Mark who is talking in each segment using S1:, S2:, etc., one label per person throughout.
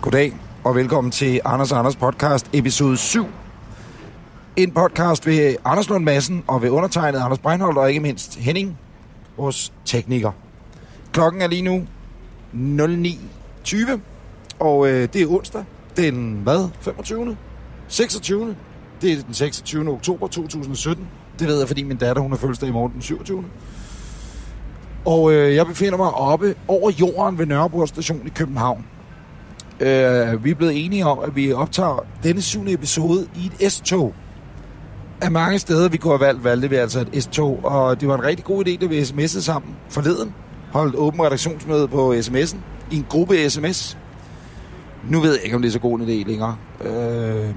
S1: Goddag, og velkommen til Anders og Anders podcast, episode 7. En podcast ved Anders Lund Madsen og ved undertegnet Anders Breinholt og ikke mindst Henning, vores tekniker. Klokken er lige nu 09.20, og øh, det er onsdag, den hvad, 25. 26. Det er den 26. oktober 2017. Det ved jeg, fordi min datter hun har fødselsdag i morgen den 27. Og øh, jeg befinder mig oppe over jorden ved Nørrebro station i København. Øh, vi er blevet enige om, at vi optager denne syvende episode i et S-tog. Af mange steder, vi kunne have valgt, valgte vi altså et S-tog, og det var en rigtig god idé, da vi sms'ede sammen forleden. Holdt åben redaktionsmøde på sms'en i en gruppe sms. Nu ved jeg ikke, om det er så god en idé længere. Øh,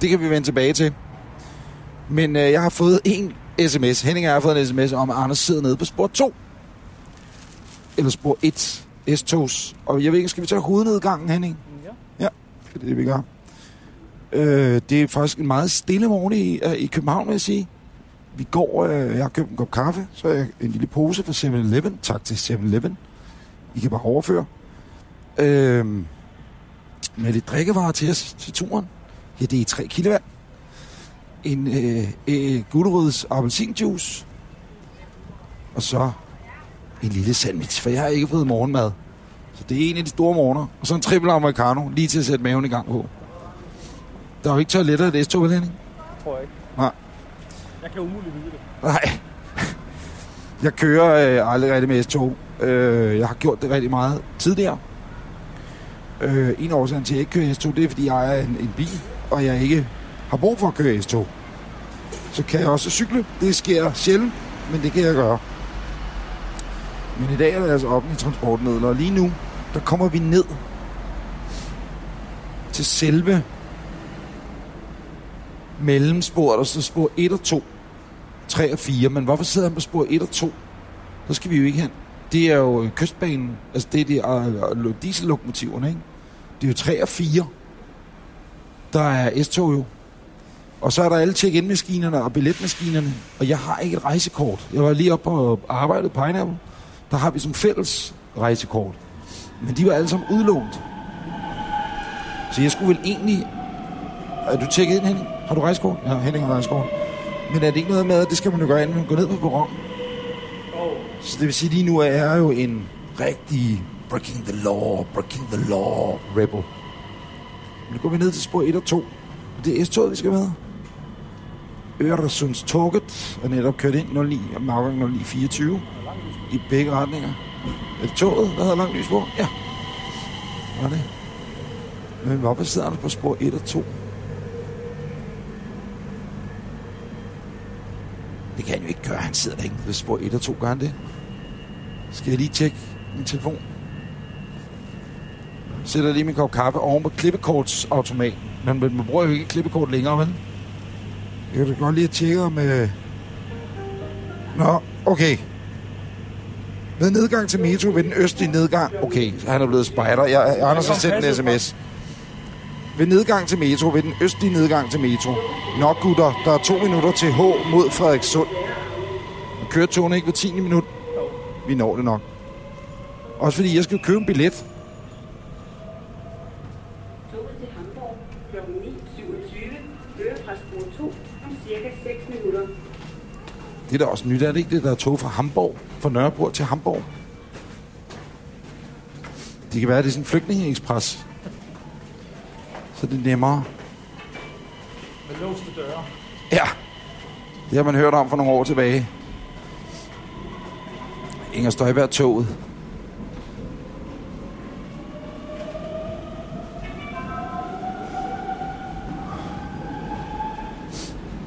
S1: det kan vi vende tilbage til. Men øh, jeg har fået en sms. Henning og jeg har fået en sms om, at Anders sidder nede på spor 2. Eller spor 1. S-togs. Og jeg ved ikke, skal vi tage hovednedgangen, Henning?
S2: Ja.
S1: Ja, det er det, vi gør. Øh, det er faktisk en meget stille morgen i, øh, i København, vil jeg sige. Vi går, øh, jeg har købt en kop kaffe, så jeg en lille pose fra 7-Eleven. Tak til 7-Eleven. I kan bare overføre. Øh, med lidt drikkevarer til os til turen. Ja, det er 3 kilo vand. En øh, øh, gulerøds appelsinjuice. Og så en lille sandwich, for jeg har ikke fået morgenmad. Så det er en af de store morgener. Og så en triple americano, lige til at sætte maven i gang på. Der er jo ikke toiletter i det S-tog, vel, Henning?
S2: Tror jeg ikke.
S1: Nej.
S2: Jeg kan umuligt vide det.
S1: Nej. Jeg kører øh, aldrig rigtig med S-tog. Øh, jeg har gjort det rigtig meget tidligere. Øh, en af årsagen til, at jeg ikke kører S-tog, det er, fordi jeg ejer en, en bil, og jeg ikke har brug for at køre S-tog. Så kan jeg også cykle. Det sker sjældent, men det kan jeg gøre. Men i dag er det altså offentlige transportmidler, og lige nu, der kommer vi ned til selve mellemspor, der står spor 1 og 2. 3 og 4, men hvorfor sidder han på spor 1 og 2? Der skal vi jo ikke hen. Det er jo øh, kystbanen, altså det er de og- og lo- diesellokomotiverne, ikke? Det er jo 3 og 4. Der er S-tog jo. Og så er der alle check-in-maskinerne og billetmaskinerne, og jeg har ikke et rejsekort. Jeg var lige oppe og arbejdede på Pineapple. Der har vi som fælles rejsekort. Men de var alle sammen udlånt. Så jeg skulle vel egentlig... Er du tjekket ind, Henning? Har du rejsekort? Ja, Henning har rejsekort. Men er det ikke noget med, at det skal man jo gøre, inden man går ned på perron? Så det vil sige, lige nu er jeg jo en rigtig breaking the law, breaking the law rebel. Men nu går vi ned til spor 1 og 2. Det er S-toget, vi skal med. Øresundstoget er netop kørt ind 09 og afgang 0924 i begge retninger. Er det toget, der havde langt lys på? Ja. Var det? Men hvorfor sidder han på spor 1 og 2? Det kan han jo ikke gøre, han sidder der ikke ved spor 1 og 2, gør han det? Skal jeg lige tjekke min telefon? Sætter lige min kop kaffe oven på klippekortsautomaten. Men man man bruger jo ikke klippekort længere, vel? Jeg kan da godt lige tjekke om... Øh... Nå, okay. Ved nedgang til metro, ved den østlige nedgang... Okay, han er blevet spejder. Jeg, jeg, Anders har sendt en sms. Ved nedgang til metro, ved den østlige nedgang til metro. Nå gutter, der er to minutter til H mod Frederikssund. Og kører togene ikke ved 10. minut? Vi når det nok. Også fordi jeg skal jo købe en billet.
S3: Toget til Hamburg kl. 9.27 kører fra spor 2 om cirka 6 minutter.
S1: Det er da også nyt, er det ikke det, der er tog fra Hamburg? Fra Nørrebro til Hamburg? Det kan være, at det er sådan en flygtningeekspres. Så det er nemmere.
S2: Med låste døre.
S1: Ja. Det har man hørt om for nogle år tilbage. Inger Støjberg-toget.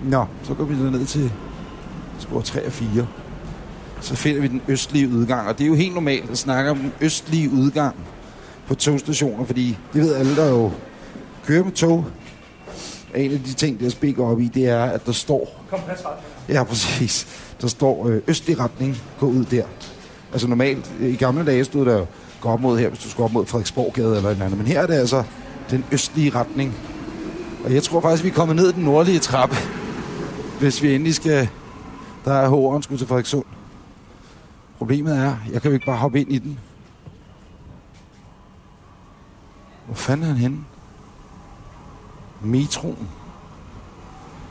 S1: Nå, så går vi ned til spor 3 og 4. Så finder vi den østlige udgang, og det er jo helt normalt at snakke om den østlige udgang på togstationer, fordi det ved alle, der jo kører med tog. En af de ting, der spikker op i, det er, at der står
S2: Kompasret.
S1: Ja, præcis. Der står øh, østlig retning, gå ud der. Altså normalt, øh, i gamle dage stod der jo, gå op mod her, hvis du skulle op mod Frederiksborggade eller en anden. Men her er det altså den østlige retning. Og jeg tror faktisk, vi er kommet ned ad den nordlige trappe, hvis vi endelig skal... Der er Håren skulle til Frederikssund. Problemet er, jeg kan jo ikke bare hoppe ind i den. Hvor fanden er han henne? Metroen.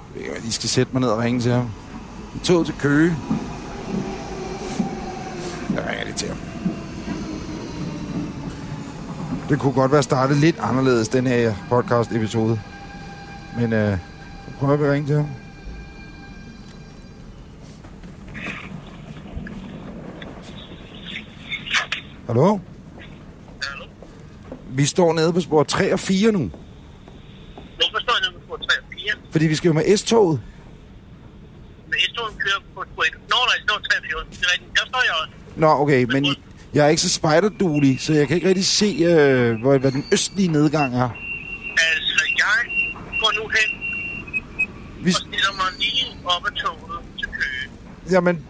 S1: Jeg ved ikke, om jeg lige skal sætte mig ned og ringe til ham. I tog til Køge. Jeg ringer lige til ham. Det kunne godt være startet lidt anderledes, den her podcast-episode. Men øh, jeg prøver vi at ringe til ham. Hallo? Vi står nede på spor 3 og 4 nu,
S4: Hvorfor står jeg nede på spor 3 og 4?
S1: fordi vi skal jo med S-toget.
S4: Men S-togen kører på spor 1. Nå, nej, det står 3 og 4. Det er rigtigt. Der står jeg også.
S1: Nå, okay, men jeg er ikke så spejderduelig, så jeg kan ikke rigtig se, øh, hvor, hvad den østlige nedgang er.
S4: Altså, jeg går nu hen
S1: Vi,
S4: og stiller mig lige op ad toget til Køge,
S1: jamen,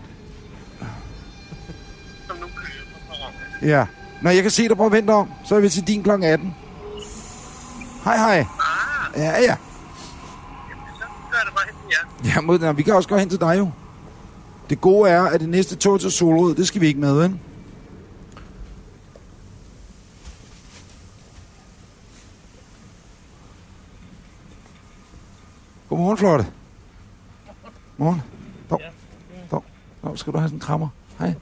S4: som nu kører på perronen.
S1: ja. Nå, jeg kan se dig på vente om, så er vi til din kl. 18. Hej, hej.
S4: Ah,
S1: Ja, ja.
S4: jamen, så gør jeg det bare hen til jer.
S1: Ja, mod, nå, vi kan også gå hen til dig jo. Det gode er, at det næste tog til Solrød, det skal vi ikke med, vel? Godmorgen, Flotte. Morgen. Dog. Dog. Dog. Skal du have sådan en krammer? Hej.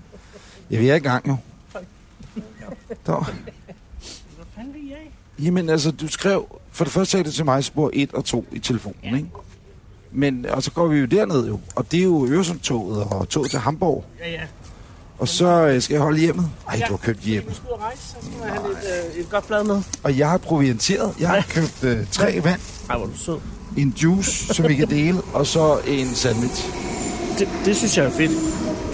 S1: Ja, vi er i gang jo. Dog.
S5: Hvad fanden vil jeg?
S1: Jamen altså, du skrev, for det første sagde du til mig spor 1 og 2 i telefonen, ja. ikke? Men, og så går vi jo derned jo, og det er jo Øresundtoget og toget til Hamburg.
S5: Ja, ja.
S1: Og så øh, skal jeg holde hjemmet. Ej, du har købt hjem.
S5: Nu skal du rejse, så skal man have lidt, øh, et godt blad med.
S1: Og jeg har provianteret. Jeg har købt øh, tre vand,
S5: Ej, hvor er du sød.
S1: en juice, som vi kan dele, og så en sandwich.
S5: Det, det synes jeg er fedt.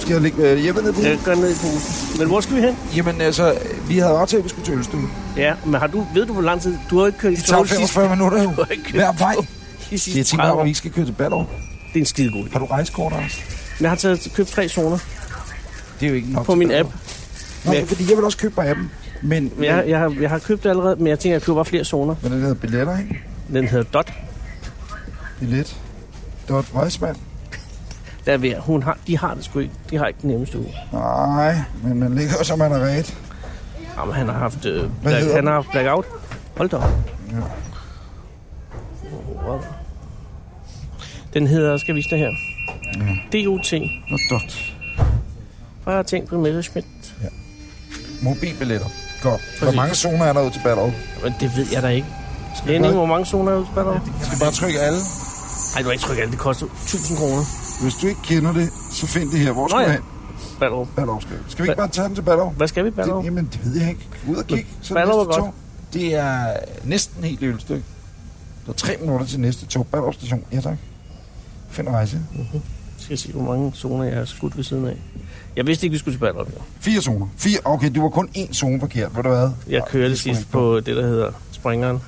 S1: Skal jeg lægge øh, hjemmet ned på?
S5: Jeg
S1: Ja.
S5: kan gøre ned i posen. Men hvor skal vi hen?
S1: Jamen altså, vi havde aftalt, at vi skulle til Ølstuen.
S5: Ja, men har du, ved du, hvor lang tid... Du har ikke kørt i
S1: Det tager
S5: tog de sidste...
S1: 45 minutter jo.
S5: Du har ikke kørt
S1: Hver vej.
S5: De
S1: Det er
S5: sidste
S1: tænkt, at
S5: 30
S1: vi
S5: år.
S1: ikke skal køre til Ballerup.
S5: Det er en skide god idé.
S1: Har du rejsekort, Anders?
S5: Men Jeg har taget, købt tre zoner
S1: Det er jo ikke nok.
S5: på
S1: til
S5: min
S1: Ballerup.
S5: app.
S1: Nå,
S5: Men-
S1: fordi jeg vil også købe på appen. Men,
S5: Men Jeg, jeg, har, jeg har købt det allerede, men jeg tænker, at jeg køber bare flere zoner.
S1: men den hedder billetter, ikke?
S5: Den hedder Dot.
S1: Billet. Dot Weissmann.
S5: Der er ved, hun har, de har det sgu ikke. De har ikke den nemmeste uge.
S1: Nej, men man ligger også, man er ret.
S5: Jamen, han har haft, øh,
S1: Hvad
S5: black,
S1: hedder
S5: han
S1: den?
S5: har haft blackout. Hold da op.
S1: Ja.
S5: Wow. Den hedder, skal jeg vise dig her. DOT.
S1: Nå, dot.
S5: Bare tænk på Messerschmidt.
S1: Mobilbilletter. Godt. Hvor mange zoner er der ud til Ballerup?
S5: Men det ved jeg da ikke. Henning, hvor mange zoner er du spiller? Nej,
S1: Du skal bare trykke alle.
S5: du har ikke trykket alt. Det koster 1000 kroner.
S1: Hvis du ikke kender det, så find det her. Hvor skal
S5: Nå
S1: du
S5: ja.
S1: hen?
S5: Ballerup.
S1: Ballerup skal. vi. Skal vi ikke bare tage den til Ballerup?
S5: Hvad skal vi, Ballerup?
S1: Det, jamen, det ved jeg ikke. Ud og kig. Så er det
S5: Ballerup er
S1: næste
S5: godt.
S1: tog. Det er næsten helt i ølstykke. Der er tre minutter til næste tog. Ballerup station. Ja, tak. Find rejse.
S5: Skal jeg se, hvor mange zoner jeg har skudt ved siden af? Jeg vidste ikke, vi skulle til Ballerup. jo.
S1: Fire zoner. Fire. Okay, du var kun én zone forkert. Ved du hvad?
S5: Jeg
S1: Nej,
S5: kørte
S1: det skulle
S5: sidst
S1: ikke
S5: på det, der hedder Springeren.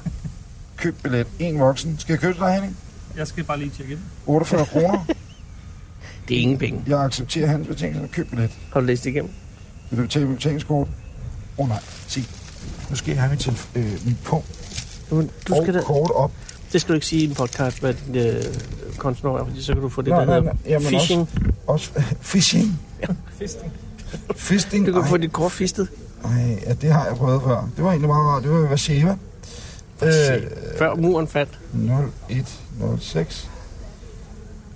S1: køb billet. En voksen. Skal jeg købe til dig, Henning?
S5: Jeg skal bare lige tjekke ind.
S1: 48 kroner.
S5: Det er ingen penge.
S1: Jeg accepterer hans betingelser. Køb billet.
S5: Har du læst det igennem?
S1: Vil du betale med betalingskort? Åh oh, nej. Se. Nu skal jeg have min, telef- øh, min på
S5: Jamen, du skal da,
S1: og kort op.
S5: det skal du ikke sige i en podcast, hvad din øh, kontonummer er, fordi så kan du få det,
S1: Nej,
S5: der
S1: nej,
S5: hedder
S1: nej. Jamen, også-
S5: phishing.
S1: Også fishing. Fisting. Fisting.
S5: Du kan
S1: Ej,
S5: få dit kort fistet.
S1: ej, ja, det har jeg prøvet før. Det var egentlig meget rart. Det var i Varsava. Øh,
S5: Før muren faldt.
S1: 0106.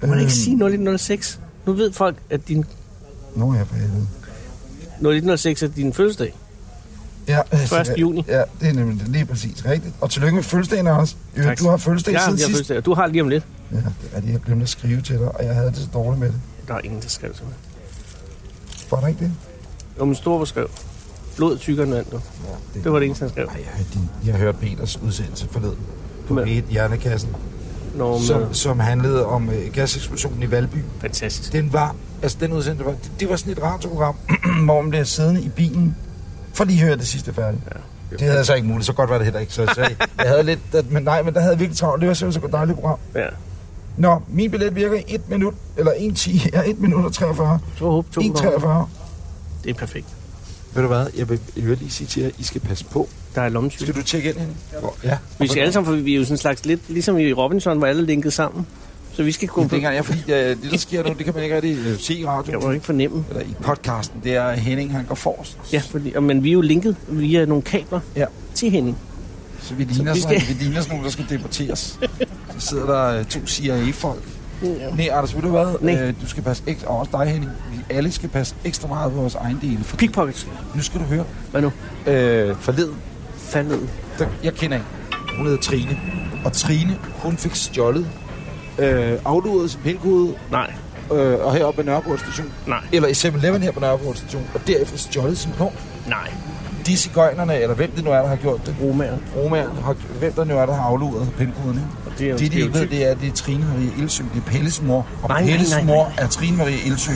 S5: Må man ikke
S1: Øhm, øh.
S5: sige 0106? Nu ved folk, at din
S1: Nå, jeg for helvede.
S5: 0106 er din fødselsdag.
S1: Ja, altså,
S5: 1. juni.
S1: Ja, det er nemlig det er lige præcis rigtigt. Og tillykke med fødselsdagen, Anders. Øh,
S5: Tak.
S1: Du har fødselsdag
S5: Jeg har,
S1: siden
S5: jeg har
S1: sidst.
S5: fødselsdag, og du har lige om lidt.
S1: Ja, det er rigtigt. Jeg glemte at skrive til dig, og jeg havde det så dårligt med det.
S5: Der er ingen, der skrev til mig.
S1: Var der ikke det?
S5: Om en stor skrev. Blod tykker end vand, du. Det var det eneste, han skrev.
S1: Ej, jeg hørte, din, jeg hørte Peters udsendelse forleden på
S5: Men-
S1: et Hjernekassen,
S5: Nå, men, øh,
S1: som, som handlede om øh, gaseksplosionen i Valby.
S5: fantastisk.
S1: Den var, altså den udsendelse var, det, det var sådan et radioprogram, hvor man bliver siddende i bilen, for lige at høre det sidste færdigt. Ja. Det havde jeg så ikke muligt, så godt var det heller ikke. Så, så jeg, jeg havde lidt, at, men nej, men der havde jeg virkelig travlt. Det var simpelthen så et dejligt program.
S5: Ja.
S1: Nå, min billet virker i 1 minut, eller 1.10, ja, 1 minut og 43.
S5: Så håb to
S1: 1.43.
S5: Det er perfekt.
S1: Ved du hvad, jeg vil i øvrigt lige sige til jer, I skal passe på.
S5: Der er lommetyk.
S1: Skal du tjekke ind, Henning? Ja.
S5: Vi skal alle sammen, for vi er jo sådan en slags lidt, ligesom i Robinson, hvor alle er linket sammen. Så vi skal gå
S1: Men
S5: på...
S1: det er fordi øh, det, der sker nu, det kan man ikke rigtig øh, se i
S5: Jeg må
S1: radioen.
S5: ikke fornemme.
S1: Eller i podcasten, det er at Henning, han går forrest.
S5: Ja, fordi, og, men vi er jo linket via nogle kabler
S1: Ja.
S5: til Henning.
S1: Så vi ligner,
S5: vi
S1: så
S5: skal-
S1: vi ligner sådan nogle, der skal deporteres. Så sidder der øh, to CIA-folk.
S5: Ja.
S1: Nej, Anders, ved du hvad?
S5: Nej.
S1: Øh, du skal passe ekstra, og også dig, Henning. Vi alle skal passe ekstra meget på vores egen dele. For
S5: Pickpockets.
S1: nu skal du høre.
S5: Hvad nu?
S1: Øh, forleden,
S5: Faldet.
S1: der, jeg kender en. Hun hedder Trine. Og Trine, hun fik stjålet øh, afluret sin pindkode
S5: Nej.
S1: øh, og heroppe ved Nørreport station.
S5: Nej.
S1: Eller i 7-Eleven her på Nørreport station. Og derefter stjålet sin punkt.
S5: Nej.
S1: De cigøjnerne, eller hvem det nu er, der har gjort det,
S5: Romager.
S1: Romaen har, hvem der nu er, der har afluret pindkoderne.
S5: Og det er jo
S1: det, de ikke ved,
S5: stereotyp.
S1: det er, det er Trine Marie Ildsø. Det er Pelles mor. Og
S5: Nej, nej,
S1: Pelles
S5: nej, nej.
S1: mor er Trine Marie Ildsø.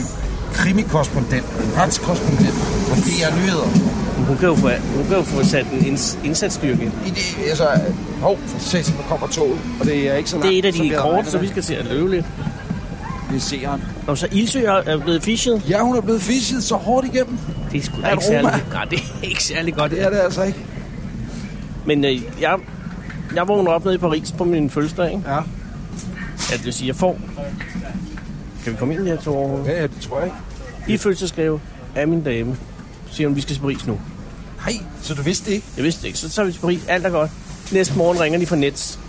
S1: Krimikorrespondent, retskorrespondent på DR Nyheder.
S5: Men Hun kan jo få, hun kan jo få sat en inds- indsatsstyrke ind.
S1: I det, altså, hov, for satan, der kommer toget. Og det er ikke så langt.
S5: Det er et af
S1: som vi
S5: de
S1: havde
S5: kort,
S1: regnet
S5: så vi
S1: med.
S5: skal se at løbe lidt.
S1: Vi ser ham.
S5: Nå, så Ildsø er- er blevet fishet.
S1: Ja, hun er blevet fisket så hårdt igennem.
S5: Det er sgu da
S1: Er
S5: ikke
S1: det Roma?
S5: særlig, nej, det er ikke særlig godt.
S1: Det er det altså ikke.
S5: Men øh, jeg, jeg vågner op nede i Paris på min fødselsdag, ikke?
S1: Ja,
S5: Ja, det vil sige, jeg får... Kan vi komme ind her to år?
S1: ja ja, det tror jeg ikke.
S5: I fødselsdagsgave af min dame. Så siger hun, vi skal til Paris nu.
S1: Hej, så du vidste det ikke?
S5: Jeg vidste det ikke. Så tager vi til Paris. Alt er godt. Næste morgen ringer de fra Nets.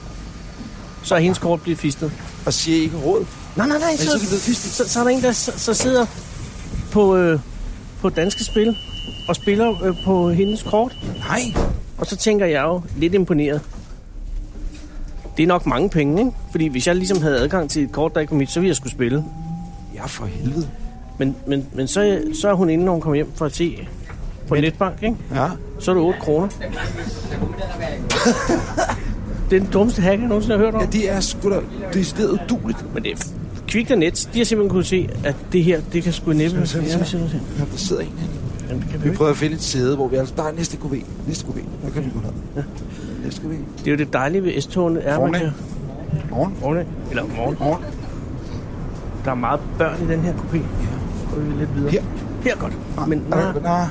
S5: Så er hendes kort blevet fistet.
S1: Og siger ikke råd.
S5: Nej, nej, nej.
S1: så er de blevet
S5: så, så, så er der en, der så, så sidder på, øh, på danske spil og spiller øh, på hendes kort.
S1: Nej,
S5: Og så tænker jeg jo lidt imponeret. Det er nok mange penge, ikke? Fordi hvis jeg ligesom havde adgang til et kort, der ikke var mit, så ville jeg skulle spille.
S1: ja for helvede.
S5: Men, men, men så, så er hun inde, når hun kommer hjem for at se på Netbank, ikke?
S1: Ja.
S5: Så er det 8 kroner. det er den dummeste hack, jeg nogensinde har hørt
S1: Ja,
S5: om.
S1: det er sgu da decideret uduligt.
S5: Men det er Kvikt og Nets, de har simpelthen kunne se, at det her, det kan sgu næppe. Ja,
S1: se,
S5: skal vi se, se.
S1: Ja, der sidder en herinde.
S5: Jamen, det kan vi
S1: Vi
S5: jo ikke.
S1: prøver at finde et sæde, hvor vi altså... Der er næste KV. Næste KV. Der kan vi gå ned. Næste KV.
S5: Det er jo det dejlige ved S-togene, er, at man
S1: Morgen.
S5: kan...
S1: Morgen.
S5: Morgen, eller morgen.
S1: Morgen.
S5: Der er meget børn i den her kopé. Går vi lidt videre.
S1: Her.
S5: Her Ah, er godt. Men, nej,
S1: nej. nej.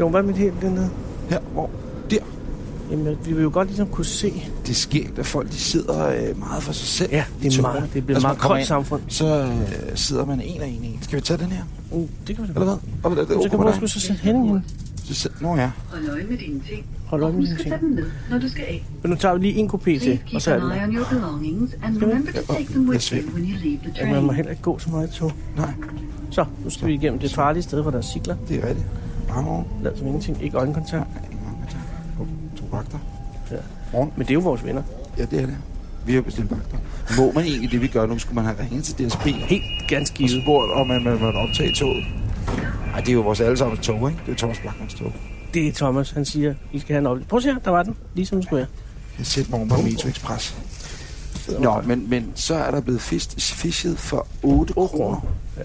S5: jo, hvad med det her dernede?
S1: Her. Hvor? Der.
S5: Jamen, vi vil jo godt ligesom kunne se.
S1: Det sker, da folk de sidder øh, meget for sig selv.
S5: Ja, det er
S1: i toget.
S5: meget- det er blevet
S1: man
S5: meget
S1: kommer
S5: koldt
S1: ind,
S5: samfund.
S1: Så øh, sidder man en og en, og en. Skal vi tage den her?
S5: Uh, det kan vi da
S1: Eller
S5: godt.
S1: hvad? Og, det, det,
S5: Så kan man sgu så sætte Henning hen.
S1: Så sidder... Nå ja.
S6: Hold øje med dine ting.
S5: Hold øje med
S6: Husk
S5: dine
S6: at
S5: ting.
S6: tage dem med, når du skal af.
S5: Men nu tager vi lige en kopé
S6: Please
S5: til, og
S6: keep
S5: så er
S6: an
S5: det.
S6: eye on your belongings and remember to take them with you when you leave the
S5: Ja, man må
S6: train.
S5: heller ikke gå så meget i tog.
S1: Nej,
S5: Så, nu skal vi igennem det farlige sted, hvor der er cykler.
S1: det er rigtigt. Bare morgen.
S5: Lad som ingenting, ikke øjenkontakt.
S1: Hov, To vagter.
S5: Ja.
S1: Morgen.
S5: Men det er jo vores venner.
S1: Ja, det er det. Vi har bestilt vagter. Må man egentlig det, vi gør nu? Skulle man have ringet til DSB
S5: Helt ganske
S1: og
S5: givet.
S1: spurgt, om man, man måtte optage toget? Ej, det er jo vores allesammens tog, ikke? Det er Thomas Blackmans tog.
S5: Det er Thomas, han siger, I skal have en oplevelse. Prøv at se her, der var den. Ligesom den skulle være.
S1: Jeg sætter mig oven på Metro Express. Nå, men, men så er der blevet fist, fisket for 8 kroner.
S5: Ja.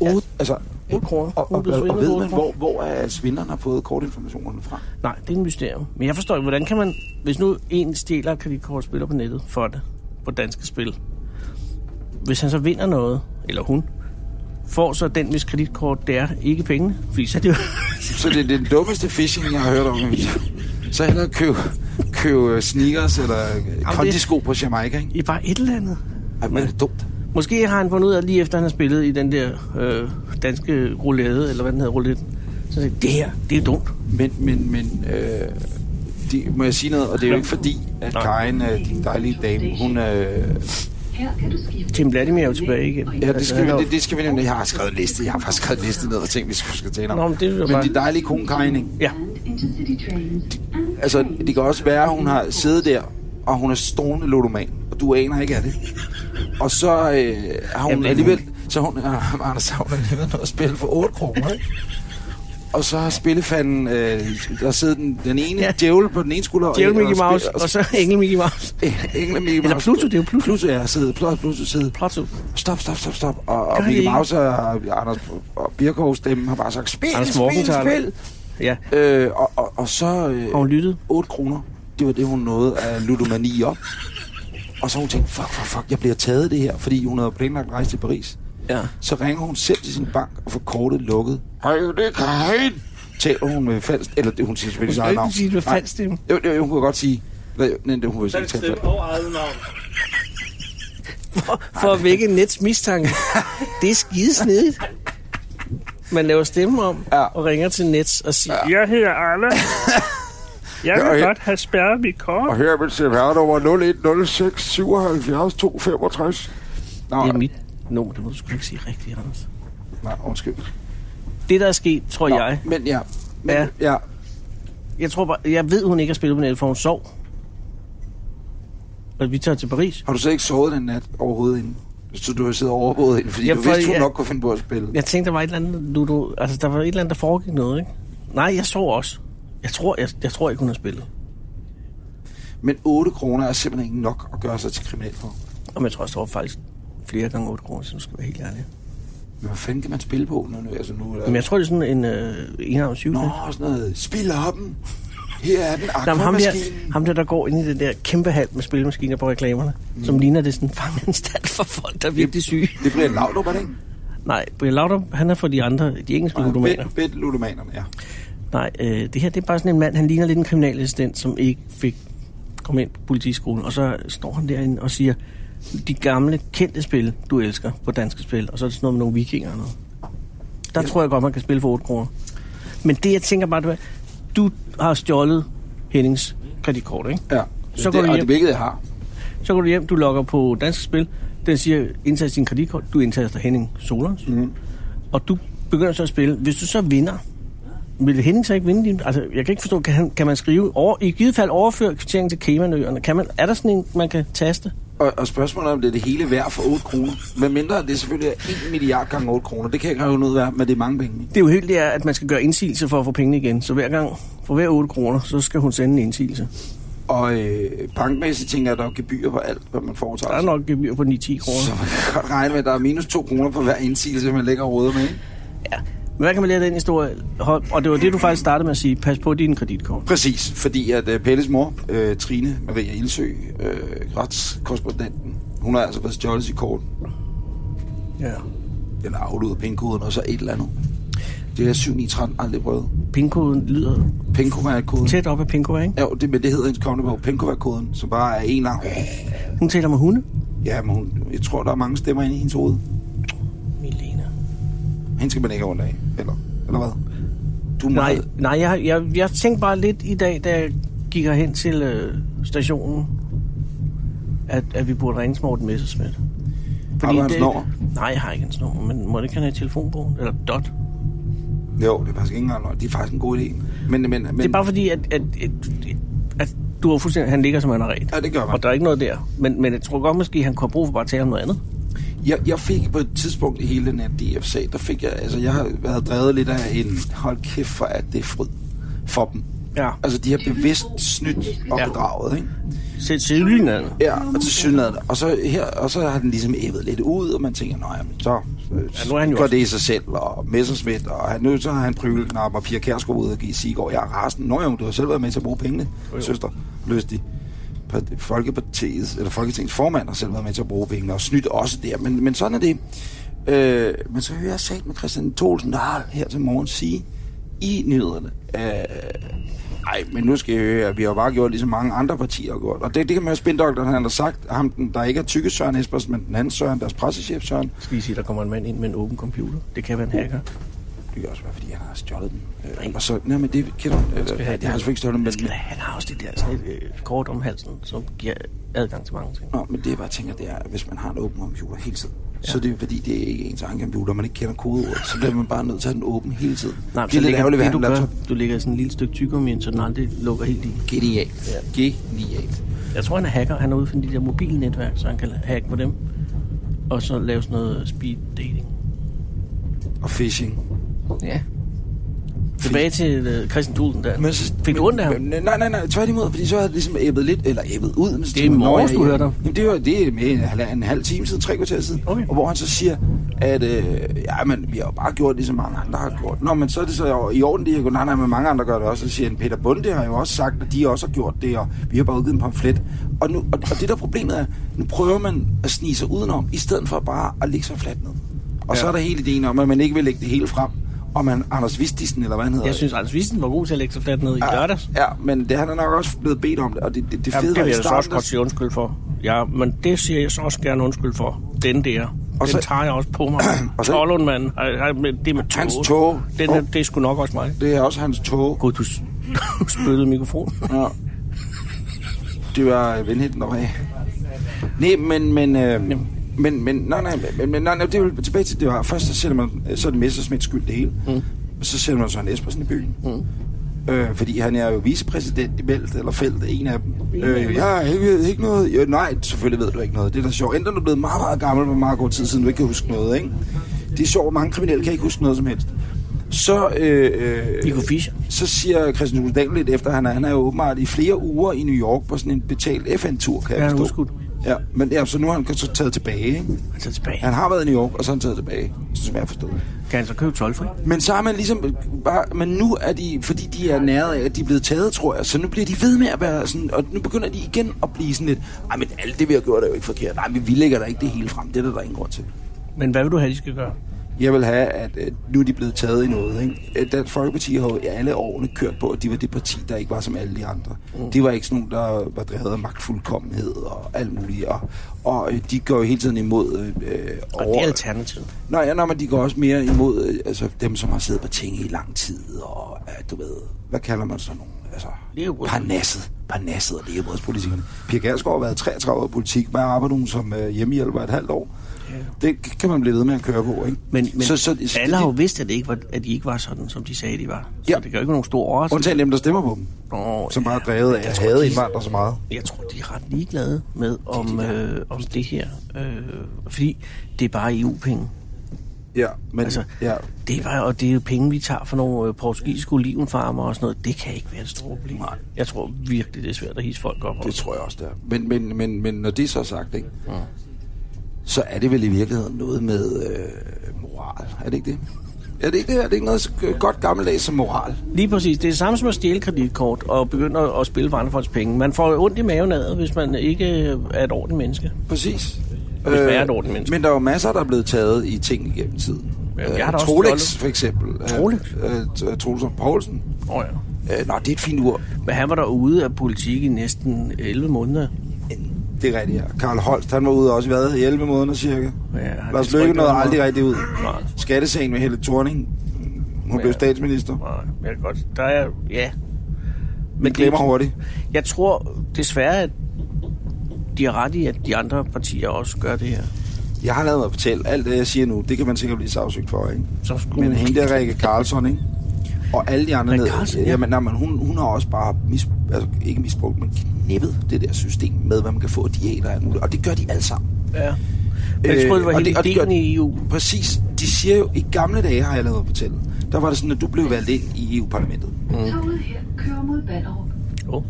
S1: 8, altså,
S5: 8 kroner.
S1: og,
S5: Hun
S1: og,
S5: er blevet
S1: og, og
S5: svindlet for
S1: ved
S5: otte
S1: man, hvor, hvor er svindlerne har fået kortinformationerne fra?
S5: Nej, det er en mysterium. Men jeg forstår ikke, hvordan kan man... Hvis nu en stjæler et kreditkort spiller på nettet for det, på danske spil, hvis han så vinder noget, eller hun, får så den, hvis kreditkort det er, ikke pengene. Fordi så er det jo...
S1: Så det er den dummeste phishing, jeg har hørt om. i mit liv. Så hellere købe, købe sneakers eller kondisko på Jamaica, ikke?
S5: I bare et eller andet.
S1: Ej, men er det dumt?
S5: Måske har han fundet ud af, lige efter han har spillet i den der øh, danske roulette, eller hvad den hedder, roulette, så siger han, det her, det er dumt.
S1: Men, men, men, øh, de, må jeg sige noget? Og det er jo ikke fordi, at
S5: Nej.
S1: Karin, øh, din dejlige dame, hun... Øh,
S6: Her kan du skifte.
S5: Tim Vladimir er jo tilbage igen.
S1: ja, det skal, vi,
S5: Altså, han er jo-
S1: det, det skal vi nemlig... Jeg har skrevet en liste. Jeg har faktisk skrevet en liste ned og ting, vi skulle skal tale om.
S5: Nå, men det er jo
S1: men
S5: bare-
S1: din dejlige kone, Karin, ikke?
S5: Ja,
S6: And intercity trains and
S1: Altså,
S6: trains.
S1: det kan også være, at hun har siddet der, og hun er stående ludoman, og du aner ikke af det. Og så øh, har hun
S5: Jamen,
S1: Jamen, alligevel... Så hun, øh, Anders har hun alligevel noget at spille for 8 kroner, ikke? Og så har spillefanden, øh, der sidder den, den ene
S5: Ja.
S1: ja. djævel på den ene skulder. og-
S5: Djævel
S1: og
S5: Mickey
S1: spiller-
S5: Mouse, og så Engel Mickey Mouse.
S1: Øh, Engel og Mickey Mouse.
S5: Eller Pluto, det er jo Pluto.
S1: Pluto er siddet, Pluto, Pluto siddet.
S5: Pluto.
S1: Stop, stop, stop, stop. Og, og
S5: Gør det
S1: Mickey
S5: ikke.
S1: Mouse og Anders og Birkow stemme har bare sagt, spil,
S5: Anders
S1: spil,
S5: Morgenthaler.
S1: spil.
S5: Ja,
S1: Øh, og, og, og så... Øh,
S5: har hun lyttet?
S1: 8 kroner. Det var det, hun nåede af ludomani op. Og så har hun tænkt, fuck, fuck, fuck, jeg bliver taget af det her, fordi hun havde planlagt at rejse til Paris.
S5: Ja.
S1: Så ringer hun selv til sin bank og får kortet lukket. Hej, det er Karin! Taler hun med falsk, eller det, hun siger selvfølgelig sit
S5: Hun skal
S1: eget
S5: ikke
S1: navn.
S5: sige det med
S1: Nej.
S5: falsk stemme.
S1: Jo, jo, jo, hun kunne godt sige, nej, nej, det, hun vil ikke tage falsk.
S5: for, for at vække Nets mistanke. Det er skidesnedigt. Man laver stemme om
S1: Ja.
S5: og ringer til Nets og siger, ja.
S1: Ja.
S5: jeg hedder Arla.
S7: Jeg
S1: Ja, og
S7: vil
S1: jeg-
S7: godt have spærret mit
S1: Og
S7: kort.
S1: her er mit CPR-nummer 0106 77 265. Nå,
S5: Det er mit... Nå, det må du sgu ikke sige rigtigt, Anders.
S1: nej, undskyld.
S5: Det, der er sket, tror
S1: Nå,
S5: jeg...
S1: Men ja. Men,
S5: Ja.
S1: ja. ja.
S5: Jeg tror bare, jeg ved, hun ikke har spillet på nettet, for hun sov. Og vi tager til Paris.
S1: Har du så ikke sovet den nat overhovedet inden? Så du har siddet overvåget inden, fordi
S5: Ja,
S1: ja, du
S5: for-
S1: vidste, du
S5: ja.
S1: nok kunne finde på at spille.
S5: Jeg tænkte, der var et eller andet, Ludo, altså, der var et eller andet, der foregik noget, ikke? Nej, jeg sov også. Jeg tror, jeg, jeg tror ikke, hun har spillet.
S1: Men 8 kroner er simpelthen ikke nok at gøre sig til kriminel for.
S5: Og jeg tror også, der var faktisk flere gange 8 kroner, så nu skal jeg være helt ærlig.
S1: Men hvad fanden kan man spille på, når nu, altså nu er der...
S5: Men jeg tror, det er sådan en øh, enarmet syv.
S1: Nå, sådan noget. Spil hoppen. Her er den
S5: Nå, men ham, der,
S1: akvamaskinen.
S5: ham der, der går ind i den der kæmpe hal med spilmaskiner på reklamerne, mm. som ligner det sådan en fangeanstalt for folk, der er virkelig syge.
S1: Det bliver Laudrup, er det ikke?
S5: Nej, Brian Laudrup, han er for de andre, de engelske ludomaner.
S1: Bed, bed ludomanerne, ja.
S5: Nej, øh, det her det er bare sådan en mand, han ligner lidt en kriminalassistent, som ikke fik kom ind på politiskolen. Og så står han derinde og siger, de gamle kendte spil, du elsker på danske spil. Og så er det sådan noget med nogle vikinger og noget. Der tror jeg godt, man kan spille for 8 kroner. Men det, jeg tænker bare, du, du har stjålet Hennings kreditkort, ikke?
S1: ja.
S5: Så
S1: Så
S5: går
S1: det,
S5: vi
S1: og
S5: hjem.
S1: det hvilket jeg har.
S5: Så går du hjem, du logger på danske spil. Den siger, indtast din kreditkort. Du indtaster Henning Solons. Mm. Og du begynder så at spille. Hvis du så vinder, vil Henning så ikke vinde din... Altså, jeg kan ikke forstå, kan, han, kan man skrive... Over, I givet fald overføre kvitteringen til Caymanøerne. Kan man, er der sådan en, man kan taste?
S1: Og, og spørgsmålet er, om det er det hele værd for 8 kroner. Men mindre det selvfølgelig er 1 milliard gange 8 kroner. Det kan jeg ikke regne ud af, men det er mange penge.
S5: Det er jo helt det er, at man skal gøre indsigelse for at få pengene igen. Så hver gang, for hver 8 kroner, så skal hun sende en indsigelse.
S1: Og øh, bankmæssigt tænker jeg, at der er gebyr på alt, hvad man foretager.
S5: Der er
S1: sig.
S5: nok gebyr på 9-10
S1: Så
S5: kroner.
S1: man kan godt regne med, at der er minus 2 kroner på hver indsigelse, man lægger råder med. Ikke?
S5: Men hvad kan man lære af den historie? Hold- Og det var det, du faktisk startede med at sige. Pas på din kreditkort.
S1: Præcis, fordi at øh, Pelles mor, øh, Trine Maria Ildsø, øh, retskorrespondenten, hun har altså været stjålet sit kort.
S5: Ja.
S1: Eller afledet pengekoden, og så et eller andet. Det er 713 aldrig prøvet.
S5: Pinkoden lyder
S1: Penkoværkoden.
S5: tæt op af Pinko, ikke?
S1: Ja, det, men det hedder hendes kommende bog, Penkoværkoden, som bare er en lang...
S5: Hun taler med hunde.
S1: Ja, men hun, jeg tror, der er mange stemmer inde i hendes hoved.
S5: Milena.
S1: Hende skal man ikke have ondt af, eller, eller hvad? Du er
S5: Nej,
S1: meget...
S5: nej jeg, jeg, jeg tænkte bare lidt i dag, da jeg gik hen til øh, stationen, at, at vi burde ringe til Morten Messerschmidt.
S1: Har du hans nummer?
S5: Nej, jeg har ikke hans nummer, men må det ikke han have telefonbogen? Eller dot? Men...
S1: Jo, det er faktisk ikke engang noget. Det er faktisk en god idé. Men, men, men
S5: Det er bare fordi, at, at, at, at du har fuldstændig, han ligger som han har ret.
S1: Ja, det gør man.
S5: Og der er ikke noget der. Men, men jeg tror godt måske, han kunne have brug for bare at tale om noget andet.
S1: Jeg, jeg fik på et tidspunkt i hele den her DF-sag, der fik jeg, altså jeg har været drevet lidt af en, hold kæft for at det er fryd for dem.
S5: Ja,
S1: Altså de har bevidst snydt og
S5: Ja.
S1: bedraget, ikke?
S5: sæt til lynlandet.
S1: Ja, og til synligheden. Og så, her, og så har den ligesom ævet lidt ud, og man tænker, nej, men så
S5: nu
S1: ja,
S5: er han jo
S1: går
S5: også-
S1: det i sig selv, og Messersmith, og han, nu så har han prøvelknap og Pia Kærsgaard ud og give Sigård, jeg er rasen. Nå jo, du har selv været med til at bruge pengene, søster, løs de. Folkepartiet, eller Folketingets formand har selv været med til at bruge pengene, og snydt også der, men, men sådan er det. Øh, men så hører jeg sagt med Christian Tholsen Dahl her til morgen sige i nyhederne, øh, Nej, men nu skal jeg høre, at vi har bare gjort ligesom mange andre partier har gjort. Og det, det kan man jo spindoktoren, han har sagt, ham, den, der ikke er tykke Søren Espersen, men den anden Søren, deres pressechef Søren,
S5: Skal lige sige, der kommer en mand ind med en åben computer. Det kan være en hacker.
S1: det kan også være, fordi han har stjålet den. Øh, og så, nej, men det kender du, eller, jeg har selvfølgelig ikke stjålet den, men,
S5: Skal da- Han har også det der sådan et, øh, kort om halsen, som giver adgang til mange ting.
S1: nå, men det jeg bare tænker, det er, at hvis man har en åben computer hele tiden, så er det jo fordi, det er ikke ens egen computer, man ikke kender kodeordet, så bliver man bare nødt til at have den åben hele tiden.
S5: Nej,
S1: det er lidt ærgerligt ved at
S5: det,
S1: have
S5: du
S1: en laptop.
S5: gør, du lægger sådan et lille stykke tyggegummi ind, så den aldrig lukker helt i.
S1: Genialt. Genialt.
S5: Jeg tror, han er hacker. Han er ude for de der mobilnetværk, så han kan hacke på dem. Og så lave sådan noget speed dating.
S1: Og phishing.
S5: Ja. Tilbage til uh, Christian Thulsen der.
S1: Men så,
S5: Fik du ondt af ham?
S1: Men- Nej, nej, nej, tværtimod, fordi så havde det ligesom æbbet lidt, eller æbbet ud. Men så tænkte
S5: i
S1: man, nå,
S5: morges,
S1: ja,
S5: du
S1: ja.
S5: hørte ham.
S1: Jamen, det var det er med en, halv- en halv time siden, tre kvarter siden,
S5: Okay.
S1: og hvor han så siger, at øh, ja, men, vi har jo bare gjort, ligesom mange andre har gjort. Nå, men så er det så i orden, det er nej, nej, men mange andre gør det også. Så siger han, Peter Bunde har jo også sagt, at de også har gjort det, og vi har bare udgivet en pamflet. Og, nu, og, og det der problemet er, nu prøver man at snige sig udenom, i stedet for bare at ligge sig fladt ned. Og ja. så er der hele ideen om, at man ikke vil lægge det hele frem, og man, Anders Vistisen, eller hvad han hedder,
S5: Jeg synes, Anders Wissen var god til at lægge sig fladt ned i
S1: Ah.
S5: lørdags.
S1: Ja, men det, han er nok også blevet bedt om det, og det, det, det fede
S5: Jamen, det
S1: var
S5: vil
S1: i
S5: jeg så også
S1: starten,
S5: godt sige undskyld for. Ja, men det siger jeg så også gerne undskyld for. Den der. Og
S1: Og
S5: den
S1: så-
S5: tager jeg også på mig.
S1: Og så-
S5: Tollundmanden. Ej, ej, men Det er med
S1: Hans
S5: tåge.
S1: tåge.
S5: Den er,
S1: Åh.
S5: det er sgu nok også mig.
S1: det er også hans tog.
S5: Gud, du, spyttede mikrofonen.
S1: Ja. Det var venheden dog af. Nej, men, men, øh, men, men, nej, nej, men, men, nej, nej, det er jo tilbage til det var. Først så sætter man, så er det Messersmiths skyld det hele. Mm. Så sætter man Søren Espersen i byen. Mm. Øh, fordi han er jo vicepræsident i Vælt, eller Felt, en af dem. Øh, jeg har ikke, ved ikke noget. Jo, nej, selvfølgelig ved du ikke noget. Det er da sjovt. Enten er du blevet meget, meget gammel på meget kort tid siden, du ikke kan huske noget, ikke? Det er sjovt, hvor mange kriminelle kan ikke huske noget som helst. Så, øh, øh,
S5: Nico Fischer.
S1: så siger Christian Thulesen Dahl lidt efter, han er, han er jo åbenbart i flere uger i New York på sådan en betalt FN-tur, kan jeg
S5: Ja, han er
S1: forstå.
S5: udskudt. Ja.
S1: Ja, men ja, så nu har han så taget tilbage, ikke?
S5: Han tager Altså, tilbage.
S1: Han har været i New York, og så er han taget tilbage, som jeg forstod.
S5: Kan han så købe 12 fri?
S1: Men så har man ligesom øh, bare... Men nu er de... Fordi de er næret af, at de er blevet taget, tror jeg. Så nu bliver de ved med at være sådan... Og nu begynder de igen at blive sådan lidt... Ej, men alt det, vi har gjort, er jo ikke forkert. Nej, men vi lægger da ikke det hele frem. Det er der, der er ingen grund til.
S5: Men hvad vil du have, de skal gøre?
S1: Jeg vil have, at øh, nu er de blevet taget i noget. Ikke? Øh, Dansk Folkeparti har jo i alle årene kørt på, at de var det parti, der ikke var som alle de andre. Mm. Det var ikke sådan nogen, der var drevet af magtfuldkommenhed og alt muligt. Og, og øh, de går jo hele tiden imod... Øh, øh,
S5: Og det er alternativet.
S1: Nej, ja, nej, men de går også mere imod øh, altså, dem, som har siddet på ting i lang tid, og øh, du ved, hvad kalder man sådan nogen? Altså,
S5: Levebrød.
S1: parnasset, parnasset og levebrødspolitikerne. Pia Gersgaard har været 33 år i politik, hvad arbejder hun som øh, hjemmehjælper et halvt år? Ja. Det kan man blive ved med at køre på, ikke?
S5: Men, men
S1: så, så, så,
S5: alle har jo vidst, at, det ikke var, at de ikke var sådan, som de sagde, de var. Så
S1: Ja.
S5: det gør ikke nogen stor overraskelse.
S1: Undtagen dem, der stemmer på dem,
S5: Nå,
S1: som bare er drevet af at hade indvandrere så meget.
S5: Jeg tror, de er ret ligeglade med, om, øh, om det her. Øh, fordi det er bare E EU-penge.
S1: Ja, men
S5: Altså,
S1: altså, ja.
S5: Det er bare, og det er jo penge, vi tager fra nogle øh, portugisiske olivenfarmer og sådan noget. Det kan ikke være et stort problem. Nej. Jeg tror virkelig, det er svært at hisse folk op.
S1: Det tror jeg også, det er. Men, men, men, men når det så er sagt, ikke? Ja. så er det vel i virkeligheden noget med øh, moral. Er det ikke det? Er det ikke det? Er det ikke noget så g- godt gammeldags som moral?
S5: Lige præcis. Det er det samme som at stjæle kreditkort og begynde at, at spille for andre folks penge. Man får jo ondt i maven ad, hvis man ikke øh, er et ordentligt menneske.
S1: Præcis. Øh,
S5: man er et ordentligt menneske.
S1: men der er jo masser, der er blevet taget i ting igennem tiden.
S5: Ja,
S1: Øh,
S5: jeg har da også
S1: Trolex,
S5: stjålet.
S1: for eksempel.
S5: Trolex?
S1: Øh, øh, T- Troels Lund Poulsen.
S5: Åh oh, ja.
S1: Øh, nå, det er et fint ur.
S5: Men han var derude af politik i næsten 11 måneder.
S1: Det er rigtigt, ja. Karl Holst, han var ude også i hvad? I 11 måneder cirka.
S5: Ja,
S1: Lars
S5: det tror jeg
S1: Løkke nåede
S5: ikke, det var
S1: aldrig
S5: noget.
S1: rigtig ud.
S5: Nej.
S1: Skattesagen med Helle Thorning. Hun
S5: Ja.
S1: blev statsminister.
S5: Nej, jeg kan godt. Der er, ja.
S1: Men glemmer hurtigt.
S5: Jeg tror desværre, at de har ret i, at de andre partier også gør det her.
S1: Jeg har lavet mig fortælle. Alt det, jeg siger nu, det kan man sikkert blive sagsøgt for, ikke?
S5: Så skulle
S1: Men
S5: man-
S1: hende der, Rikke Karlsson, ikke? Og alle de andre
S5: Mm. Rikke
S1: ned.
S5: Carlsson, ja.
S1: Jamen, nej, men hun, hun har også bare mis, altså, ikke misbrugt, men knippet det der system med, hvad man kan få af diæter og alt muligt. Og det gør de alle sammen. Øh,
S5: Ja. Men jeg tror, Øh, det var
S1: og
S5: hele
S1: det- og det
S5: ideen
S1: gør-
S5: i EU.
S1: Præcis. De siger jo, i gamle dage har jeg lavet mig fortælle. Der var det sådan, at du blev valgt ind i EU-parlamentet.
S6: Toget her kører mod Ballerup.
S5: Oh.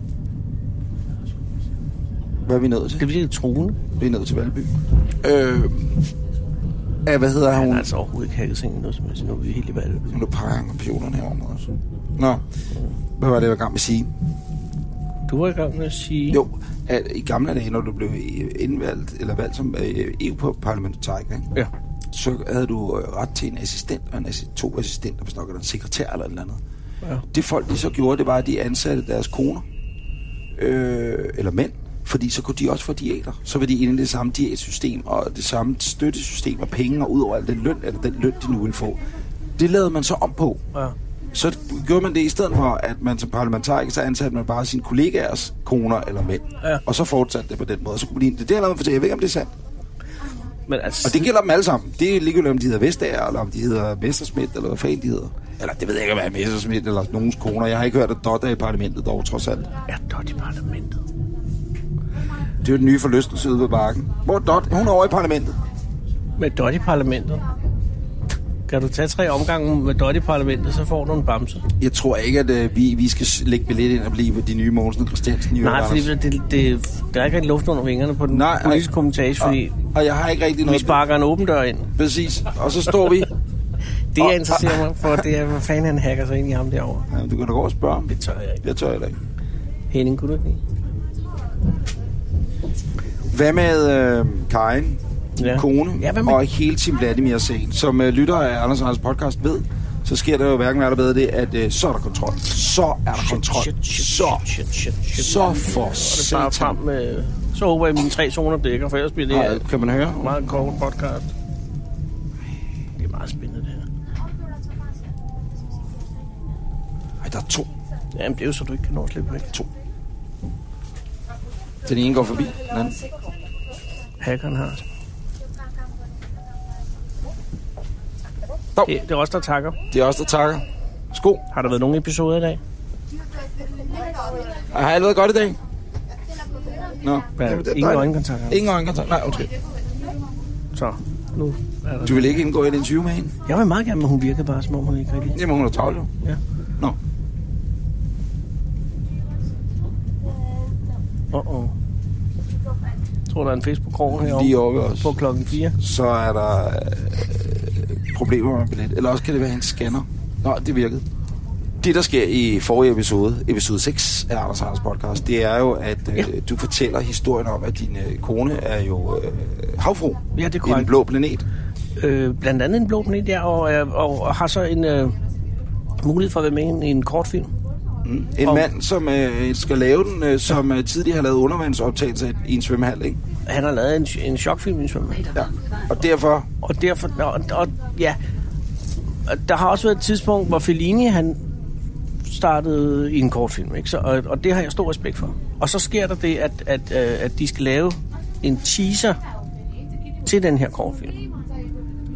S1: Hvad er vi nået til?
S5: Det bliver lidt truende.
S1: Vi er nået til Valby. Øh, ja, hvad hedder
S5: Han
S1: hun?
S5: har altså overhovedet ikke hacket sig ind i noget som helst. Nu er vi helt i valg.
S1: Nu peger han computeren herovre mod os. Nå, hvad var det, jeg var i gang med at sige?
S5: Du var i gang med at sige...
S1: Jo, at i gamle dage, når du blev øh, indvalgt, eller valgt som øh, EU-parlamentariker, ikke?
S5: Ja.
S1: så havde du øh, ret til en assistent, og en assist, to assistenter, hvis nok eller en sekretær eller et eller andet.
S5: Ja.
S1: Det folk de så gjorde, det var, at de ansatte deres koner, øh, eller mænd, fordi så kunne de også få diæter. Så var de inde i det samme diætsystem, og det samme støttesystem, og penge, og ud over alt den løn, eller den løn, de nu ville få. Det lavede man så om på.
S5: Ja.
S1: Så gjorde man det i stedet for, at man som parlamentariker, så ansatte man bare sine kollegaers koner eller mænd.
S5: Ja.
S1: Og så fortsatte det på den måde. Så kunne blive, det er det, jeg lavede for det. Jeg ved ikke, om det er sandt.
S5: Men altså,
S1: Og det gælder dem alle sammen. Det er ligegyldigt, om de hedder Vestager, eller om de hedder Messersmith, eller hvad fanden de hedder. Eller det ved jeg ikke, hvad Messersmith eller nogens koner. Jeg har ikke hørt, at Dot er i parlamentet dog, trods alt.
S5: er dot i parlamentet.
S1: Det er jo den nye forlystelse ude ved bakken. Hvor er Dot? Hun er over i parlamentet.
S5: Med dot i parlamentet. Kan du tage tre omgange med dot i parlamentet, så får du en bamse.
S1: Jeg tror ikke, at øh, vi, vi skal s- lægge billet ind og blive de nye Mogensen og Christiansen. i
S5: Nej,
S1: øvrigt,
S5: fordi
S1: Anders.
S5: det, det, der er ikke en luft under vingerne på den
S1: Nej,
S5: Nej, politiske
S1: nej.
S5: kommentage, fordi
S1: og, og, jeg har ikke rigtig
S5: vi
S1: noget...
S5: sparker en åben dør ind.
S1: Præcis. Og så står vi...
S5: Det,
S1: Og-
S5: jeg interesserer mig for, det er, hvad fanden han hacker sig ind i ham derovre.
S1: Ja, du kan da gå og spørge om.
S5: Det tør jeg ikke.
S1: Jeg tør heller ikke.
S5: Henning, kunne du ikke lide?
S1: Hvad med øh, Karin, din
S5: Ja.
S1: ja. kone,
S5: Ja,
S1: ja,
S5: hvad med-
S1: og hele Team Vladimir-sagen? Som øh, lytter af Anders og Anders podcast ved, så sker der jo hverken værre eller bedre det, at øh, så er der kontrol. Så er der kontrol.
S5: Shit, shit,
S1: Så,
S5: shit, shit, shit.
S1: så for
S5: Det er bare frem
S1: satan.
S5: med... Så håber jeg, at mine tre zoner dækker, for ellers bliver det
S1: Ej,
S5: her
S1: Kan man høre?
S5: en meget kort podcast. Det er meget spændende, det her.
S1: Ej, der er to.
S5: Jamen, det er jo så, du ikke kan nå at slippe væk.
S1: To. Den ene går forbi, den anden.
S5: Hackeren har det.
S1: Dog.
S5: Det, det er os, der takker.
S1: Det er os, der takker. Sko.
S5: Har der været nogen episoder i dag?
S1: Har jeg allerede godt i dag? Nå.
S5: Ja,
S1: Jamen, det er
S5: ingen
S1: dejligt.
S5: øjenkontakt.
S1: Ingen øjenkontakt. Nej, undskyld.
S5: Så, nu er der...
S1: Du vil ikke indgå i et interview med hende?
S5: Jeg vil meget gerne, men hun virker bare, som om hun ikke rigtig...
S1: Jamen, hun er travlt jo.
S5: Ja.
S1: Nå.
S5: Åh, oh, oh. Jeg tror, der er en Facebook-krog herovre.
S1: Lige oppe også.
S5: På klokken 4.
S1: Så er der øh, problemer med billet. Eller også kan det være hendes scanner. Nå, det virkede. Det, der sker i forrige episode, episode 6 af Anders Anders podcast, det er jo, at øh,
S5: Ja.
S1: du fortæller historien om, at din øh, kone er jo øh, havfru
S5: Ja, det er
S1: i den
S5: korrekt.
S1: blå planet.
S5: Øh, blandt andet en blå planet, ja, og, øh, og, og har så en øh, mulighed for at være med i en kortfilm.
S1: Mm. En
S5: Og-
S1: mand, som øh, skal lave den, øh, som øh, tidligere har lavet undervandsoptagelser i en svømmehal, ikke?
S5: Han har lavet en, en chokfilm i en svømmehal.
S1: Ja. Og derfor
S5: Og derfor, og, og, ja, Og der har også været et tidspunkt, hvor Fellini, han startede i en kortfilm, ikke? Så, og, og det har jeg stor respekt for. Og så sker der det, at, at, øh, at de skal lave en teaser til den her kortfilm.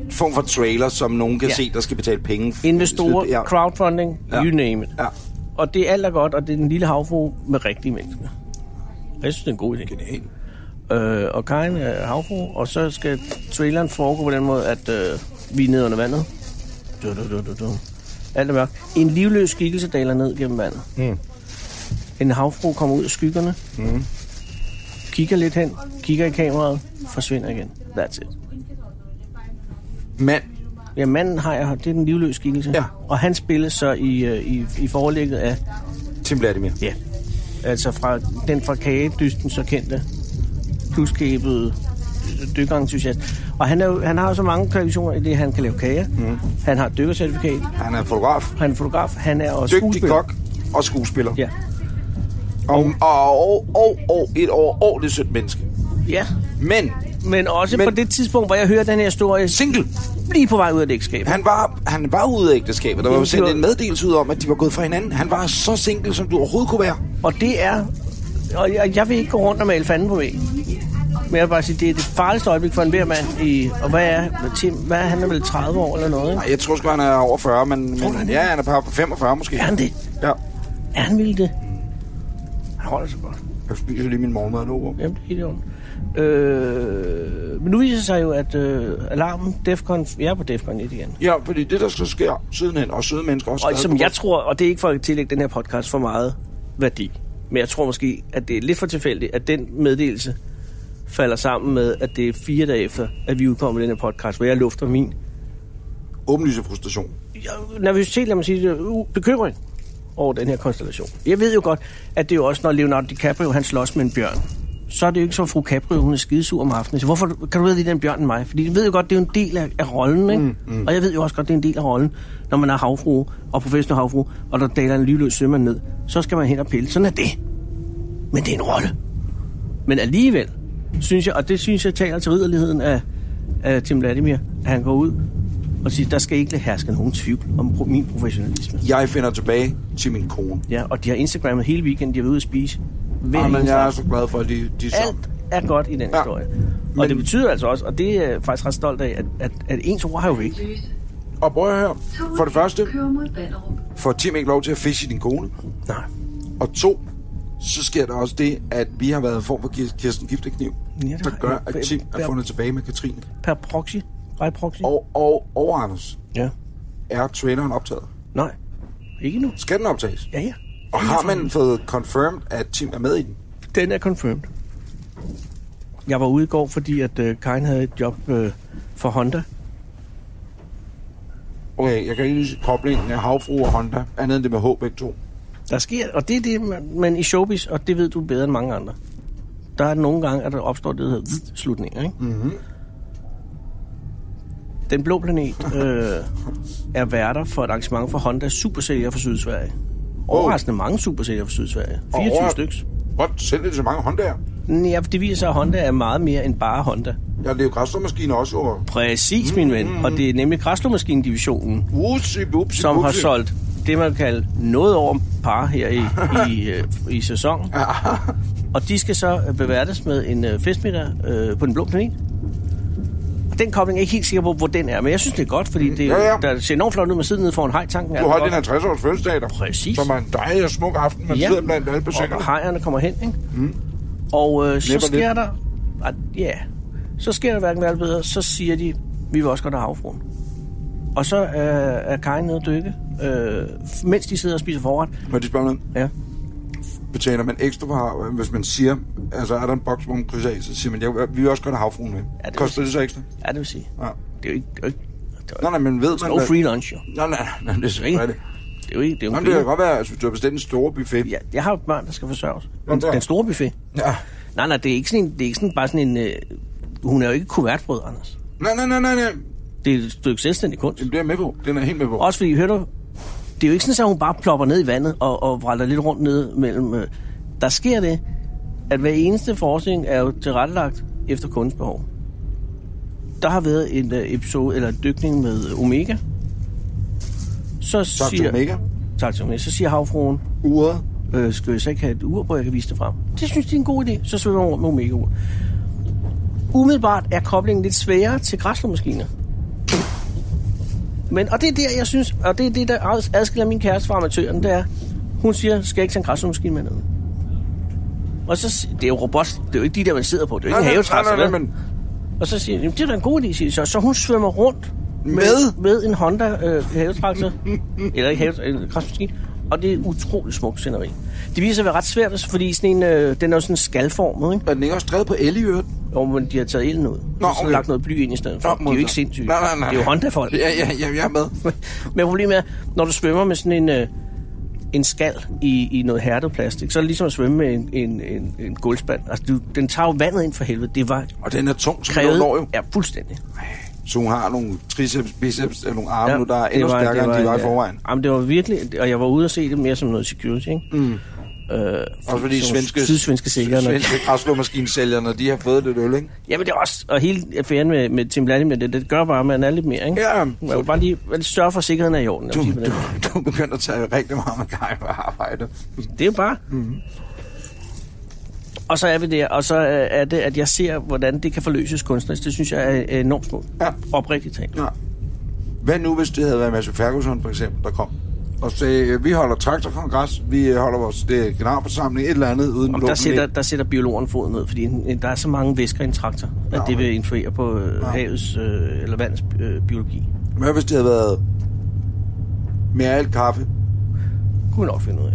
S1: en form for trailer, som nogen kan
S5: Ja.
S1: ja. se, der skal betale penge.
S5: Investorer,
S1: Ja.
S5: crowdfunding,
S1: Ja.
S5: you name it.
S1: Ja.
S5: Og det er alt er godt, og det er den lille havfru med rigtige mennesker. Jeg synes, det er en god idé.
S1: Genial.
S5: Øh, og Karin er havfru, og så skal traileren foregå på den måde, at øh, vi er nede under vandet. Du, du, du, du, du. Alt er mørkt. En livløs skikkelse daler ned gennem vandet. Mm. En havfru kommer ud af skyggerne, mm. kigger lidt hen, kigger i kameraet, forsvinder igen. That's it.
S1: Mand.
S5: Ja, manden har jeg, det er den livløse skikkelse.
S1: Ja.
S5: Og han spilles så i, øh, i, i forelægget af,
S1: Tim Vladimir.
S5: ja, altså fra den fra kagedysten så kendte, pluskæbede dykkerentusiast. Og han, er, jo- han har jo så mange kvalifikationer i det, han kan lave kager. Mm. Han har et dykkercertifikat,
S1: Han er fotograf,
S5: han er fotograf, han er også
S1: dygtig
S5: skuespiller.
S1: kok og skuespiller.
S5: Ja.
S1: Og, og, og, og, og et overordentligt sødt menneske.
S5: ja,
S1: Men
S5: men også Men...
S1: Men-
S5: på det tidspunkt, hvor jeg hører den her historie,
S1: single.
S5: lige på vej ud af det ægteskab.
S1: Han var, han var ude af ægteskabet. Der var jo
S5: Jamen,
S1: sendt
S5: det var-
S1: en meddelelse ud om, at de var gået fra hinanden. Han var så single, som du overhovedet kunne være.
S5: Og det er... Og jeg, jeg vil ikke gå rundt og male fanden på væggen. Men jeg vil bare sige, det er det farligste øjeblik for en hver mand i... Og hvad er Tim? Hvad er han? er vel 30 år eller noget, ikke?
S1: Nej, jeg tror sgu, han er over 40, men,
S5: du,
S1: men
S5: han er
S1: ja, han er par 45 måske.
S5: Er han det?
S1: Ja.
S5: Er han vildt det? Han holder sig godt.
S1: Jeg spiser lige min morgenmad nu.
S5: Jamen, det er helt i orden. Øh, men nu viser det sig jo, at øh, alarmen, Defcon, jeg er på Defcon 1 igen.
S1: Ja, fordi det, der skal ske sidenhen, og søde mennesker også...
S5: Og som jeg tror, og det er ikke for at tillægge den her podcast for meget værdi, men jeg tror måske, at det er lidt for tilfældigt, at den meddelelse falder sammen med, at det er fire dage efter, at vi udkommer den her podcast, hvor jeg lufter min
S1: Åbenlyse frustration.
S5: jeg- nervøsitet, lad mig sige det, u- bekymring over den her konstellation. Jeg ved jo godt, at det er jo også, når Leonardo DiCaprio han slås med en bjørn, så er det jo ikke som fru Caprio, hun er skidesur om aftenen. Så hvorfor kan du bedre lide den bjørn end mig? Fordi jeg ved jo godt, det er jo en del af, af rollen, ikke? Mm, mm. Og jeg ved jo også godt, det er en del af rollen, når man er havfru og professionel havfru, og der daler en lyløs sømand ned, så skal man hen og pille. Sådan er det. Men det er en rolle. Men alligevel, synes jeg, og det synes jeg taler til ridderligheden af, af Tim Vladimir, at han går ud og siger, der skal ikke herske nogen tvivl om pro- min professionalisme.
S1: Jeg finder tilbage til min kone.
S5: Ja, og de har Instagrammet hele weekenden, de har været ude at spise. Hver
S1: Jamen,
S5: eneste
S1: Ah, jeg er
S5: aften.
S1: så glad for, at de, de er sammen.
S5: Alt er godt i den ja.
S1: Ja,
S5: historie. Og
S1: men-
S5: det betyder altså også, og det er jeg faktisk ret stolt af, at, at, at ens ord har jo ikke.
S6: Lys.
S1: Og prøv at høre.
S6: Toget
S1: For det første,
S6: kører mod Ballerup.
S1: får Tim ikke lov til at fiske i din kone.
S5: Nej.
S1: Og to, så sker der også det, at vi har været i form for Kir- Kirsten Giftekniv,
S5: Ja, det
S1: der
S5: har-
S1: gør,
S5: ja,
S1: at Tim
S5: ja.
S1: er fundet tilbage med Katrine.
S5: Per proxy. Rej proxy.
S1: Og, og, og Anders,
S5: Ja.
S1: er traileren optaget?
S5: Nej. Ikke nu.
S1: Skal den optages?
S5: Ja, ja.
S1: Og har man fået confirmed, at Tim er med i den?
S5: Den er confirmed. Jeg var ude i går, fordi at øh, Karin havde et job øh, for Honda.
S1: Okay, jeg kan ikke lide koblingen af havfru og Honda, andet end det med H begge to.
S5: Der sker, og det er det, man, men i showbiz, og det ved du bedre end mange andre, der er nogle gange, at der opstår det, der hedder zzz slutninger, ikke? Mm-hmm. Den blå planet øh, er værter for et arrangement for Honda Supersælgere fra Sydsverige. Overraskende mange supersælgere fra Sydsverige. 24
S1: over-
S5: stykker.
S1: Godt, sælger det så mange Hondaer.
S5: Ja, for det viser sig, at Honda er meget mere end bare Honda.
S1: Ja, det er jo græsslåmaskiner også, og
S5: Præcis, min ven. Og det er nemlig Græslåmaskinen-divisionen,
S1: Whoopsie, boopsie,
S5: som har
S1: boopsie.
S5: solgt det, man kalder noget over par her i, i, øh, i sæsonen. Og de skal så øh, beværtes med en øh, festmiddag øh, på den blå planet. Og den kobling er jeg ikke helt sikker på, hvor den er, men jeg synes, det er godt, fordi det,
S1: Ja, ja.
S5: der ser enormt flot ud med siden nede foran hejtanken.
S1: Du holdt din 50-års fødselsdag der.
S5: Præcis.
S1: Som er en dejlig og smuk aften, man ja. sidder blandt alle
S5: og
S1: besætter.
S5: hejerne kommer hen, ikke? Mm. Og øh, så
S1: Nipper
S5: sker
S1: lidt.
S5: der... Ah, Ja, så sker der hverken værre bedre, så siger de, vi vil også godt have havfruen. Og så øh, er Karin nede og dykke, øh, mens de sidder og spiser forret.
S1: Må jeg lige spørge om noget?
S5: Ja.
S1: Betaler man ekstra for hav, hvis man siger, altså er der en boks, hvor man krydser af, så siger man, ja, vi vil også godt have havfruen med. Ja,
S5: det
S1: det Koster det så ekstra?
S5: Ja, det vil sige.
S1: Ja.
S5: Det er jo ikke... Det er jo ikke det er jo
S1: Nå, nej, men ved man...
S5: no
S1: hvad-
S5: free lunch, jo.
S1: Nå, nej, nej, det er så
S5: Ikke?
S1: ikke. hvad er det.
S5: Det er jo ikke... Det er jo
S1: Nå,
S5: en
S1: men det kan
S5: fri-
S1: godt være, at hvis du har bestilt en stor buffet.
S5: ja, jeg har jo børn, der skal forsørges. Den,
S1: der.
S5: den store buffet.
S1: ja.
S5: Nej, nej, det er ikke sådan, en, det er ikke sådan bare sådan en... Øh, hun er jo ikke kuvertbrød, Anders.
S1: Nej, nej, nej, nej, nej.
S5: Det er et stykke selvstændig kunst.
S1: Jamen, det er jeg med på. Den er jeg helt med på.
S5: Også fordi, hør du, det er jo ikke sådan, at hun bare plopper ned i vandet og, og vrætter lidt rundt ned mellem... Øh, der sker det, at hver eneste forskning er jo tilrettelagt efter kundens behov. Der har været en øh, episode, eller en dykning med øh, Omega. Så
S1: Tak til
S5: siger,
S1: Omega.
S5: Tak til Omega. Så siger havfruen,
S1: Uret.
S5: øh, skal jeg så ikke have et ur, hvor jeg kan vise det frem? Det synes de er en god idé. Så svømmer man rundt med Omega-ur. Umiddelbart er koblingen lidt sværere til græsslåmaskiner. Men, og det er der, jeg synes, og det er det, der adskiller min kæreste fra amatøren, det er, hun siger, skal jeg ikke tage en græsslåmaskine med ned? Og så, si- det er jo robot, det er jo ikke de der, man sidder på, det er jo
S1: Nej,
S5: ikke en
S1: nej, nej,
S5: havetræs.
S1: nej,
S5: vel?
S1: nej, men
S5: Og så siger de, "Jamen, det er da en god idé, siger de så. Så hun svømmer rundt
S1: Med?
S5: med en Honda øh, havetraktor, eller ikke have, en kraftmaskine, og det er et utroligt smukt sceneri. Det viser sig at være ret svært, fordi sådan en, øh, den er jo sådan skalformet, ikke?
S1: er den ikke også drevet på el i øvrigt?
S5: Og men de har taget ilden ud. Nå, okay. Så
S1: okay.
S5: lagt noget bly ind i stedet for.
S1: Nå,
S5: Nå, de er jo
S1: modtaget.
S5: ikke sindssyge.
S1: Nej, nej, nej.
S5: Det er jo Honda-folk.
S1: Ja, ja, ja, jeg er med.
S5: Men problemet er, når du svømmer med sådan en, øh, en skal i, i noget hærdet plastik, så er det ligesom at svømme med en, en, en, en gulvspand. Altså, du, den tager jo vandet ind for helvede. Det var
S1: Og den er tung, som
S5: krævet.
S1: den når jo.
S5: Ja, fuldstændig.
S1: Så hun har nogle triceps, biceps, og nogle arme
S5: Ja,
S1: nu, der er endnu stærkere, end de var i forvejen.
S5: Ja. Jamen, det var virkelig... Og jeg var ude og se det mere som noget security, ikke? Mm. Øh,
S1: Også fordi
S5: sådan
S1: svenske,
S5: Sydsvenske sikkerne.
S1: svenske græsslåmaskinesælgerne, de har fået lidt øl, ikke?
S5: Jamen, det er også... Og hele affæren med, med Tim Vladimir, det, det gør bare, at man er lidt mere, ikke?
S1: Ja,
S5: Man vil bare lige man vil sørge for, at sikkerheden er i orden. jeg
S1: du,
S5: vil sige på den
S1: du,
S5: måde.
S1: du begynder at tage rigtig meget med dig på arbejde.
S5: Det er jo bare... Mm.
S1: Mm-hmm.
S5: Og så er vi der, og så øh, er det, at jeg ser, hvordan det kan forløses kunstnerisk. Det synes jeg er enormt smukt.
S1: Ja.
S5: Oprigtigt talt.
S1: Ja. Hvad nu, hvis det havde været Mads Ferguson, for eksempel, der kom? og sagde, øh, vi holder traktorkongres, vi øh, holder vores det er generalforsamling, et eller andet, uden
S5: Om
S1: låten
S5: der, sætter,
S1: ind.
S5: der sætter biologen foden ned, fordi en- en- der er så mange væsker i en traktor, at det vil influere på øh, havets øh, eller vandets øh, biologi.
S1: Hvad hvis det havde været med alt kaffe?
S5: Kunne vi nok finde ud af.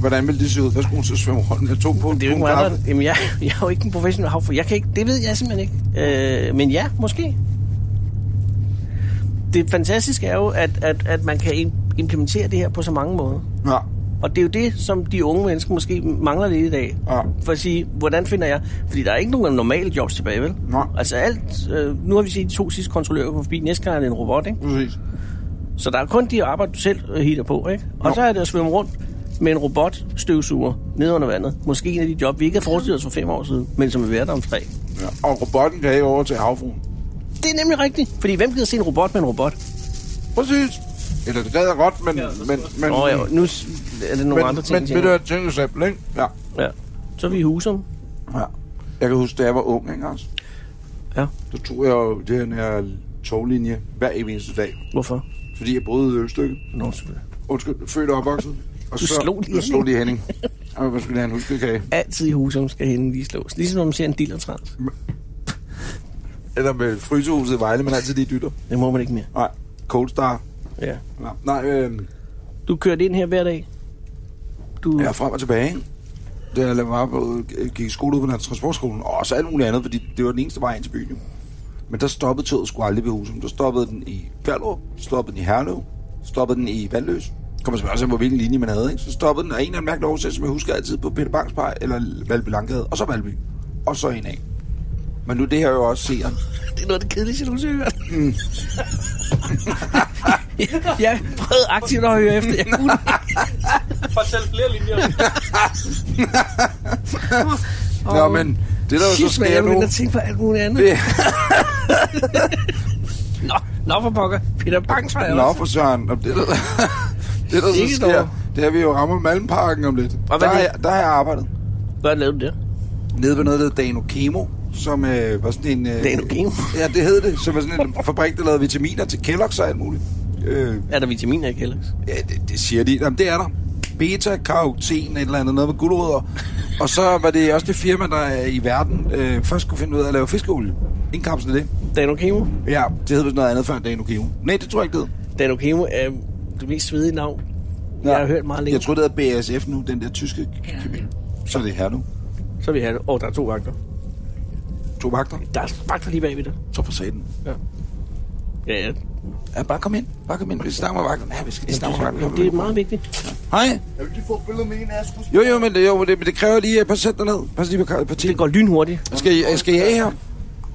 S1: Hvordan ville det se ud? Hvad skulle hun så svømme rundt med to pund
S5: Det er jo ikke
S1: pund
S5: mig, der,
S1: kaffe?
S5: jamen, jeg, jeg er jo ikke en professionel havfru. Jeg kan ikke, det ved jeg simpelthen ikke. Øh, men ja, måske. Det fantastiske er jo, at, at, at man kan im- implementere det her på så mange måder.
S1: Ja.
S5: Og det er jo det, som de unge mennesker måske mangler lidt i dag.
S1: Ja.
S5: For at sige, hvordan finder jeg... Fordi der er ikke nogen normale jobs tilbage, vel?
S1: Nej.
S5: Altså alt... Øh, nu har vi set de to sidste kontrollører gå forbi. Næste gang er det en robot, ikke?
S1: Præcis.
S5: Så der er kun de arbejder, du selv øh, hitter på, ikke? Og så er det at svømme rundt med en robotstøvsuger nede under vandet. Måske en af de job, vi ikke havde forestillet os for fem år siden, men som vil være der om tre.
S1: Ja. Og robotten kan ikke over til havfruen.
S5: Det er nemlig rigtigt, fordi hvem gider se en robot med en robot?
S1: Præcis. Eller det gad jeg godt, men... Ja, men, men
S5: Nå ja, nu s- er det nogle
S1: men,
S5: andre ting.
S1: men,
S5: jeg
S1: men,
S5: tænker.
S1: det er et tænkt eksempel, ikke? Ja.
S5: Ja. Så er vi i Husum.
S1: ja. Jeg kan huske, da jeg var ung, ikke også?
S5: Ja.
S1: Der tog jeg jo den her toglinje hver evig eneste dag,
S5: Hvorfor?
S1: fordi jeg boede i Ølstykke.
S5: Nå, selvfølgelig.
S1: Undskyld, født og opvokset. Og
S5: Du
S1: så,
S5: slog lige
S1: jeg slog lige Henning. Og man skulle have en huskekage.
S5: Altid i Husum skal hende lige slås. Ligesom når man ser en dillertrans.
S1: Eller med frysehuset i Vejle, men altid lige dytter.
S5: Det må man ikke mere.
S1: Nej, Cold Star.
S5: Ja.
S1: Nå, Nej, øh,
S5: Du kørte ind her hver dag. Du...
S1: jeg er frem og tilbage. ikke? Da jeg var på, gik i skole ud på den her transportskolen, og så alt muligt andet, fordi det var den eneste vej ind til byen. jo. Men der stoppede toget sgu aldrig ved Husum. Der stoppede den i Ballerup, stoppede den i Herlev, stoppede den i Valløs. Kommer selvfølgelig også an på, hvilken linje man havde. Ikke? Så stoppede den af en eller anden mærkelig årsag, som jeg husker altid på Peter Bangs Park, eller Valby Langgade, og så Valby. Og så en af. Men nu er det her jo også seeren.
S5: Det er noget af det kedeligste, jeg nogensinde har hørt. Mm. jeg prøvede aktivt at høre efter. Jeg kunne.
S7: Fortæl flere linjer.
S1: Nå, men det der jo så
S5: Shit, man,
S1: sker
S5: jeg
S1: nu...
S5: begyndte at tænke på alt muligt andet.
S1: Det,
S5: Nå, nå for pokker. Peter Bangs var jeg
S1: Nå,
S5: også.
S1: for søren. Om Det, der, Det, der
S5: Ikke
S1: så sker,
S5: dog.
S1: det er, at vi jo rammer Malmparken om lidt.
S5: Og
S1: Og
S5: hvad
S1: der, har
S5: er det?
S1: jeg, der har jeg arbejdet.
S5: Hvad lavede du der?
S1: Nede ved noget, der hed Dano Kemo, som øh, var sådan en... Øh,
S5: Dano Kemo?
S1: Ja, det hed det. Som var sådan en fabrik, der lavede vitaminer til Kellogg's og alt muligt. Øh,
S5: Er der vitaminer i Kellogg's?
S1: Ja, det, det siger de. Jamen, det er der. Beta, karoten, et eller andet, noget med gulerødder. Og så var det også det firma, der er i verden øh, først kunne finde ud af at lave fiskeolie. Indkapsel af det.
S5: Dano Kemo?
S1: Ja, det hed vist noget andet før end Dano Kemo. Nej, det tror jeg ikke, det hed.
S5: Dano Kemo er det mest svedige navn, ja. jeg har hørt meget længe.
S1: Jeg tror, det hedder BASF nu, den der tyske kemi. Så er det her nu.
S5: Så vil jeg have det. Åh, oh, der er to vagter.
S1: To vagter.
S5: Der er vagter lige bagved dig.
S1: Så for satan.
S5: Ja, ja.
S1: Ja, bare kom ind. Bare kom ind. Vi snakker med vagten. Ja, vi skal snakke med
S5: Jamen,
S1: vagten.
S5: det er meget vigtigt.
S1: Hej.
S8: Jeg vil lige få et billede med en af jeres
S1: Jo, jo, men det, jo, men det, men det kræver lige, at pas sæt dig ned. Pas lige på, på
S5: Det
S1: tiden.
S5: går lynhurtigt.
S1: Skal I, øh, skal I af her?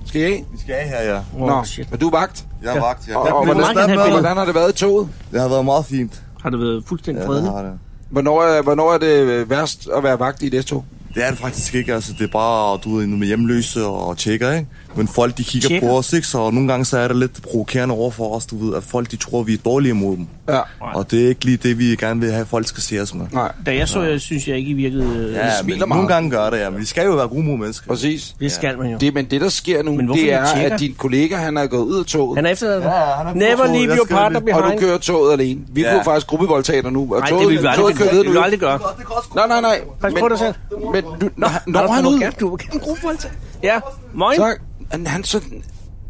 S1: Skal I af?
S8: Vi skal af her, ja.
S5: Oh,
S1: Nå,
S5: shit.
S1: men du er vagt.
S8: Jeg er vagt, ja.
S1: Og, og
S5: Men hvor
S1: hvordan,
S5: meget kan han have billede?
S1: hvordan har det været i toget?
S8: Det har været meget fint.
S5: Har det været fuldstændig
S8: Ja,
S5: ja,
S8: det
S5: fredeligt?
S8: har det.
S1: Hvornår er, hvornår er det øh, værst at være vagt i et S-tog?
S8: Det er det faktisk ikke, altså det er bare, du ved, med hjemløse og tjekker, ikke? Men folk, de kigger
S5: Tjekker?
S8: på os, ikke? Så nogle gange, så er det lidt provokerende over for os, du ved, at folk, de tror, vi er dårlige mod dem.
S1: Ja.
S8: Og det er ikke lige det, vi gerne vil have, at folk skal se os med.
S1: Nej,
S5: Da jeg så, jeg synes jeg ikke, I virkede... øh, Ja.
S8: Ja, men
S1: smiler
S8: nogle
S1: meget.
S8: gange gør det, ja. Men vi skal jo være gode mod mennesker.
S1: præcis.
S5: Det skal man jo.
S1: Det, men det, der sker nu,
S5: Men hvorfor
S1: det
S5: de
S1: er,
S5: tjekker?
S1: at din kollega, han er gået ud af toget,
S5: Han er efter dig.
S8: Ja, ja, han er på
S5: Never
S8: toget.
S5: leave
S8: Jeg
S5: your
S8: skal
S5: partner
S8: lige-
S1: og
S5: behind.
S1: du kører toget alene. Vi
S8: Ja.
S1: ja. blev faktisk gruppevoldtager nu, og
S5: Nej,
S1: toget,
S5: det vil vi aldrig,
S1: toget kører
S5: det
S1: ned
S5: vil vi
S1: nu.
S5: aldrig gøre.
S1: Nej, nej, nej.
S5: Pas på dig selv.
S1: Men du, når,
S5: Anders,
S1: når han
S5: du må
S1: ud,
S5: gerne, du må gerne gruppe voldtag. Ja, moin.
S1: så han, han så,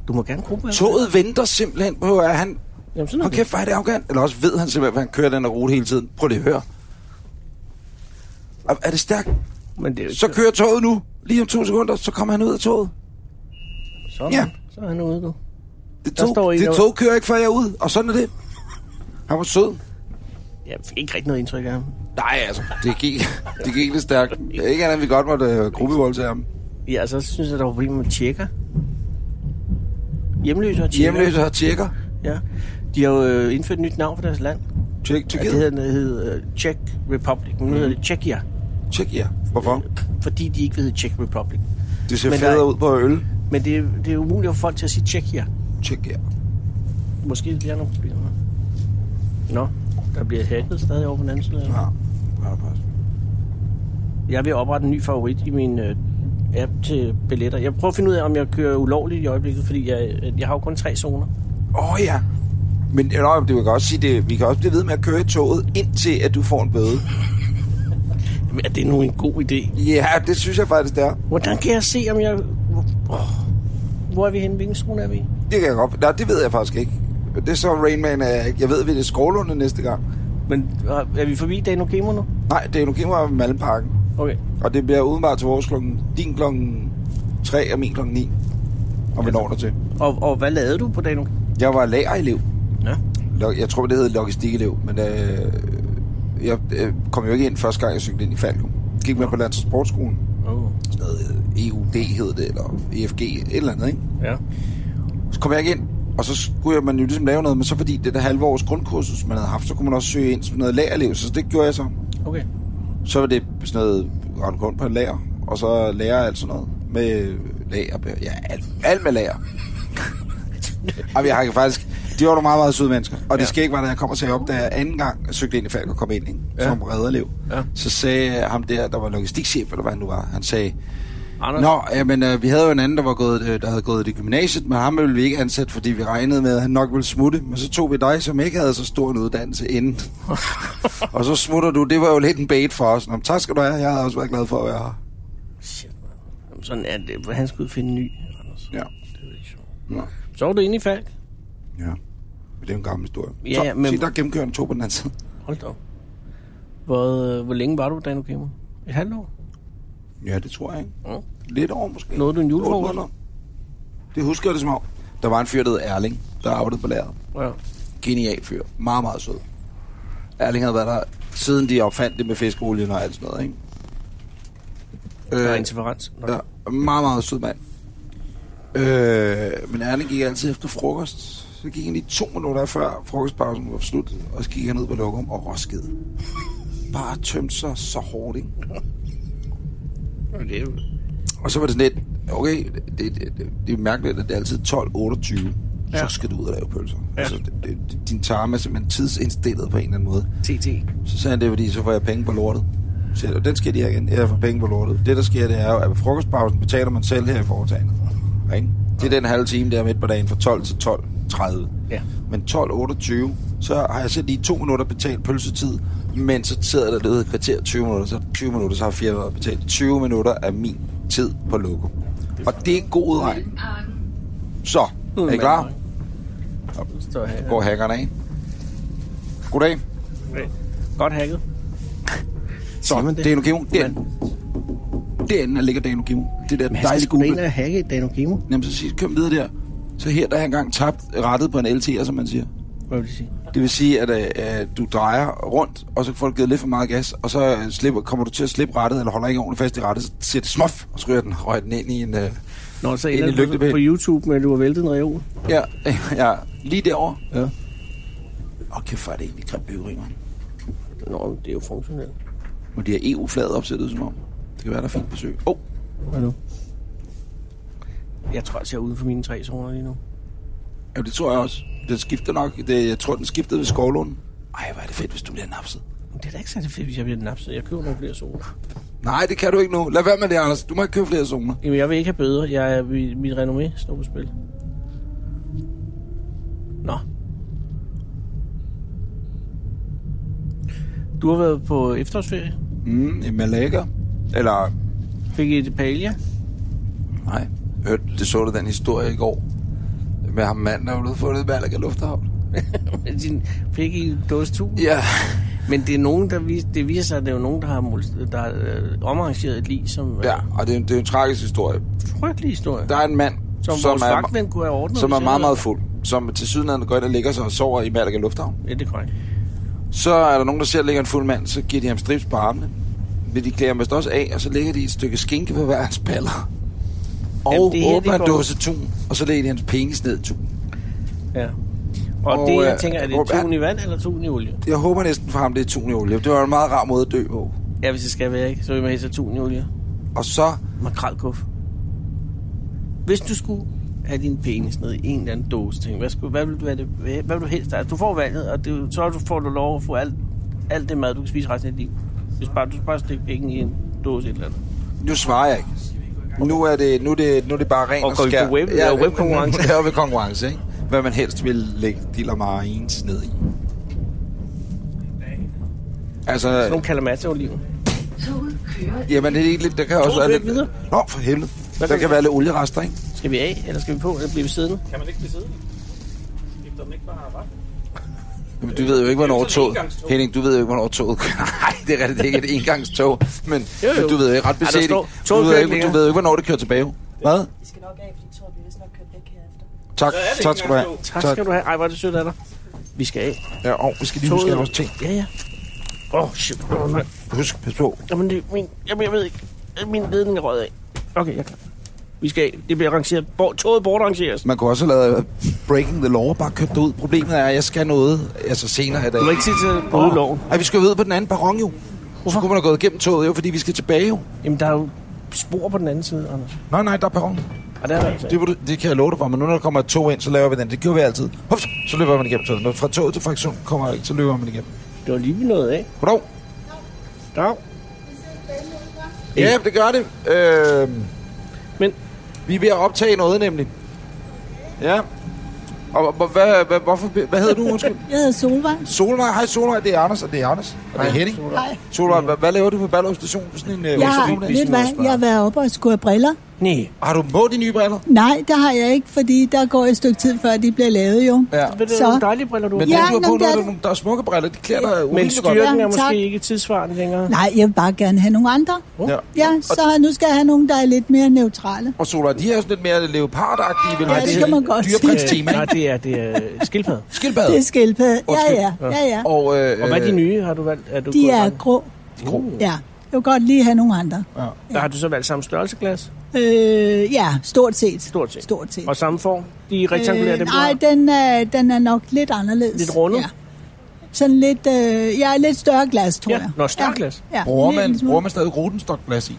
S5: Du må gerne gruppe voldtag.
S1: toget venter simpelthen på, at han...
S5: Jamen, sådan er
S1: Hold
S5: det.
S1: kæft, hvor er det arrogant. Eller også ved han simpelthen, at han kører den her rute hele tiden. Prøv lige at høre. Er- Er det stærkt?
S5: Men det er jo
S1: Så kører toget nu. Lige om to sekunder, så kommer han ud af toget.
S5: Sådan.
S1: Ja.
S5: Så er han ude nu.
S1: Det
S5: Der
S1: tog,
S5: står en
S1: det
S5: derude.
S1: tog kører ikke, før jeg er ude. Og sådan er det. Han var sød.
S5: Jeg fik ikke rigtig noget indtryk af ham.
S1: Nej, altså. Det gik, det gik lidt stærkt. Ikke andet, end vi godt måtte øh, gruppevoldtage ham.
S5: Ja, altså, så synes jeg, der var problemer med tjekker. Hjemløse og tjekker.
S1: Hjemløse har tjekker.
S5: Ja. De har jo øh, indført et nyt navn for deres land.
S1: Tjek,
S5: Ja, det hedder,
S1: tjek,
S5: det hedder øh, Czech Republic, men nu hedder det Tjekkia,
S1: tjek, ja. Hvorfor?
S5: fordi de ikke vil hedde Czech Republic.
S1: Det ser
S5: Men der
S1: federe
S5: er-
S1: ud på øl.
S5: Men det, er- det er umuligt at få folk til at sige Tjekkia.
S1: Tjek, ja.
S5: Måske det er nogle problemer. Nå, der bliver hacket stadig over på den anden side. Ja.
S1: Ja. Ja, pas.
S5: Jeg vil oprette en ny favorit i min øh, app til billetter. Jeg prøver at finde ud af, om jeg kører ulovligt i øjeblikket, fordi jeg, øh, jeg har jo kun tre zoner.
S1: Åh, oh, ja. Men nøj, det vil jeg også sige, det, vi kan også blive ved med at køre i toget, indtil at du får en bøde.
S5: Jamen, er det nu en god idé?
S1: Ja, det synes jeg faktisk, det er.
S5: Hvordan kan jeg se, om jeg... Hvor- Åh, Hvor er vi henne? Hvilken zone er vi i?
S1: Det kan jeg godt. Nej, det ved jeg faktisk ikke. Det er så Rain Man, er jeg ikke. Jeg ved, vi er det Skålunde næste gang.
S5: Men øh, er vi forbi Dano Kemo nu?
S1: Nej, det er nu kæmper med Malmparken.
S5: Okay.
S1: Og det bliver udenbart til vores klokken, din klokken 3 og min klokken 9. Og vi når der til.
S5: Og, og hvad lavede du på Dano?
S1: Jeg var lærerelev.
S5: Ja.
S1: Lo- Jeg tror, det hed logistikelev, men øh, jeg øh, kom jo ikke ind første gang, jeg cyklede ind i Falco. Gik med på Landtransportskolen.
S5: Oh.
S1: Sådan noget øh, EUD hed det, eller EFG, et eller andet, ikke?
S5: Ja.
S1: Så kom jeg ikke ind, og så skulle jeg, man jo ligesom lave noget, men så fordi det der halve års grundkursus, man havde haft, så kunne man også søge ind som noget lærerelev, så det gjorde jeg så.
S5: Okay.
S1: Så var det sådan noget rende rundt på en lager, og så lærer alt sådan noget med lager, ja, alt, alt med lager. Jamen, jeg har faktisk... De var nogle meget, meget søde mennesker. Og det ja. skal ikke være, da jeg kom og sagde op, da jeg anden gang cyklede ind i Falk og kom ind, ikke? Ja. som redderlev.
S5: Ja.
S1: Ja. Så sagde ham der, der var logistikchef, eller hvad han nu var, han sagde,
S5: Anders?
S1: Nå, ja, men øh, vi havde jo en anden, der, var gået, øh, der havde gået i gymnasiet, men ham ville vi ikke ansætte, fordi vi regnede med, at han nok ville smutte. Men så tog vi dig, som ikke havde så stor en uddannelse inden. og så smutter du. Det var jo lidt en bait for os. Nå, men tak skal du have. Jeg har også været glad for at være her.
S5: Shit, man. Jamen, sådan er det. Han skulle finde en ny, Anders.
S1: Ja.
S5: Det er ikke
S1: Nå.
S5: sjovt. Så var du inde i Falk.
S1: Ja. Men Det er jo en gammel historie.
S5: Ja,
S1: så,
S5: ja, men-
S1: Se, der er gennemkørende to på den anden side.
S5: Hold da op. Hvor, øh, hvor længe var du, Dano Kemo? Et halvt år?
S1: Ja, det tror jeg, ikke?
S5: Ja.
S1: Lidt over måske.
S5: Nåede du en julefrokost?
S1: Otte måneder. Det husker jeg det som om. Der var en fyr, der hed Erling, der arbejdede på lageret.
S5: Ja.
S1: Genial fyr. Meget, meget sød. Erling havde været der, siden de opfandt det med fiskeolien og alt sådan noget, ikke?
S5: Der er interferens. Nå.
S1: Øh, ja, meget, meget sød mand. Øh, men Erling gik altid efter frokost. Så gik han lige to minutter før frokostpausen var slut, og så gik han ud på lokum og råskede. Bare tømte sig så hårdt, ikke?
S5: Det er jo-
S1: Og så var det sådan lidt, okay, det, det, det, det er mærkeligt, at det er altid 12.28. ja.
S5: Ja.
S1: så skal du ud og lave pølser. Ja.
S5: Ja.
S1: Altså, det, det, din tarm er simpelthen tidsindstillet på en eller anden måde.
S5: TT.
S1: Så sagde han, det er fordi, så får jeg penge på lortet. Så siger jeg, og den skal de have igen. Jeg får penge på lortet. Det, der sker, det er jo, at ved frokostpausen betaler man selv her i foretagendet. Ikke? Det er den halve time der midt på dagen fra 12 til 12.30.
S5: Ja.
S1: Men 12.28, så har jeg selv lige to minutter betalt pølsetid, men så sidder der det et kvarter 20 minutter, så er det 20 minutter, så har 4 minutter betalt. 20 minutter af min tid på logo. Og det er en god udregning. Så, er I klar?
S5: Står her.
S1: Går hackerne af. Goddag.
S5: Godt hacket. Siger
S1: Så,
S5: man det?
S1: Dano Gemo, den.
S5: Man-
S1: Derinde der ligger Dano Gemo. Det der
S5: Men han skal
S1: dejlige
S5: sgu da
S1: gule.
S5: ind og hacke et Dano Kimo.
S1: Jamen, så sig, kom videre der. Så her, der har jeg engang tabt rettet på en LT'er, som man siger.
S5: Hvad vil du sige?
S1: Det vil sige, at øh, øh, du drejer rundt, og så får du givet lidt for meget gas, og så øh, slipper, kommer du til at slippe rettet, eller holder ikke ordentligt fast i rettet, så siger det smuff, og så ryger den, røg den ind i en... Øh,
S5: Nå, så
S1: Ind i
S5: ender du på-
S1: lygtepælen.
S5: på YouTube med, at du har væltet en reol.
S1: ja, ja, lige derovre.
S5: Ja.
S1: Åh, kæft, hvor er det egentlig grimt byggeri, man.
S5: Nå, men det er jo funktionelt.
S1: Men de har EU-flaget opsættet, som om. Det kan være, der er fint besøg. Åh, oh,
S5: Hvad nu? Jeg tror, altså, jeg er ude for mine tre zoner lige nu.
S1: ja, det tror jeg også. Den skifter nok. Det, jeg tror, den skiftede ved Skovlund. Ej, hvor er det fedt, hvis du bliver napset.
S5: Men Det er da ikke særlig fedt, hvis jeg bliver napset. Jeg køber nogle flere zoner.
S1: Nej, det kan du ikke nu. Lad være med det, Anders. Du må ikke købe flere zoner.
S5: Jamen, jeg vil ikke have bøder. Jeg, er- mit, mit renommé står på spil. Nå. Du har været på efterårsferie.
S1: Mm, i Malaga. Eller,
S5: Fik I et palja?
S1: nej. Hørte, det så du den historie i går. Med ham manden, der var blevet fundet i Malaga Lufthavn.
S5: Din- Fik I en dåse tun?
S1: Ja.
S5: Men det er nogen, der vis, det viser sig, at det er jo nogen, der har, mul- der har øh, omarrangeret et lig, som
S1: Ja, og det er, en- det er en tragisk historie.
S5: en frygtelig historie.
S1: Der er en mand,
S5: som, som vores
S1: er,
S5: vagtmænd kunne have ordnet.
S1: som er
S5: hvis jeg
S1: meget,
S5: havde-
S1: meget fuld. Som til sydenlandet går ind og ligger sig og sover i Malaga Lufthavn.
S5: Ja, det er korrekt.
S1: Så er der nogen, der ser, at ligger en fuld mand, så giver de ham strips på armene. Men de klæder ham vist også af, og så lægger de et stykke skinke på hver hans baller. Og Jamen,
S5: Jamen, det her, det
S1: åbner en
S5: går-
S1: dåse tun, og så lægger de hans penis ned i tun.
S5: Ja. Og, og
S1: Og,
S5: det, jeg
S1: øh,
S5: tænker, er det
S1: hvor-
S5: tun i vand eller tun i olie?
S1: Jeg håber næsten for ham, det er tun i olie. Det var en meget rar måde at dø på.
S5: Ja, hvis det skal være, ikke? Så vil man helst have tun i olie.
S1: Og så,
S5: Makrelkuff. Hvis du skulle have din penis ned i en eller anden dåse, ting, hvad, skulle, hvad, vil du, hvad, det, hvad vil du helst have? Du får valget, og det, så du- får du lov at få alt, alt det mad, du kan spise resten af dit liv. Hvis bare, du skal bare stikke penge i en dåse et eller andet.
S1: nu svarer jeg ikke. Nu er det, nu er det, nu er det bare ren
S5: Og
S1: og,
S5: går I
S1: skær.
S5: på web- ja, webkonkurrence.
S1: Ja, ved konkurrence, ikke? Hvad man helst vil lægge diller marines ned i.
S5: Sådan
S1: Altså,
S5: nogle kalamata-oliven.
S6: Toget kører
S1: jamen det er ikke lidt, der kan også
S5: kører
S1: være
S5: ikke videre.
S1: lidt... Nå, for helvede. Der
S5: kan-
S1: kan være lidt olierester, ikke?
S5: Skal vi af, eller skal vi på, eller bliver vi siddende?
S7: Kan man ikke blive siddende? Skifter den ikke bare ret?
S1: Jamen, du ved jo ikke, hvornår
S7: Det er sådan et
S1: toget...
S7: engangstog.
S1: Henning, du ved jo ikke, hvornår toget... Nej, det er rigtigt, det er ikke et engangstog. Men,
S5: Jo, jo.
S1: men du ved jo ikke, ret
S5: Ej, der
S1: beset...
S5: står,
S1: du,
S5: toget
S1: ved
S5: kører
S1: jo
S5: ikke
S1: ikke, du
S5: længere.
S1: ved jo ikke, hvornår det kører tilbage. Hvad?
S9: Vi skal nok af, fordi Thor bliver vist nok kørt væk herefter.
S1: Tak,
S7: Ja, det er
S1: tak skal du have.
S7: engangstog.
S5: Tak skal du have. Ej, hvor er det sødt af dig. Vi skal af.
S1: Ja, og vi skal lige huske at vores ting.
S5: Ja, ja. Åh, oh, shit. Oh, man.
S1: Husk, pas på.
S5: Jamen, det, min, jamen, jeg ved ikke. Min ledning er røget af. Okay, jeg er klar. Vi skal af. Det bliver arrangeret. Bor, toget bortarrangeres.
S1: Man kunne også have lavet øh, Breaking the Law, bare kørt det ud. Problemet er, at jeg skal noget altså senere i dag.
S5: Du har ikke tid til at bryde loven.
S1: Ej, vi skal jo ud på den anden perron jo. Hvorfor? Så kunne man have gået igennem toget jo, fordi vi skal tilbage jo.
S5: Jamen, der er jo spor på den anden side, Anders.
S1: Nej, nej, der er perron.
S5: Og der er der altså.
S1: Det,
S5: ikke.
S1: må du, det kan jeg love dig for, men nu når der kommer et tog ind, så laver vi den. Det gjorde vi altid. Hups, så løber man igennem toget. Når fra toget til fraktion kommer ikke, så løber man igennem.
S5: Det var lige noget af.
S1: Goddag.
S5: Dag.
S1: Ja, det gør det. Øh,
S5: Men-
S1: Vi er ved at optage noget, nemlig. Ja. Og, og hvad, hvad, hvorfor, hvad hedder du, undskyld?
S9: Jeg hedder Solvej.
S1: Solvej, hej Solvej, det er Anders, og det er Anders, og det er Henning.
S9: Hej.
S1: Solvej, hvad, hvad laver du på Ballerup Station på sådan en øh,
S9: Jeg har,
S1: udstilling?
S9: ved du hvad, jeg har været oppe og skulle have briller.
S5: Nej.
S1: Har du på de nye briller?
S9: Nej, det har jeg ikke, fordi der går et stykke tid, før de bliver lavet jo.
S1: Ja.
S5: Men det er
S9: Så.
S5: nogle dejlige briller, du har.
S1: Men
S9: Ja,
S1: ja, dem, du har
S9: nå,
S1: på nu,
S9: det er
S1: er
S9: det.
S1: nogle- der er smukke briller, de klæder dig
S5: Men
S1: urimeligt godt.
S5: styrken er
S9: Ja,
S5: måske
S9: tak.
S5: ikke tidsvarende længere.
S9: Nej, jeg vil bare gerne have nogle andre.
S1: Ja.
S9: Ja, så nu skal jeg have nogle, der er lidt mere neutrale.
S1: Og Solvej, de er jo sådan lidt mere leopardagtige, vil
S9: Ja, det kan man godt sige.
S1: Dyreprins-tema,
S5: Øh, Nej,
S1: ikke?
S5: det er, det er skildpadde.
S1: Skildpadder.
S9: Det er skildpadde. Ja,
S1: Undskyld.
S9: ja, ja, ja.
S1: Og, øh,
S5: Og hvad er de nye, har du valgt? Er du
S9: De
S5: gået
S9: er
S5: sammen?
S9: grå. Ja, jeg vil godt lige have nogle andre.
S5: Der har du så valgt samme størrelseglas,
S9: Øh, ja, stort set.
S5: Stort set.
S9: Stort set.
S5: og samme form. De er rektangulære, øh, dem du
S9: nej,
S5: har.
S9: den er, den er nok lidt anderledes.
S5: Lidt rundet?
S9: Ja. Sådan lidt, øh, ja, lidt større glas, tror
S5: Ja,
S9: jeg.
S5: nå, større glas.
S9: Ja,
S1: Bruger
S9: en lille
S1: man,
S9: smule.
S1: bruger man stadig rotenstokglas i?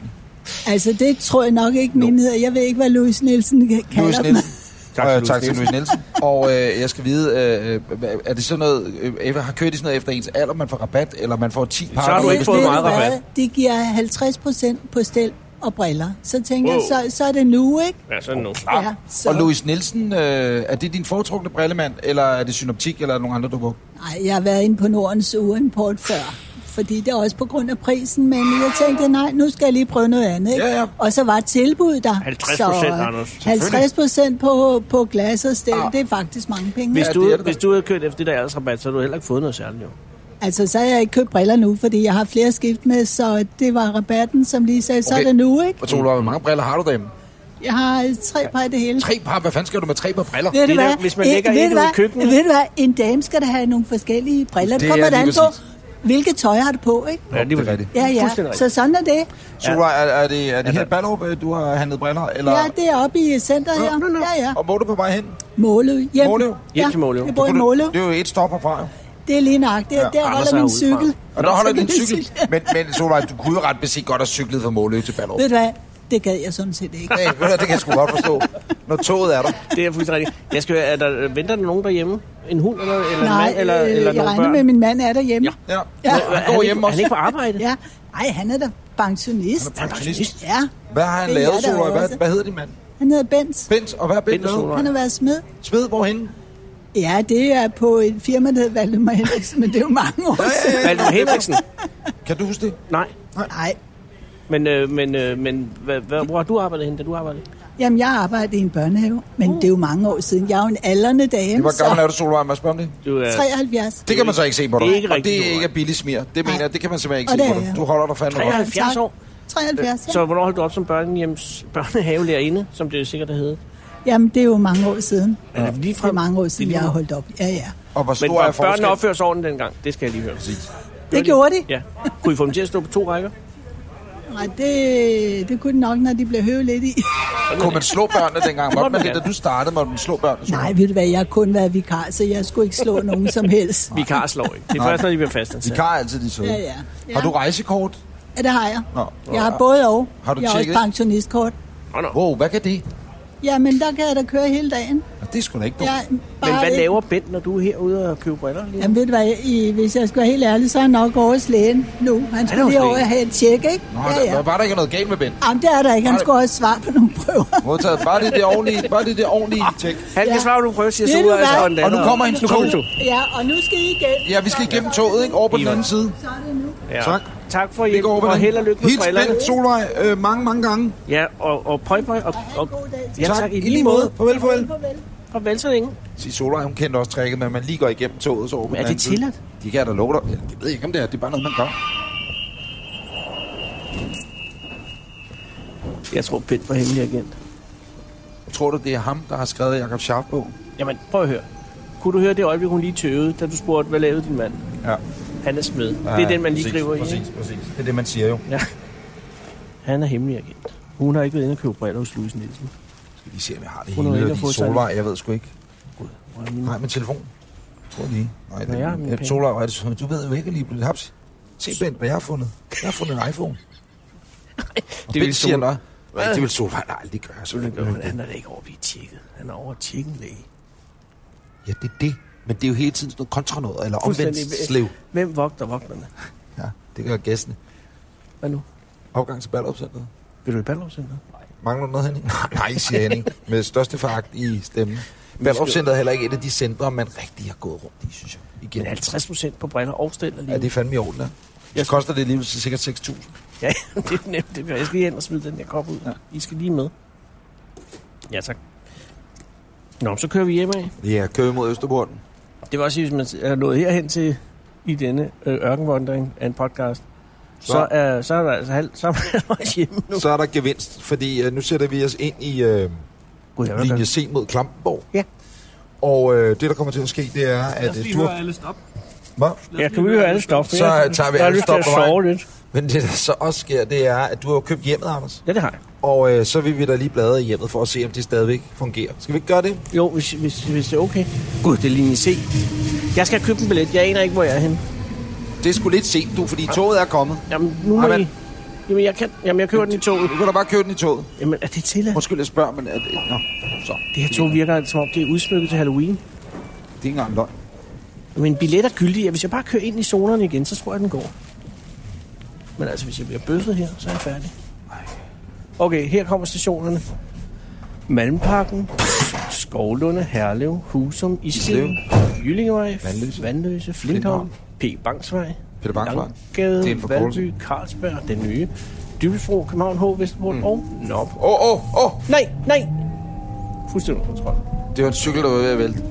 S9: Altså, det tror jeg nok ikke, min hedder. Jeg ved ikke, hvad Louis Nielsen kalder
S1: Louis
S9: dem.
S1: Nielsen.
S5: Tak til
S1: Øh,
S5: Louis
S1: Tak til Louis Nielsen. og øh, jeg skal vide, øh, øh, er det sådan noget, øh, har kørt de sådan noget efter ens alder, man får rabat, eller man får 10 par?
S4: Så har du
S9: Men
S4: ikke fået
S9: ved
S4: meget
S9: du hvad?
S4: rabat.
S9: De giver 50 procent på stel og briller. Så tænker wow.
S4: Wow.
S9: jeg, så, så er det nu, ikke?
S5: Ja, sådan nu.
S9: Ja, så.
S1: Og Louis Nielsen, øh, er det din foretrukne brillemand, eller er det synoptik, eller er det nogen andre, du bruger?
S9: Nej, jeg har været inde på Nordens Urimport før, fordi det er også på grund af prisen, men jeg tænkte, nej, nu skal jeg lige prøve noget andet. Ikke?
S1: Ja, ja.
S9: Og så var et tilbud der.
S5: 50%,
S9: øh,
S5: Anders.
S9: 50 procent på, på glas og stel, det er faktisk mange penge.
S5: Hvis,
S1: Ja,
S5: du,
S1: det er
S5: ja,
S1: det da.
S5: hvis du havde kørt efter det der aldersrabat, så havde du heller ikke fået noget særligt, jo.
S9: Altså, så har jeg ikke købt briller nu, fordi jeg har flere skift med, så det var rabatten, som lige sagde, så
S1: Okay.
S9: er det nu, ikke?
S1: Og tror du, hvor mange briller har du derhjemme?
S9: Jeg har tre par i det hele.
S1: Tre par? Hvad fanden skal du med tre par briller?
S9: Ved du
S5: Det er
S9: hvad?
S5: der- hvis man
S9: Eh,
S5: lægger
S9: ved
S5: et
S9: du
S5: ud i
S9: hvad?
S5: køkkenet.
S9: Ved du hvad? En dame skal da have nogle forskellige briller.
S1: Det
S9: Det
S1: er
S9: kommer det an
S1: lige
S9: på,
S1: præcis.
S9: hvilket tøj har du på, ikke?
S5: Ja,
S1: det er rigtigt.
S9: Ja, ja.
S5: Fuldstændig
S9: Så
S5: rigtigt.
S9: sådan er det.
S1: Solvej, er, er det, er det
S5: Ja,
S1: her
S5: da.
S1: Ballerup, øh, du har handlet briller? Eller?
S9: Ja, det er oppe i centret her. Ja, ja.
S1: Og hvor er du på vej hen?
S9: Måløv. Hjem.
S1: Måløv?
S5: Hjem
S9: Ja,
S5: til Måløv.
S9: Jeg bor i
S1: Kunne du-
S9: Måløv.
S1: Det er jo et stop herfra, jo.
S9: Det er lige nøjagtigt. Der
S5: Anders er
S9: holder min
S5: udefra.
S9: cykel.
S1: Og der holder
S9: Så kan
S1: din
S9: jeg
S1: cykel.
S9: sige-
S1: Men, men Solvej, du kunne jo ret beset godt have cyklet fra Måløv til Ballerup.
S9: Ved du hvad? Det gad jeg sådan set ikke.
S1: Hey, ved du hvad, det kan jeg sgu godt forstå, når toget er der.
S5: Det er fuldstændig rigtigt. Jeg skal, høre, er der, venter der nogen derhjemme? En hund eller, eller en
S9: Nej,
S5: mand? Eller,
S9: øh,
S5: eller
S9: jeg
S5: nogle
S9: regner
S5: børn?
S9: med, at min mand er derhjemme.
S1: Ja.
S9: Ja.
S1: Han går
S5: Er han
S1: hjemme
S5: ikke, er han
S1: også.
S5: ikke på arbejde?
S9: Ja. Ej, han er da pensionist.
S1: Han er pensionist.
S9: Ja.
S1: Hvad har han
S9: Det er
S1: lavet,
S9: jeg da
S1: Solvej? Hvad,
S9: også.
S1: hvad hedder din mand?
S9: Han hedder Bent.
S1: Bent, og hvad er Bent
S5: Bent og
S1: lavet?
S5: Solvej.
S9: Han har været smed.
S1: Smed, hvorhenne?
S9: Ja, det er på et firma, der hedder Valdemar Henriksen, men det er jo mange år siden.
S5: Valdemar Henriksen?
S1: Kan du huske det?
S5: Nej.
S9: Nej,
S5: Men, øh, men, øh, men hvad, hvad, hvor har du arbejdet henne, da du arbejdede?
S9: jamen jeg arbejdede i en børnehave, men det er jo mange år siden. Jeg er jo en aldrende dame,
S1: Det var
S9: så
S1: gammel er du, Solvej, må jeg spørge om det?
S5: Du øh, er
S9: 73.
S1: Det kan man så ikke se på dig.
S5: Det er ikke
S1: og
S5: rigtigt,
S1: det er
S5: Solvej.
S1: ikke af billig smir. Det mener
S9: Nej.
S1: jeg, det kan man simpelthen ikke se
S9: Og det
S1: på
S9: er
S1: dig.
S9: jeg.
S1: Du holder dig fandme godt.
S5: 73
S9: Tak.
S5: år.
S9: 73, ja.
S5: Så hvornår holdt du op som børnehjems børnehavelærerinde, som det sikkert havde?
S9: Jamen, det er jo mange år siden.
S5: Ja. Er det lige
S9: Det er
S5: frem?
S9: mange år siden,
S5: Det er lige
S9: jeg har
S5: nu.
S9: holdt op. Ja, ja.
S1: Og hvor
S5: Men
S1: stor er
S5: var børnene
S1: forskellen?
S5: opførte sig ordentligt dengang? Det skal jeg lige høre.
S9: Det gjorde de.
S5: Ja. Kunne I få dem til at stå på to rækker?
S9: Nej, det, det kunne de nok, når de blev høvet lidt i.
S1: Kunne man slå børnene dengang? Måtte man
S5: Måtte man
S1: det, da
S5: gerne.
S1: du startede, måtte man slå børnene? Solvej?
S9: Nej, ved du hvad, jeg har kun været vikar, så jeg skulle ikke slå nogen som helst.
S5: Vi kan slå ikke. Det er først, når de bliver fastansat.
S1: Vikar er altid de søde.
S9: Ja, ja. ja.
S1: Har du rejsekort?
S9: Ja, det har jeg.
S1: Nå.
S9: Jeg har både og.
S1: Har du
S9: jeg har også
S1: tjekket?
S9: pensionistkort.
S5: Nå, nå.
S1: Wow, hvad kan det?
S9: Jamen, der kan jeg da køre hele dagen.
S1: Det er sgu da ikke dumt.
S9: Jeg er bare
S5: Men hvad
S9: ikke-
S5: laver Bent, når du er herude og køber briller? Lige? nu?
S9: Jamen ved du hvad, I, hvis jeg skal være helt ærlig, så er han nok over hos lægen nu. Han
S5: er
S9: skulle
S5: hos
S9: lige over
S5: lægen?
S9: og have et tjek, ikke?
S1: Nå, der, der var der ikke noget galt med Ben.
S9: Jamen det er der ikke, han
S1: Nej.
S9: skulle også svare på nogle prøver.
S1: Modtaget. Bare det det ordentlige, bare det det ordentlige tjek.
S5: Han kan
S9: Ja.
S5: svare, du prøver, siger
S9: Ved
S5: så ud
S9: du
S5: af
S9: hvad?
S5: sådan
S1: Og nu kommer hendes
S5: Nu kommer
S1: tog.
S5: du.
S9: Ja, og nu skal I igen.
S1: Ja, vi skal igennem toget, ikke? Over på den anden side.
S9: Så er det nu.
S5: Ja.
S1: Tak.
S5: Tak for
S1: Vi
S5: hjælp,
S1: går over på
S5: og
S1: den.
S5: held og lykke med
S1: Hils
S5: brillerne.
S1: Ben Solvej øh, mange, mange gange.
S5: Ja, og, og pøj, pøj. Og,
S9: en
S5: og,
S9: god dag til
S5: ja,
S1: jer.
S5: tak, i lige måde.
S1: Farvel, farvel.
S9: Farvel.
S5: Og vel så længe.
S1: Sig Solvej, hun kendte også trækket med, at man lige går igennem toget så over på
S5: Men
S1: den
S5: er det
S1: anden side.
S5: tilladt?
S1: De kan jeg da love dig. Ja, det ved jeg ikke, om det er. Det er bare noget, man gør.
S5: Jeg tror, Bent var hemmelig agent.
S1: Tror du, det er ham, der har skrevet Jakob Sharp på?
S5: Jamen, prøv at høre. Kunne du høre det øjeblik, hun lige tøvede, da du spurgte, hvad lavede din mand?
S1: Ja.
S5: Han er smed. det er den, man lige
S1: præcis,
S5: griber i. ikke?
S1: Præcis, præcis. Det er det, man siger jo.
S5: Ja. Han er hemmelig agent. Hun har ikke været inde og købe briller hos Louise Nielsen.
S1: Skal vi se, om jeg har det
S5: Hun har
S1: hele.
S5: ikke
S1: Fordi
S5: fået sig-
S1: Solvej, jeg ved sgu ikke.
S5: Hvor er min-
S1: Nej, min telefon. Jeg tror lige. Nej,
S5: Nå, jeg har mine
S1: den, ja,
S5: penge.
S1: Solvej, hvad er det, så- du ved jo ikke lige pludselig. Haps. Se, Bent, hvad jeg har fundet. Jeg har fundet en iPhone. Og
S5: Det
S1: Bent
S5: vil
S1: siger
S5: Sol-
S1: nej. Nej, det vil Solvej da aldrig gøre. Så vil
S5: Jo,
S1: hun
S5: Han er da ikke over at blive tjekket. Han er over at tjekke en læge.
S1: Ja, det er det. Men det er jo hele tiden sådan noget kontra noget, eller omvendt
S5: Fuldstændig.
S1: slev.
S5: Hvem vogter vogterne?
S1: Ja, det gør gæstene.
S5: Hvad nu?
S1: Opgang til Ballerupcenteret.
S5: Vil du i Ballerupcenteret?
S1: Mangler du noget, Henning? Nej, nej, siger Henning. Med største foragt i stemmen. Ballerupcenteret er heller ikke et af de centre, man rigtig har gået rundt i, synes jeg. Igen.
S5: Men 50 procent på briller og stiller lige.
S1: Ja, det er fandme i orden, der. Jeg koster det alligevel sikkert 6.000.
S5: Ja, det er nemt. Det gør. Jeg skal lige hen og smide den der kop ud. Ja. I skal lige med. Ja, tak. Nå, så kører vi hjem af.
S1: Ja, kører mod Østerporten.
S5: Det var også, sige, hvis man er nået herhen til i denne øh, ørkenvandring af en podcast, så,
S1: Så-
S5: så, er, så er der altså halv, så er man også hjemme nu.
S1: Så er der gevinst, fordi øh, nu sætter vi os ind i øh,
S5: Gud, jeg vil
S1: linje
S5: gøre-
S1: C mod Klampenborg.
S5: Ja.
S1: Og øh, det, der kommer til at ske, det er,
S4: Lad
S1: at
S4: os
S1: øh,
S4: lige
S1: du
S4: høre
S1: har...
S4: alle stop.
S1: Hvad?
S5: Ja, kan vi høre alle stoffer?
S1: Så,
S5: Jeg-
S1: øh, tager vi
S5: jeg har
S1: alle
S5: lyst til at
S1: stop på vejen.
S5: sove lidt.
S1: Men det, der så også sker, det er, at du har jo købt hjemmet, Anders.
S5: Ja, det har jeg.
S1: Og øh, så vil vi da lige bladre i hjemmet for at se, om det stadigvæk fungerer. Skal vi ikke gøre det?
S5: Jo, hvis, hvis, hvis det er okay. Gud, det er linje C. Jeg skal have købt en billet. Jeg aner ikke, hvor jeg er henne.
S1: Det er sgu lidt sent, du, fordi toget er kommet.
S5: Jamen, nu må
S1: Jamen,
S5: I... Jamen, jeg, kan, jamen, jeg køber den i toget.
S1: Du kan da bare købe den i toget.
S5: Jamen, er det tilladt?
S1: Undskyld, jeg spørger, men... Er det... Nå, så.
S5: Det her tog virker altså som om, det er udsmykket til Halloween.
S1: Det er ikke engang løgn.
S5: Men billet er gyldig, og hvis jeg bare kører ind i zonerne igen, så tror jeg, den går. Men altså, hvis jeg bliver bøsset her, så er jeg færdig. Okay, her kommer stationerne. Malmparken, Skovlunde, Herlev, Husum, Islev, Jyllingevej, Vandløse, Vandløse Flintholm, P. Bangsvej,
S1: Peter Bangsvej. Det er en
S5: Langgade,
S1: forkortelse.
S5: Valby, Carlsberg, Den Nye, Dybelsbro, København H, Vesterbro mm. og Nørrebro.
S1: Åh, åh, åh!
S5: Nej, nej! Fuldstændig under kontrol.
S1: Det var en cykel, der var ved at vælte.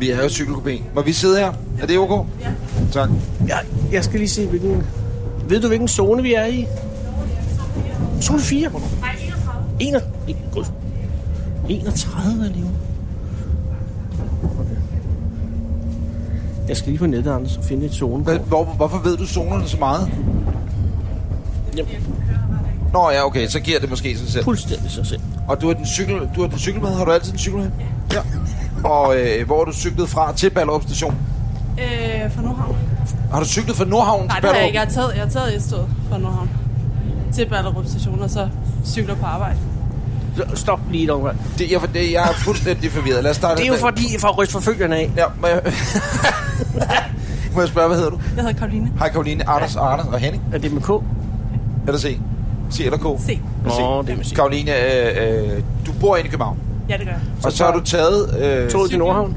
S1: Vi er jo cykelkopé. Må vi sidde her? Er det ok? Ja. Tak.
S5: Jeg, jeg skal lige se, hvilken... Ved du, hvilken zone vi er i? Zone 4? Nej, 31. 31? 31 alligevel. Okay. Jeg skal lige på nettet, Anders, og finde et zone.
S1: Hvad- Hvor, hvorfor ved du zonerne så meget? Nå ja, okay, så giver det måske sig selv.
S5: Fuldstændig sig selv.
S1: Og du har den cykel, du har den cykel med? Har du altid en cykel med? Ja. Og øh, hvor har du cyklet fra til Ballerup station?
S3: Øh, fra Nordhavn.
S1: Har du cyklet fra Nordhavn
S3: Nej,
S1: til
S3: det har
S1: Ballerup?
S3: jeg ikke. Jeg har taget, jeg har taget S-toget fra Nordhavn til Ballerup station, og så cykler på arbejde.
S5: Så Stop lige et omgang.
S1: Det, jeg, det, jeg er fuldstændig forvirret. Lad os starte
S5: Det er jo
S1: den.
S5: fordi, for at ryste forfølgerne af.
S1: Ja, må jeg... må jeg spørge, hvad hedder du?
S3: Jeg hedder Karoline.
S1: Hej Karoline, Anders, Arne og Henning.
S5: Er det med K? Nå,
S1: Er der C? C eller K?
S3: Se.
S5: det er med C.
S1: Karoline, øh, øh, du bor inde i København.
S3: Ja, det gør jeg.
S1: Og så har du taget... Øh,
S5: Toget til Nordhavn.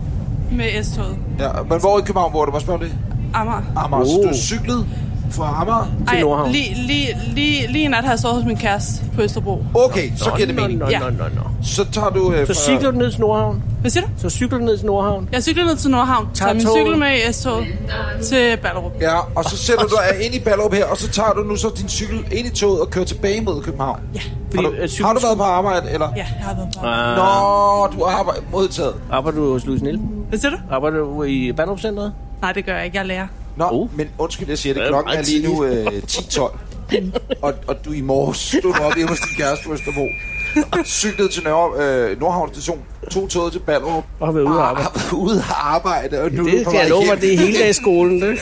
S3: Med S-toget.
S1: Ja, men hvor i København bor du? Må jeg spørge om det?
S3: Amager.
S1: Amager. Oh. Så
S5: Oh.
S1: du har cyklet fra Amager?
S5: Til Nordhavn.
S3: lige, lige, lige, lige i nat har jeg sovet hos min kæreste på Østerbro.
S1: Okay, så giver det
S5: Nå,
S1: mening.
S5: Nå,
S3: Ja.
S5: nå, nå, nå.
S1: Så tager du... Øh,
S5: Så
S1: fra-
S5: cykler du ned til Nordhavn.
S3: Hvad siger du?
S5: Så cykler du ned til Nordhavn.
S3: Jeg cykler ned til Nordhavn, tager min
S5: toget.
S3: cykel med i S-toget til Ballerup.
S1: Ja, og så sætter du dig ind i Ballerup her, og så tager du nu så din cykel ind i toget og kører tilbage mod København.
S3: Ja,
S1: Har
S5: Fordi,
S1: du,
S5: øh, cykel-
S1: har du været på arbejde, eller?
S3: ja jeg har været på arbejde.
S5: Ah,
S1: Nå, du har arbejde modtaget.
S5: Arbejder du hos Louise Nielsen?
S3: Hvad siger du?
S5: Arbejder du i Bandrup-centret?
S3: Nej, det gør jeg ikke. Jeg er lærer.
S1: Nå,
S5: Oh.
S1: men undskyld, jeg siger det.
S5: Ja,
S1: Klokken er
S5: meget
S1: lige nu øh, 10.12. og, og du i morges stod du op hjemme hos din kæreste på Østerbro. Cyklede til Nørre, øh, Nordhavn station, to toget til Ballerup.
S5: Og har været ude at arbejde.
S1: har været ude at arbejde, og nu er du
S5: Det
S1: på
S5: skal jeg
S1: vej
S5: love
S1: hjem.
S5: mig, det er hele dags skolen, det.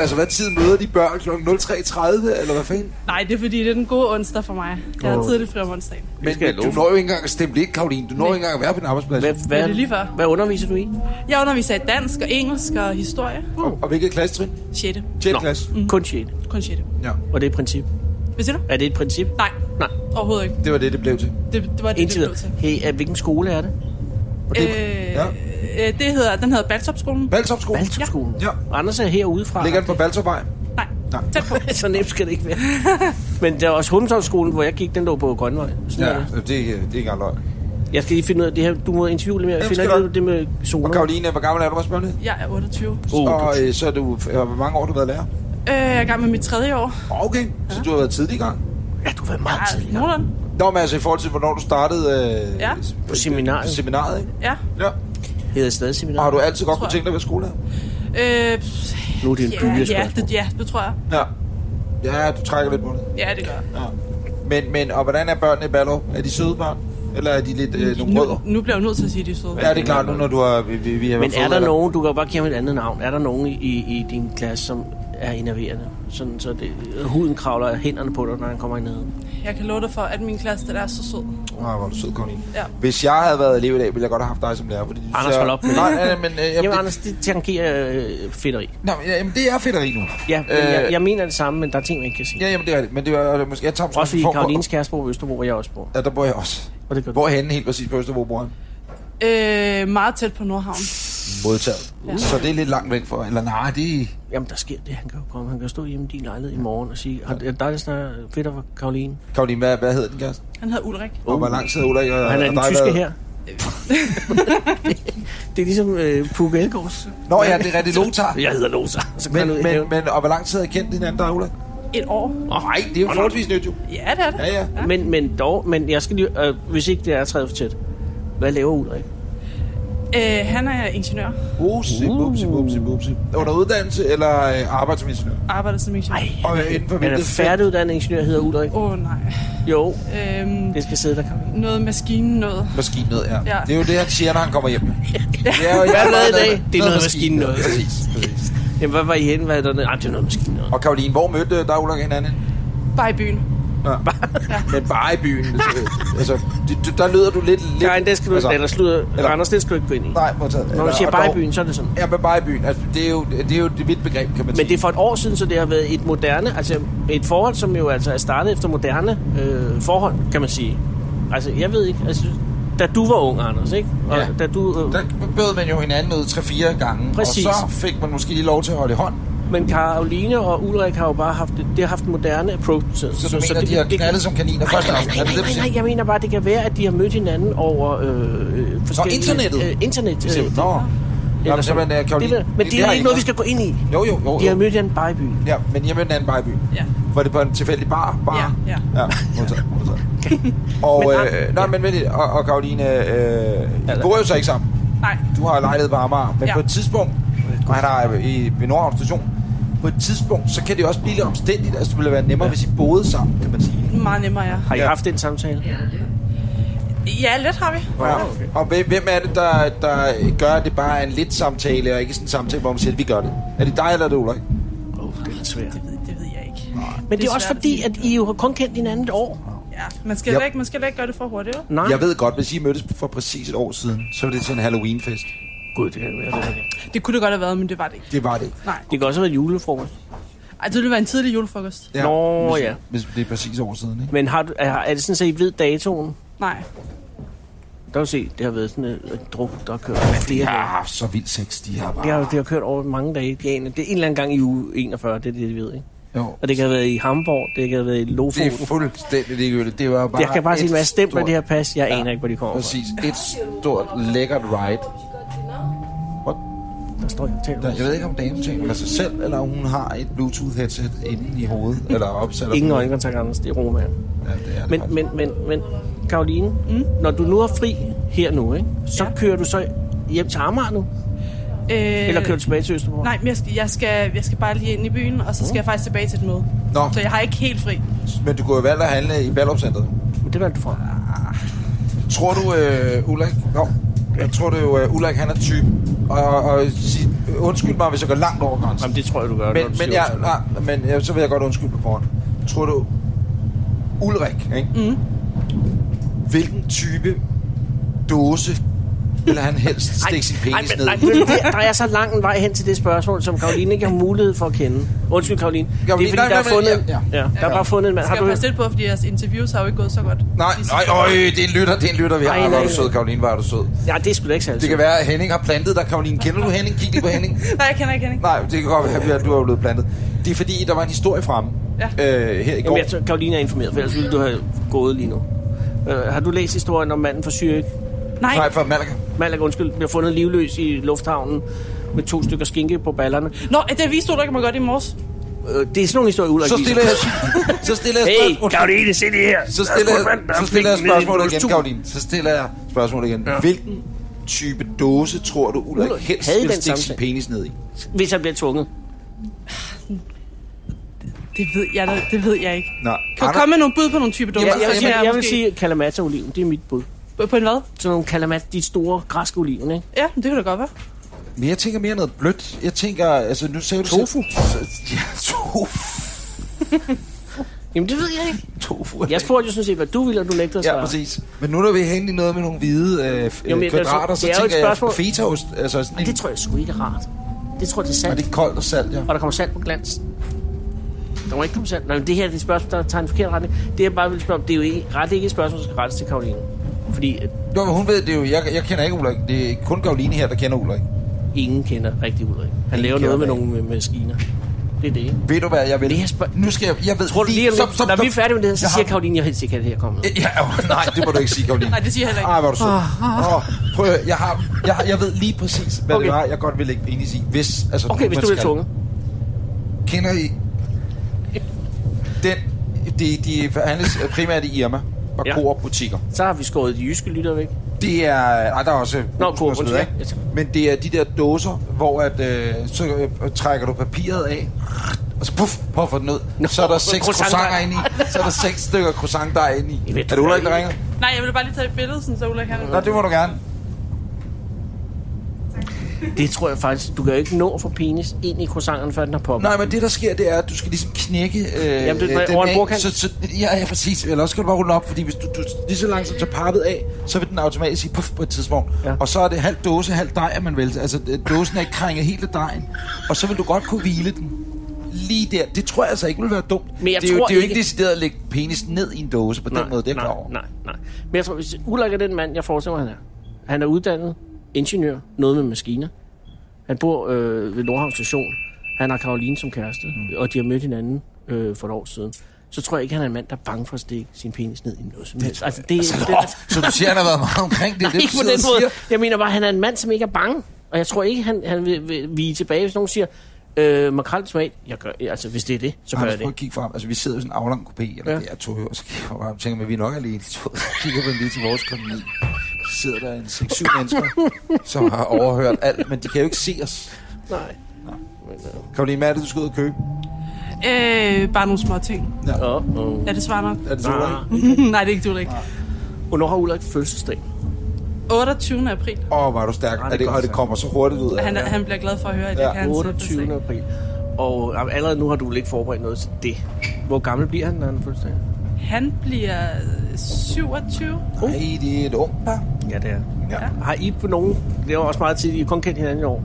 S1: Altså, hvad tid møder de børn? Kl. 03.30, eller hvad fanden?
S3: Nej, det er fordi, det er den gode onsdag for mig. Jeg har tidligt fri om onsdagen.
S1: Men,
S5: skal jeg
S1: men du
S5: love.
S1: når jo ikke engang at stemme ind, Karoline. Du når jo ikke engang at være på din arbejdsplads.
S5: Hvad, hvad,
S3: det er lige før.
S5: hvad underviser du i?
S3: Jeg underviser i dansk og engelsk og historie.
S1: Og, og hvilket klassetrin?
S3: 6.
S1: 10.
S5: Nå.
S1: klasse.
S5: Mm. Kun 6.
S3: Kun 6.
S1: Ja,
S5: Og det er et princip.
S3: Hvad siger du?
S5: Er det et princip?
S3: Nej,
S5: Nej.
S3: overhovedet ikke.
S1: det var det, det blev til.
S3: Det, det var det, det
S5: Indtil
S3: blev til.
S5: videre. Hey, er, hvilken skole er det?
S3: Øh,
S1: Ja.
S3: ja. øh, det hedder, den hedder Baltopskolen.
S1: Baltopskolen.
S5: Baltopskolen.
S1: Ja.
S5: Anders er herudefra.
S1: Ligger den på Baltopvej?
S3: Nej,
S1: Nej.
S3: tæt på.
S5: Så nemt skal det ikke være. Men der er også Humsholmskolen, hvor jeg gik, den lå på Grønvej. Sådan
S1: Ja,
S5: er det.
S1: det er, ikke- det er ikke engang løgn.
S5: Jeg skal lige finde ud af det her. Du må interviewe lidt mere. Jeg
S1: Hvem skal
S5: finder ikke
S1: du-
S5: ud af det med
S1: Og
S5: zoner.
S1: Karoline, hvor gammel er du, må jeg spørge om det?
S3: Jeg er 28.
S5: Oh,
S1: Og øh, så er du, øh, hvor mange år har du været lærer?
S3: Øh, jeg er i gang med mit tredje år.
S5: Ah,
S1: Okay, så du har været tidlig i gang.
S5: ja, du har været meget
S3: Ja,
S5: tidligere.
S3: nogenlunde.
S1: Nå, men altså i forhold til, hvornår du startede øh,
S3: Ja.
S5: På seminariet.
S1: seminariet, ikke?
S3: Ja.
S1: Ja.
S5: Jeg hedder stadig
S1: Og har
S5: seminar.
S1: du altid godt kunne
S3: jeg.
S1: tænke dig at være skolelærer?
S3: Øh,
S5: Nu er det en
S3: ja,
S5: bølge
S3: ja,
S5: spørgsmål.
S3: det, ja, det tror jeg.
S1: Ja. Ja, du trækker lidt på det.
S3: Ja, det gør jeg.
S1: Men, men, og hvordan er børnene i Ballerup? Er de søde børn? Eller er de lidt øh, nogle rødder?
S3: Nu, nu bliver jeg nødt til at sige, at de er søde.
S1: Ja, det er klart nu, når du har... Vi, vi, vi har
S5: Men
S1: fået
S5: er der
S1: alder.
S5: nogen, du kan jo bare give ham et andet navn, er der nogen i, i i din klasse, som er enerverende? Sådan, så det, huden kravler af hænderne på dig, når han kommer ned.
S3: Jeg kan love dig for, at min klasse, den er så sød.
S1: Ah, hvor er du sød, Connie.
S3: Ja.
S1: Hvis jeg havde været elev i dag, ville jeg godt have haft dig som lærer. Fordi du
S5: Anders,
S1: ser-
S5: hold op med det.
S1: Nej, nej, nej, men... Øh, jamen,
S5: Jamen,
S1: det,
S5: Anders, det tangerer øh, fedteri.
S1: nej, men, jamen, det er fedteri nu.
S5: Ja, men
S1: Øh,
S5: jeg, jeg mener det samme, men der er ting, man ikke kan sige.
S1: Ja, jamen, det er det. Men det var måske... Jeg tager måske
S5: Også fordi
S1: for-
S5: Karolines kæreste bor i Østerbro, hvor jeg også bor.
S1: Ja, der bor jeg også.
S5: Og det gør du.
S1: Hvor henne helt præcis på Østerbro bor han?
S3: Øh, meget tæt på Nordhavn.
S1: Modtaget. Ja. Så det er lidt langt væk for... Eller nej, det er...
S5: Jamen, der sker det. Han kan jo komme. Han kan stå hjemme i din lejlighed i morgen og sige, har er det dig, der snakker fedt for Karoline?
S1: Karoline, hvad, hvad hedder den, kæreste?
S3: Han hedder Ulrik.
S1: Og hvor lang tid er Ulrik og
S5: Uh. Han er
S1: og
S5: den
S1: dig
S5: tyske
S1: været-
S5: her. det er ligesom øh, Puk Elgårds.
S1: Nå ja, det er rigtig Lothar.
S5: Jeg hedder Losa. Så går han ud i
S1: Men, men,
S5: haven.
S1: men, og hvor lang tid har I kendt hinanden, der er Ulrik?
S3: Et år.
S1: Nej, det er jo forholdsvis nyt, jo.
S3: Ja, det er det.
S1: Ja, ja.
S5: Men, men dog, men jeg skal lige, øh, hvis ikke det er træet for tæt, hvad laver Ulrik?
S3: Øh, han er ingeniør.
S1: Bupsi, bupsi, bupsi, bupsi. Under uddannelse eller øh, arbejdsmæssigt?
S3: Arbejder som ingeniør.
S5: Ej,
S1: Og øh, inden for
S5: han er
S1: hvilket felt?
S5: færdiguddannet ingeniør, hedder Ulrik.
S3: Åh, oh, nej.
S5: Jo,
S3: Øhm,
S5: det skal sidde der, Karoline.
S3: noget maskinen, noget.
S1: Maskinet, ja.
S3: Ja.
S1: ja. Det er jo det, han siger, når han kommer hjem. Det er jo,
S5: Hvad er det i dag?
S1: med-
S5: Det er noget maskine noget.
S1: Præcis, præcis.
S5: Jamen, hvad var I henne? Hvad er der? Nej, det er noget maskine.
S1: Og Karoline, hvor mødte øh, dig og Ulrik hinanden?
S3: Bare i byen.
S1: Ja. Men bare i byen. Altså, altså, det- det- der lyder du lidt... lidt Altså,
S5: Nej, det skal du ikke, eller slutter, eller, Anders, det skal du ikke gå ind i.
S1: Nej, modtaget.
S5: Når du
S1: Eller-
S5: siger
S1: og
S5: bare i
S1: dog-
S5: byen, så er det sådan.
S1: Ja, men bare i byen. Altså, det er jo, det er jo det er mit begreb, kan man sige.
S5: Men det er for et år siden, så det har været et moderne, altså et forhold, som jo altså er startet efter moderne øh, forhold, kan man sige. Altså, jeg ved ikke, altså, da du var ung, Anders, ikke? Og
S2: Ja.
S5: da du, øh,
S2: Der bød man jo hinanden ud 3-4 gange,
S5: Præcis.
S2: og så fik man måske lige lov til at holde i hånd.
S5: men Karoline og Ulrik har jo bare haft, det har haft en moderne approach. til-
S2: Så, så du mener, de har
S5: kan-
S2: knaldet som kaniner første aften? Er det det, du
S5: Nej,
S2: siger?
S5: nej, jeg mener bare, det kan være, at de har mødt hinanden over øh, øh, forskellige...
S2: internettet?
S5: Øh, internet. Øh,
S2: Nå,
S5: eller
S1: men
S5: sådan.
S1: jamen, øh, Caroline,
S5: det, ved- men
S1: det-
S5: det,
S1: det
S5: det er
S1: har
S5: ikke
S1: jeg-
S5: noget, vi skal gå ind i.
S1: Jo, jo, jo.
S5: De har
S1: jo.
S5: mødt hinanden bare i byen.
S1: Ja, men jeg mødte en anden bare i byen.
S3: Ja.
S1: Var det på en tilfældig bar? bar?
S3: Ja, ja.
S1: Ja, modtaget, modtaget. Og,
S5: Men,
S1: øh, nej, men vent lidt. Og, og Karoline, øh, I bor jo så ikke sammen.
S3: Nej.
S1: Du har lejlighed på Amager, men ja.
S3: Ja.
S1: på et tidspunkt, og han har i ved Nordhavn Station, på et tidspunkt, så kan det også blive lidt omstændigt. Altså, det ville være nemmere, ja. hvis I boede sammen, kan man sige.
S3: Meget nemmere, ja.
S5: Har I
S1: Ja.
S5: haft den samtale?
S3: Ja, lidt har vi.
S1: Ja. Ah, Og hvem hvem er det, der, der gør, at det bare er en lidt samtale, og ikke sådan en samtale, hvor man siger, at vi gør det? Er det dig, eller er det Ulrik?
S5: Åh, oh, det er lidt svært.
S3: Det ved, det ved jeg ikke.
S5: Men det
S3: Det
S5: er
S3: er
S5: også
S3: svært at
S5: fordi,
S3: sige.
S5: at I jo har kun kendt hinanden et år.
S3: Ja, man skal,
S1: Ja.
S3: yep. ikke, man skal heller ikke gøre det for hurtigt, jo.
S5: Nej.
S1: Jeg ved godt, hvis I mødtes for præcis et år siden, så var det til en Halloween-fest.
S5: Gud, det kan være det. er det.
S3: Det kunne det godt have været, men det var det ikke.
S1: Det var det.
S3: Nej.
S5: Det kan også have været julefrokost.
S3: Ej, det ville være en tidlig julefrokost.
S1: Ja.
S5: Nå,
S1: hvis,
S5: ja.
S1: Hvis det er præcis år siden, ikke?
S5: Men har, du- er, er det sådan, at I ved datoen?
S3: Nej.
S5: Der kan du se, det har været sådan et, et druk, der har kørt over flere dage.
S1: Ja, så vild sex, de har
S5: Det
S1: bare.
S5: har, det har kørt over mange dage. Det er, en, det er en eller anden gang i uge 41, det er det, de ved, ikke?
S1: Jo.
S5: Og det kan have været i Hamburg, det kan have været i
S1: Det
S5: Lofoten.
S1: er fuldstændig ligegyldigt. Det var bare
S5: Jeg kan bare sige,
S1: et
S5: når jeg stempler
S1: stort-
S5: det her pas, jeg aner ikke, hvor de kommer fra.
S1: Præcis. Et stort, lækkert ride.
S5: Der står ikke
S1: Der,
S5: hotel.
S1: jeg ved ikke, om damen tænker sig selv, eller om hun har et Bluetooth-headset inde i hovedet, eller opsat.
S5: Ingen øjenkontakt, Anders. Det er Roma.
S1: Ja, det er det
S5: Men,
S1: faktisk.
S5: men, men, men Karoline, mm? når du nu er fri her nu, ikke? så ja. kører du så hjem til Amager nu?
S3: Øh,
S5: Eller kører du tilbage til Østerborg?
S3: Nej, men jeg skal, jeg, skal, jeg skal bare lige ind i byen, og så skal jeg faktisk tilbage til et møde.
S1: Nå.
S3: Så jeg har ikke helt fri.
S1: Men du kunne jo valgt at handle i ballerup -centret.
S5: Det valgte du fra.
S1: Tror du, øh, Ulrik... Nå, jeg tror du, øh, Ulrik han er typen. Og, og, og sig, undskyld mig, hvis jeg går langt over grænsen.
S5: Jamen, det tror jeg, du gør. når
S1: Men,
S5: du
S1: men,
S5: siger
S1: jeg,
S5: det.
S1: nej, men jeg, så vil jeg godt undskylde på forhånd. Tror du, Ulrik, ikke? Mm. hvilken type dåse vil han helst stikke sin
S5: Ej,
S1: penis
S5: men,
S1: ned
S5: nej,
S1: i?
S5: men det, der er så lang en vej hen til det spørgsmål, som Karoline ikke har mulighed for at kende. Undskyld, Karoline. Det er fordi,
S1: Caroline, nej,
S5: der er
S1: nej,
S5: fundet...
S1: ja,
S5: Ja,
S1: ja.
S5: der er bare fundet en mand.
S3: Skal
S5: Har
S3: jeg
S5: du...
S3: passe lidt på, fordi jeres interviews har jo ikke gået så godt.
S1: Nej, nej, øj, det er en lytter, det er en lytter, vi har.
S5: Ej,
S1: Ej, hvor er
S5: nej.
S1: du sød, Karoline, hvor er du sød.
S5: Ja, det er sgu da ikke særlig
S1: Det kan
S5: sødt.
S1: være, at Henning har plantet dig, Karoline. Kender du Henning? Kig lige på Henning.
S3: Nej, jeg kender ikke Henning.
S1: Nej, det kan godt være, at du er jo blevet blandet. Det er fordi, der var en historie fremme
S3: Ja.
S1: øh, her i går.
S5: Jamen, jeg tror, Karoline er informeret, for ellers ville du have gået lige nu. Uh, har du læst historien om manden fra Zürich?
S3: Nej,
S1: Nej, fra Malaga.
S5: Malaga, undskyld, bliver fundet livløs i lufthavnen med to stykker skinke på ballerne.
S3: Nå, det viste du dig mig godt i morges.
S5: Øh, det er sådan nogle historier, Ulrik
S1: Så
S5: viser.
S1: stiller jeg, så stiller jeg
S5: Hey,
S1: spørgsmål.
S5: Karoline, se det her.
S1: Så stiller,
S5: Der er
S1: jeg,
S5: spurgt mand, der er
S1: så stiller jeg
S5: flink nede i
S1: spørgsmålet igen,
S5: stuen.
S1: Karoline. Så stiller jeg spørgsmålet igen. Ja. Hvilken type dåse tror du, Ulrik
S5: Ulrik
S1: helst
S5: havde
S1: vil
S5: den
S1: stikke sin
S5: samtale.
S1: penis ned i?
S5: Hvis han bliver tvunget.
S3: Det ved jeg, da- det ved jeg ikke.
S1: Nej.
S3: Kan du komme med nogle bud på nogle typer
S5: Jeg,
S3: doser?
S5: jeg,
S3: Så
S5: jeg,
S3: kan
S5: jeg, jeg vil
S3: måske-
S5: sige kalamata-oliven, det er mit bud.
S3: På en hvad?
S5: Sådan nogle kalamata, de store græske oliven, ikke?
S3: Ja, det kunne da godt være.
S1: Men jeg tænker mere noget blødt. Jeg tænker, altså nu sagde du
S5: Tofu.
S1: Selv, ja, tofu.
S5: Jamen, det ved jeg ikke.
S1: tofu.
S5: Jeg spurgte jo sådan set, hvad du ville, og du nægtede at svare.
S1: Ja, præcis. Men nu er vi henne i noget med nogle hvide øh, f-
S5: Jamen,
S1: øh,
S5: jeg- altså,
S1: kvadrater, så
S5: det er jo et
S1: tænker jeg
S5: spørgsmål.
S1: fetaost. Altså sådan en,
S5: Det tror jeg sgu ikke er rart. Det tror jeg, det er
S1: og
S5: salt.
S1: det er koldt og salt, ja.
S5: Og der kommer salt på glans. Der må ikke komme salt. Nej, men det her det er et spørgsmål, der tager en forkert retning. Det jeg bare vil spørge om, det er jo ikke, ret ikke et spørgsmål, der skal rettes til Karoline. Fordi at
S1: Jo, men hun ved det jo. Jeg, jeg kender ikke Ulrik. Det er kun Karoline her, der kender Ulrik.
S5: ingen kender rigtig Ulrik. Han laver
S1: kender
S5: noget med
S1: Ulrik.
S5: nogle øh, maskiner. Det er det, ikke?
S1: Ved du, hvad jeg vil?
S5: Det her spørg-
S1: Nu skal jeg... Jeg ved...
S5: Tror du lige, om lidt, når vi er færdige med det her, så
S1: Jeg
S5: siger
S1: har-
S5: Karoline, jeg helst ikke kan det her komme. med.
S1: Ja, oh, nej, det må du ikke sige, Karoline.
S3: Nej, det siger jeg heller ikke.
S1: Ej, hvor er du sød. Oh, prøv at høre, jeg, har, jeg, har, jeg ved lige præcis, hvad okay.
S5: Okay.
S1: det var, jeg godt vil lægge penis i. Hvis, altså,
S5: Okay, hvis
S1: man
S5: du bliver
S1: skal-
S5: tvunget.
S1: Kender I... Den, de, de forhandles primært i Irma og ja.
S5: Ja.
S1: Coop butikker.
S5: Så har vi skåret de jyske lytter væk.
S1: Det er... Ej, der er også...
S5: Nå, Coop,
S1: og så videre,
S5: undskyld.
S1: ikke? Men det er de der dåser, hvor at, øh, så øh, trækker du papiret af, og så puff, puffer den ud.
S5: Nå,
S1: så er der seks
S5: croissantdej.
S1: croissanter inde i. Så er der seks stykker croissant, der er inde i.
S5: Jeg
S1: Er
S5: ved
S1: det
S5: du
S1: Ulrik, der
S5: hvad.
S1: ringer?
S3: Nej, jeg ville bare lige tage et billede, sådan, så Ulla kan...
S1: Nå, det må du gerne.
S5: Det tror jeg faktisk, du kan jo ikke nå for penis ind i croissanten, før den har poppet.
S2: Nej, men det der sker, det er, at du skal ligesom knække øh,
S5: Jamen, det er
S2: øh,
S5: over en
S2: af,
S5: bordkant.
S2: så, så, ja, ja, præcis. Eller også skal du bare rulle den op, fordi hvis du, du lige så langsomt tager pappet af, så vil den automatisk sige puff på et tidspunkt. Ja. Og så er det halv dåse, halv dej, at man vælger. Altså, øh, dåsen er ikke krænget helt af dejen. Og så vil du godt kunne hvile den lige der. Det tror jeg altså ikke vil være dumt.
S5: Men jeg
S2: det er, jo,
S5: tror
S2: det er jo
S5: ikke-
S2: ikke decideret at lægge penis ned i en dåse på den måde, det er jeg
S5: nej,
S2: klar over.
S5: nej, nej. Men jeg tror, hvis Ulrik er den mand, jeg forestiller mig, han er. Han er uddannet ingeniør, noget med maskiner. Han bor øh, ved Nordhavn Station. Han har Karoline som kæreste, mm. og de har mødt hinanden øh, for et år siden. Så tror jeg ikke, han er en mand, der er bange for at stikke sin penis ned i noget som helst. Altså, det, det, det,
S2: Så du siger, han har været meget omkring det. er det,
S5: ikke
S2: du
S5: på
S2: sidder
S5: den
S2: og
S5: måde.
S2: siger.
S5: Jeg mener bare, han er en mand, som ikke er bange. Og jeg tror ikke, han, han vil, vil vige tilbage, hvis nogen siger, øh, makrel i tomat. Jeg gør, altså, hvis det er det, så gør
S1: Anders,
S5: jeg
S1: prøv at
S5: det.
S1: kigge frem. Altså, vi sidder i sådan en aflang kopé, eller ja.
S5: Ja.
S1: det er to år, så kigger jeg frem. Tænker, men vi er nok alene i toget. Så Kigger man lige til vores koloni. Så sidder der en 6-7 mennesker, som har overhørt alt, men de kan jo ikke se os.
S5: Nej.
S1: Karoline, hvad er det, du skal ud og købe?
S3: Øh, bare nogle små ting.
S5: Uh-oh.
S3: Er det svar nok?
S1: Er det så
S5: Ah.
S1: ah.
S3: Nej, det er ikke du, ikke.
S5: Hvornår har Ulrik fødselsdag?
S3: 28. april.
S1: Åh, var du stærk.
S5: Ah,
S1: Ah, det
S5: det er
S1: er det,
S5: godt
S1: og det
S5: sagt.
S1: kommer så hurtigt ud af.
S3: Han, han bliver glad for at høre, at
S1: Ja.
S3: jeg kan sætte sig.
S5: 28. april. Og jamen, allerede nu har du vel ikke forberedt noget til det. Hvor gammel bliver han, når han har fødselsdag?
S3: Han bliver øh, 27.
S1: Nej, det er et ung par.
S5: Ja, det er
S1: Ja.
S5: Har I på nogen, det er jo også meget tidligt, I har kun kendt hinanden i år,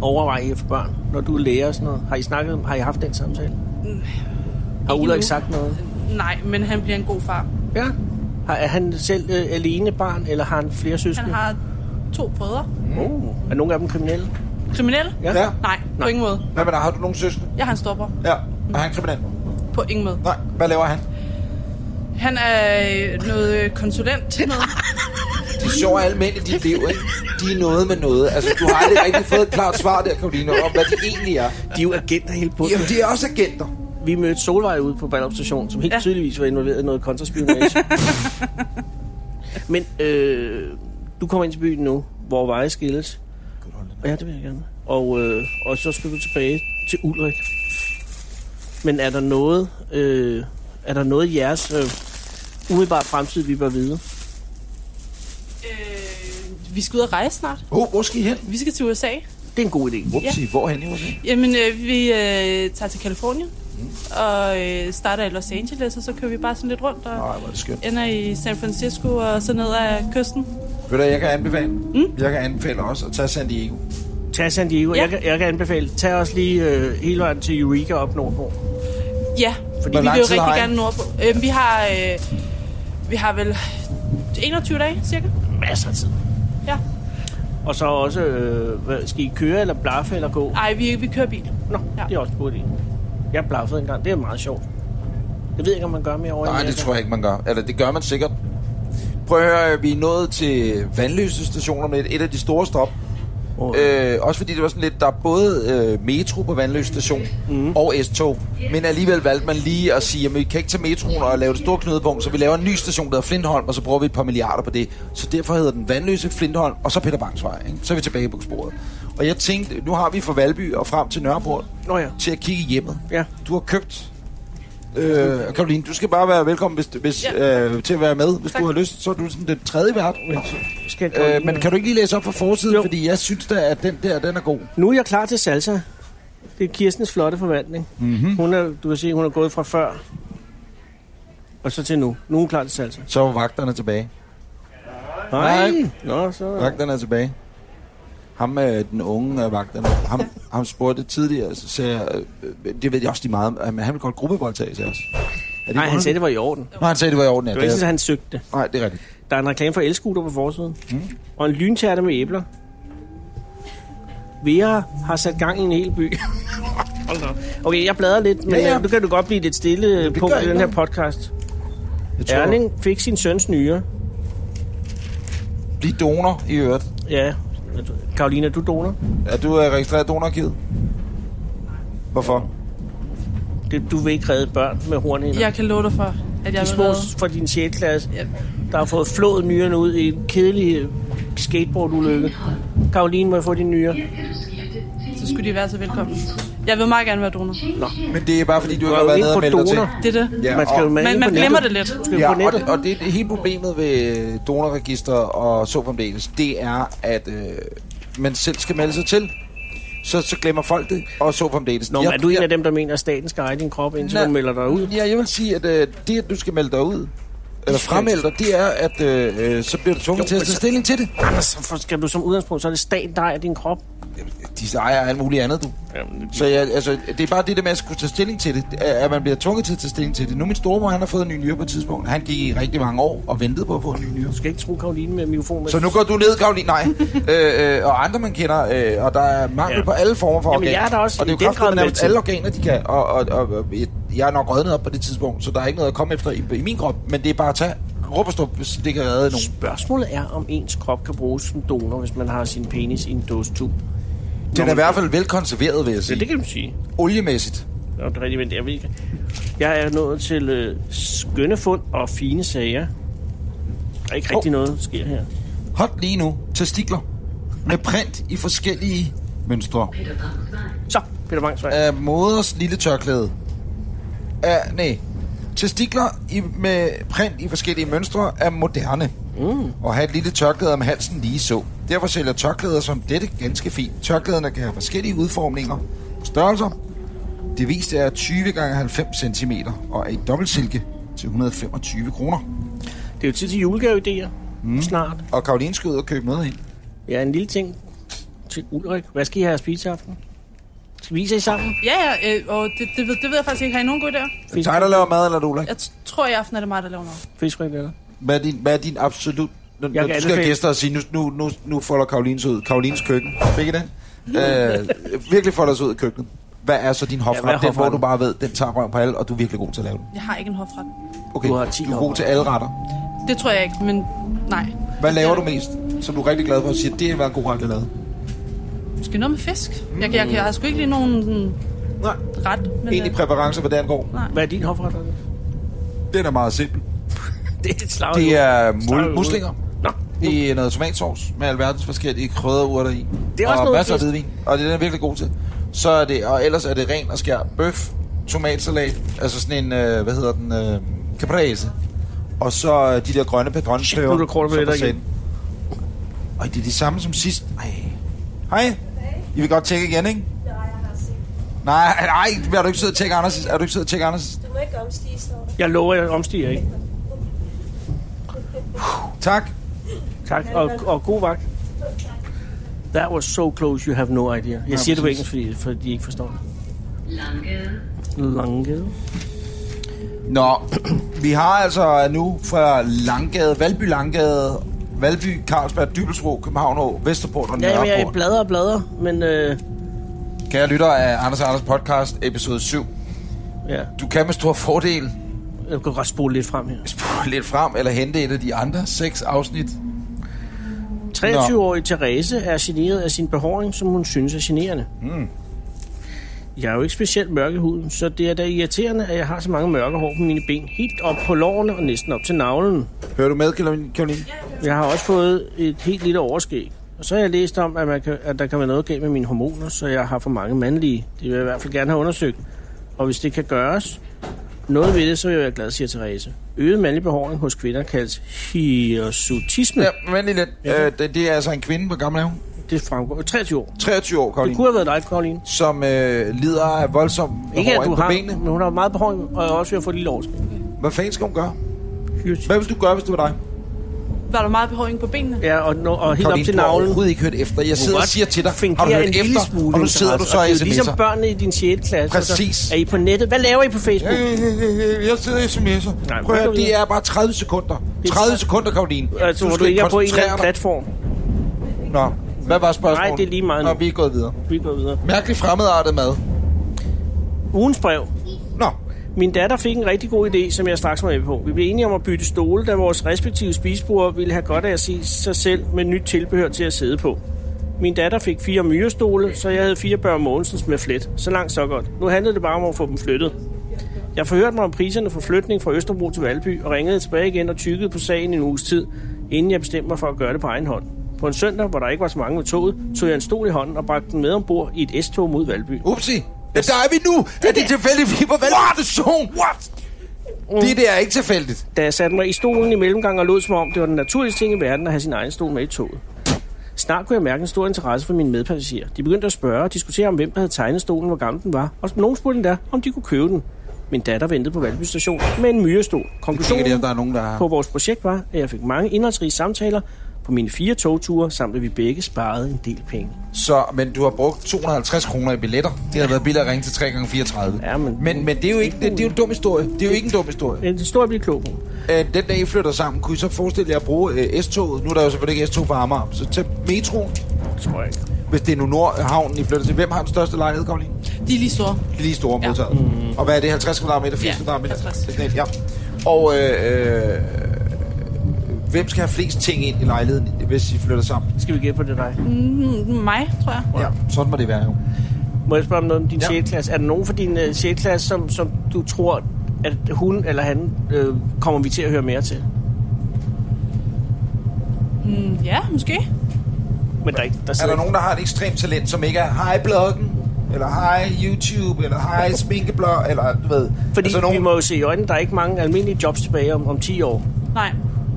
S5: overvejer I at få børn, når du er lærer og sådan noget? Har I snakket, har I haft den samtale? Har
S3: Ikke
S5: Ulrik
S3: nu.
S5: sagt noget?
S3: Nej, men han bliver en god far.
S5: Ja. Har, er han selv øh, alene barn, eller har han flere
S3: Han
S5: søskende?
S3: har to brødre.
S5: Oh. Er nogle af dem kriminelle?
S3: Kriminelle?
S5: Ja.
S1: Ja.
S3: Nej, på
S5: Nej.
S3: ingen måde.
S1: Hvad med dig? Har du nogen søskende?
S3: Jeg har en storbror.
S1: Ja. Er han kriminel?
S3: På ingen måde.
S1: Nej. Hvad laver han?
S3: Han er øh, noget øh, konsulent. Noget.
S1: Det er sjovt, at alle mænd i dit liv, ikke? De er noget med noget. Altså, du har aldrig rigtig fået et klart svar der, Karoline, om hvad de egentlig er.
S5: De er jo agenter hele bunden.
S1: Jamen, de er også agenter.
S5: Vi mødte Solvej ude på Ballerup Station, som helt ja.
S3: Ja.
S5: tydeligvis var involveret i noget kontraspionage. Men øh, du kommer ind til byen nu, hvor veje skilles. Ja, det vil jeg gerne. Og, øh, og så skal du tilbage til Ulrik. Men er der noget, øh, er der noget i jeres øh, umiddelbare fremtid, vi bør vide?
S3: øh, vi skal ud og rejse snart.
S1: Oh, hvor skal I hen?
S3: Vi skal til USA.
S5: Det er en god idé.
S1: Upsi, ja. hvorhen i USA?
S3: Jamen, øh, vi øh, tager til Kalifornien. Og øh, starter i Los Angeles, og så kører vi bare sådan lidt rundt. Og
S1: Nej, hvor er det skønt.
S3: ender i San Francisco og så ned ad kysten.
S1: Ved du, jeg kan anbefale. Mm? Jeg kan anbefale også at tage E San Diego.
S5: Tag San Diego.
S3: Ja.
S5: Ja. Jeg, kan- jeg kan anbefale, tag også lige øh, hele vejen til Eureka op nordpå.
S3: Ja, fordi
S1: Hvor
S3: vi
S1: lang
S3: vil jo
S1: tid
S3: rigtig
S1: har I?
S3: gerne nordpå. Øh, vi har øh, vi har vel 21 dage cirka.
S5: Masser af tid.
S3: Ja.
S5: Og så også, øh, hvad, skal I køre, eller blaffe, eller gå?
S3: Ej, vi, vi kører bil.
S5: Nå, ja.
S3: Ja.
S5: det er også en god idé. Jeg blaffede engang. Det er meget sjovt. Jeg ved ikke, om man gør mere over i
S1: Nej, det
S5: Amerika.
S1: tror jeg ikke, man gør. Eller det gør man sikkert. Prøv at høre, øh, vi er nået til Vandløse Station om lidt. Et af de store stop.
S5: Åh,
S1: Øh, også fordi det var sådan lidt, der er både øh, metro på Vandløse Station
S5: Mhm.
S1: mm. og S-tog. Men alligevel valgte man lige at sige, at vi kan ikke tage metroen og lave det store knudepunkt, så vi laver en ny station, der hedder Flintholm, og så bruger vi et par milliarder på det. Så derfor hedder den Vandløse Flintholm, og så Peter Bangsvej. Ikke? Så er vi tilbage på sporet. Og jeg tænkte, nu har vi fra Valby og frem til Nørreport
S5: Nå ja.
S1: til at kigge i hjemmet.
S5: Ja.
S1: Du har købt. Øh, Karoline, du skal bare være velkommen hvis, hvis, ja. øh, til at være med, hvis tak. du har lyst. Så er du sådan den tredje vært.
S5: Skal jeg
S1: Øh, men kan du ikke lige læse op fra forsiden?
S5: Jo.
S1: Jo. Fordi jeg synes da, at den der, den er god.
S5: Nu er jeg klar til salsa. Det er Kirstens flotte forvandling.
S1: Mhm.
S5: Mm-hmm. Hun er, du kan se, hun er gået fra før og så til nu. Nu er hun klar til salsa.
S1: Så var vagterne tilbage.
S5: Nej.
S1: Nej.
S5: Nå, så...
S1: Vagterne er tilbage. Ham øh, den unge af vagterne, ham, ham spurgte tidligere, så sagde jeg, øh, det ved jeg også de meget, om, men han vil godt gruppevoldtages os.
S5: Nej, han sagde, det var i orden. Det
S1: Nej, han sagde, det var i orden. Ja.
S5: var ikke
S1: Det
S5: sådan,
S1: er,
S5: at han søgte det.
S1: nej, det er rigtigt.
S5: Der er en reklame for elskuter på forsiden. Mm. Og en lyntærte med æbler. Vera har sat gang i en hel by. Hold da op. okay, jeg bladrer lidt, men
S1: Ja,
S5: ja,
S1: ja.
S5: ja. nu kan du godt blive lidt stille øh,
S1: det
S5: på
S1: gør
S5: i
S1: ikke
S5: den her
S1: noget.
S5: podcast.
S1: Jeg tror,
S5: Erling fik sin søns nyre.
S1: Bliv donor i øvrigt.
S5: Ja. Karolina, er du donor?
S1: Er du øh, registreret donorarkivet? Hvorfor?
S5: Det, du vil ikke redde børn med hornhinder.
S3: Jeg kan love dig for, at jeg
S5: De
S3: vil
S5: små
S3: redde.
S5: fra din 6. klasse,
S3: Ja.
S5: der har fået flået nyrerne ud i en kedelig øh, skateboardulykke. Karoline, må jeg få din nyre?
S3: Så skulle de være så velkommen. Jeg vil meget gerne være donor.
S1: Men det er bare fordi, du
S5: Du
S1: ikke
S5: er
S1: har
S5: jo
S1: været
S5: ikke
S1: nede og
S5: på
S1: meldt dig til.
S5: donor.
S3: Det er det.
S1: Ja,
S5: Man skal
S1: og-
S5: jo med
S3: Men
S5: ind
S3: man
S5: på
S3: glemmer det
S5: nettet.
S3: lidt.
S5: Du skal jo på
S1: Ja, og,
S5: nettet.
S1: det, og det, det hele problemet ved donorregister og så fremdeles, det er, at øh, man selv skal melde sig til, så, så glemmer folk det, og så fremdeles.
S5: Nå, men er du en af dem, der mener, at staten skal eje din krop, indtil du melder dig ud?
S1: Ja, jeg vil sige, at øh, det, at du skal melde dig ud, eller fremmelde dig, det er, at øh, øh, så bliver du tvunget
S5: Jo,
S1: til at tage
S5: men så-
S1: stilling til det.
S5: Anders, så skal du som udgangspunkt, så er det staten, der ejer din krop.
S1: De ejer alt muligt andet, du.
S5: Jamen,
S1: Så jeg, altså, det er bare det der med at skulle tage stilling til det, at at man bliver tvunget til at tage stilling til det. Nu min stormor, han har fået en ny nyre på et tidspunkt. Han gik i rigtig mange år og ventede på at få en ny nyre.
S5: Du skal ikke tro Karoline med mikrofon. Med.
S1: Så nu går du ned, Karoline. Nej. øh, øh, og andre, man kender. Øh, og der er mangel
S5: Ja.
S1: ja. på alle former for
S5: Jamen,
S1: organer.
S5: jeg er da også
S1: og det er
S5: i den
S1: jo kraftigt,
S5: grad
S1: at
S5: med
S1: nærmest
S5: til.
S1: alle organer, de kan. Og, og, og, og jeg er nok rødnet op på det tidspunkt, så der er ikke noget at komme efter i, i min krop. Men det er bare at tage rup og stup, hvis det kan redde nogen.
S5: Spørgsmålet er, om ens krop kan bruges som donor, hvis man har sin penis i en dåse tub.
S1: Den er i hvert fald velkonserveret, vil jeg
S5: Ja,
S1: sige.
S5: det kan du sige.
S1: Oliemæssigt.
S5: Nå, det er rigtigt, men jeg ved ikke. Jeg er nået til øh, skønne fund og fine sager. Der er ikke rigtig oh. noget, der sker her.
S1: Hot lige nu. Testikler. Med print i forskellige mønstre.
S5: Så, Peter Bangsvej.
S1: af moders lille tørklæde. Af, nej, testikler i, med print i forskellige mønstre er moderne. Mm. Og have et lille tørklæde om halsen lige så. Derfor sælger tørklæder som dette ganske fint. Tørklæderne kan have forskellige udformninger og størrelser. Det viste er 20 x 90 cm og er i dobbeltsilke til 125 kroner.
S5: Det er jo tid til julegaveidéer. Mm. Snart.
S1: Og Karoline skal ud og købe noget ind.
S5: Ja, en lille ting til Ulrik. Hvad skal I have at spise i aften? Skal vi se sammen?
S3: Ja, ja, øh, og det, det, ved, det ved jeg faktisk ikke. Har I nogen gode idéer?
S1: Er det dig, der laver mad, eller er det Ulrik?
S3: Jeg t- tror, i aften er det mig, der laver noget.
S5: Fiskrigeller?
S1: Hvad er din, hvad er din absolut... Når, når
S5: kan
S1: du skal have
S5: anbefale-
S1: gæster og sige, nu, nu, nu, nu folder Karolines ud. Karolines køkken. Fik I den? Øh, virkelig folder os ud i køkkenet. Hvad er så din
S5: hvad er
S1: hofret? Ja, den, hvor
S5: hofretten?
S1: du bare ved, den tager røven på alle, og du er virkelig god til at lave den.
S3: Jeg har ikke en hofret.
S1: Okay,
S5: Du har ti
S1: du er god
S5: hofretter.
S1: til alle retter.
S3: Det tror jeg ikke, men nej.
S1: Hvad laver du mest, som du er rigtig glad for at sige, det har været en god ret, jeg lavede?
S3: Måske noget med fisk. Jeg, jeg, jeg, jeg har sgu ikke lige nogen mm,
S1: Nej.
S3: ret. Men,
S1: Egentlig præference, hvad det angår.
S5: Hvad er din hofret? Anders?
S1: Den er meget simpel.
S5: Det er et slag.
S1: Det er
S5: Slag ud.
S1: mul- muslinger.
S5: Nå,
S1: i noget tomatsovs med alverdens forskellige krydderurter i.
S5: Det er
S1: og
S5: også noget
S1: masser af
S5: fisk.
S1: hvidvin. Og det er den virkelig god til. Så er det, og ellers er det ren og skær bøf, tomatsalat, altså sådan en, øh, hvad hedder den, øh, caprese. Og så øh, de der grønne
S5: nu er der
S1: padronpøver.
S5: kronpæver igen.
S1: Og det er de samme som sidst. Ej. Hej. I vil godt tjekke igen, ikke? Nej, nej, er du ikke sød at tjekke Anders? Er du ikke sød at tjekke Anders?
S10: Du må ikke omstige sådan noget.
S5: jeg lover, jeg omstiger ikke.
S1: Tak.
S5: Tak, og, og god vagt. That was so close, you have no idea. Jeg siger det på
S1: præcis.
S5: engelsk, fordi, fordi de ikke forstår det.
S6: Langgade.
S5: Langgade.
S1: Nå, vi har altså nu fra Langgade, Valby Langgade, Valby, Carlsberg, Dybelsbro, København og Vesterport og
S5: Ja, jamen, jeg
S1: Nørreport.
S5: bladrer og bladrer, men øh,
S1: Kære lytter af Anders Anders podcast, episode 7.
S5: ja,
S1: Du kan med stor fordel
S5: jeg kan godt spole lidt frem her.
S1: spole lidt frem eller hente et af de andre seks afsnit.
S5: 23-årig Therese er generet af sin behåring, som hun synes er generende. Mm. Jeg er jo ikke specielt mørk i huden, så det er da irriterende, at jeg har så mange mørke hår på mine ben. Helt op på lårene og næsten op til navlen.
S1: Hører du med, Karoline? Karoline?
S5: Jeg har også fået et helt lille overskæg. Og så har jeg læst om, at, man kan, at der kan være noget galt med mine hormoner, så jeg har for mange mandlige. Det vil jeg i hvert fald gerne have undersøgt. Og hvis det kan gøres noget ved det, så vil jeg være glad, siger Therese. Øget mandlig behåring hos kvinder kaldes hirsutisme. Ja.
S1: Ja, vent lige lidt. Øh, det, det, er altså en kvinde, hvor gammel er hun?
S5: Det fremgår 23 år.
S1: 23 år,
S5: Det
S1: Karoline.
S5: kunne have været dig, Karoline.
S1: Som øh, lider af voldsom
S5: Ikke at
S1: behåring
S5: du
S1: på
S5: har,
S1: benene.
S5: men hun har meget behåring, og jeg er også ved at få et lille overskæg.
S1: Hvad fanden skal hun gøre? Hvad vil du gøre, hvis du var dig?
S3: Var øh, der meget behåring på benene?
S5: Ja, og, no, og helt op
S1: Karoline,
S5: til
S1: du har
S5: navlen.
S1: overhovedet ikke hørt efter. Jeg sidder og siger til dig, har du
S5: Fungerer en
S1: hørt
S5: lille
S1: efter,
S5: smule
S1: og nu sidder du
S5: interesse.
S1: så
S5: Og
S1: i
S5: det er jo ligesom
S1: sms'er.
S5: børnene i din 6. klasse. og så
S1: Præcis.
S5: Er I på nettet? Hvad laver I på Facebook?
S1: Øh, Jeg sidder i sms'er.
S5: Nej,
S1: Prøv at
S5: men-
S1: høre, det er bare 30 sekunder. 30 sekunder, Karoline.
S5: Altså, hvor du
S1: skal
S5: ikke er på en eller anden
S1: koncentrere dig.
S5: platform.
S1: Nå, hvad var spørgsmålet?
S5: Nej, det er lige meget
S1: Nå,
S5: nu.
S1: vi er gået videre.
S5: Vi går videre.
S1: Mærkelig fremmedartet mad.
S5: Ugens brev.
S1: Nå,
S5: Min datter fik en rigtig god idé, som jeg straks var med på. Vi blev enige om at bytte stole, da vores respektive spisebord ville have godt af at se sig selv med nyt tilbehør til at sidde på. Min datter fik fire myrestole, så jeg havde fire børn Mogensens med flet. Så langt, så godt. Nu handlede det bare om at få dem flyttet. Jeg forhørte mig om priserne for flytning fra Østerbro til Valby og ringede tilbage igen og tykkede på sagen en uges tid, inden jeg bestemte mig for at gøre det på egen hånd. På en søndag, hvor der ikke var så mange med toget, tog jeg en stol i hånden og bragte den med ombord i et S-tog mod Valby.
S1: upsi. Ja, der er vi nu. Er det tilfældigt, vi er på Valby Station? What? Det der er ikke tilfældigt.
S5: Da jeg satte mig i stolen i mellemgang og lod som om, det var den naturlige ting i verden at have sin egen stol med i toget. Snart kunne jeg mærke en stor interesse for mine medpassagerer. De begyndte at spørge og diskutere om, hvem der havde tegnet stolen, hvor gammel den var. Og nogen spurgte endda, om de kunne købe den. Min datter ventede på Valby station med en myrestol. Konklusionen
S11: der er nogen, der har-
S5: på vores projekt var, at jeg fik mange indholdsrige samtaler på mine fire togture, samt at vi begge sparede en del penge.
S1: Så, men du har brugt 250 kroner i billetter. Det har været billigt at ringe til 3 gange 34
S5: Ja, men...
S1: Men, men det er jo ikke, det, det er jo en dum historie. Det er jo ikke en dum historie.
S5: En historie bliver klog på.
S1: Øh, den dag I flytter sammen, kunne I så forestille jer at bruge øh, S-toget? Nu er der jo selvfølgelig ikke S-tog på Amager. Så tag metroen.
S5: Tror jeg ikke.
S1: Hvis det er nu Nordhavnen, I flytter til. Hvem har den største lejlighed, Karoline?
S3: De er lige store.
S1: De er lige store ja. modtaget. Mm. Og hvad er det? 50 kvadratmeter? 80
S3: Ja,
S1: kvadratmeter? Det er sådan et, Ja. Og øh, øh, hvem skal have flest ting ind i lejligheden, hvis I flytter sammen?
S5: Skal vi gætte på det dig?
S3: Mm, mig, tror jeg.
S1: Ja, sådan må det være jo.
S5: Må jeg spørge om noget om din ja. 6. klasse? Er der nogen fra din uh, 6. klasse, som, som du tror, at hun eller han øh, kommer vi til at høre mere til?
S3: Mm, ja, måske.
S5: Men der er, ikke, der
S1: Er
S5: sidder
S1: der nogen, der har et ekstremt talent, som ikke er hej bloggen, eller hej YouTube, eller hej sminkeblog, eller du ved.
S5: Fordi
S1: altså,
S5: vi må jo se i øjnene, der er ikke mange almindelige jobs tilbage om, om 10 år.
S3: Nej.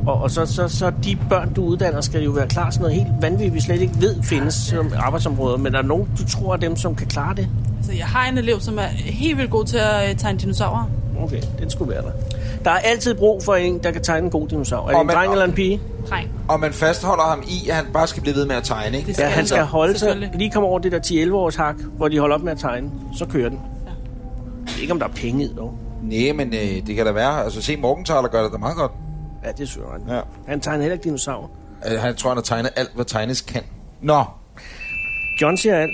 S5: Og, og så, så, så de børn, du uddanner, skal jo være klar til noget helt vanvittigt, vi slet ikke ved findes som arbejdsområder. Men er der nogen, du tror er dem, som kan klare det?
S3: Altså, jeg har en elev, som er helt vildt god til at øh, tegne dinosaurer.
S5: Okay, den skulle være der. Der er altid brug for en, der kan tegne en god dinosaur. Er det
S1: Og
S5: en
S1: men-
S5: dreng eller en pige?
S3: Dreng.
S1: Og man fastholder ham i, at han bare skal blive ved med at tegne, ikke?
S3: Det
S5: Ja,
S3: skal
S5: han skal
S3: så,
S5: holde sig.
S3: selvfølgelig.
S5: Lige komme over det der 10-11 års hak, hvor de holder op med at tegne. Så kører den. Jeg ved Ikke om der er penge i det, dog.
S1: Nej, men øh, det kan da være. Altså, se Morgenthaler gør det da meget godt.
S5: Ja, det synes jeg.
S1: Ja.
S5: Han tegner heller ikke dinosaurer.
S1: Øh, han tror, han har tegnet alt, hvad tegnes kan. Nå,
S5: John siger alt.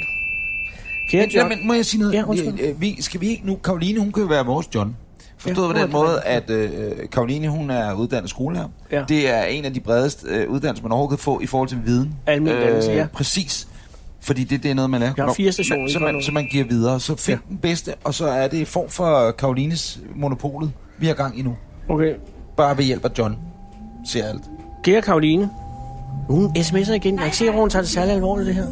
S5: Kære
S1: men,
S5: John.
S1: ja, men må jeg sige noget?
S5: Ja, undskyld.
S1: Øh, øh, vi, skal vi ikke nu? Karoline, hun kan jo være vores John.
S5: Ja,
S1: Forstået
S5: hun
S1: ja,
S5: er
S1: på den måde, at øh, Karoline, hun er uddannet skolelærer.
S5: Ja.
S1: Ja. Det er en af de bredeste øh, uddannelser, man overhovedet kan få i forhold til viden. Øh,
S5: Almen dannelse, ja.
S1: Præcis. Fordi det, det er noget, man lærer.
S5: Jeg har fire stationer
S1: Man- Så
S5: inden for
S1: man,
S5: nu.
S1: så man giver videre. Så find
S5: Ja.
S1: ja. den bedste, og så er det i form for Karolines monopolet, vi har gang i nu.
S5: Okay.
S1: Bare ved hjælp af John, siger alt.
S5: Kære Karoline. Hun sms'er igen. Jeg kan ikke se, hvor hun tager det særlig alvorligt, det her.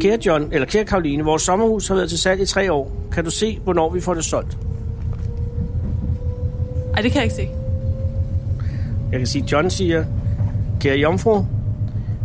S5: Kære John, eller kære Karoline, vores sommerhus har været til salg i tre år. Kan du se, hvornår vi får det solgt?
S3: Ej, det kan jeg ikke se.
S5: Jeg kan sige, John siger, kære jomfru,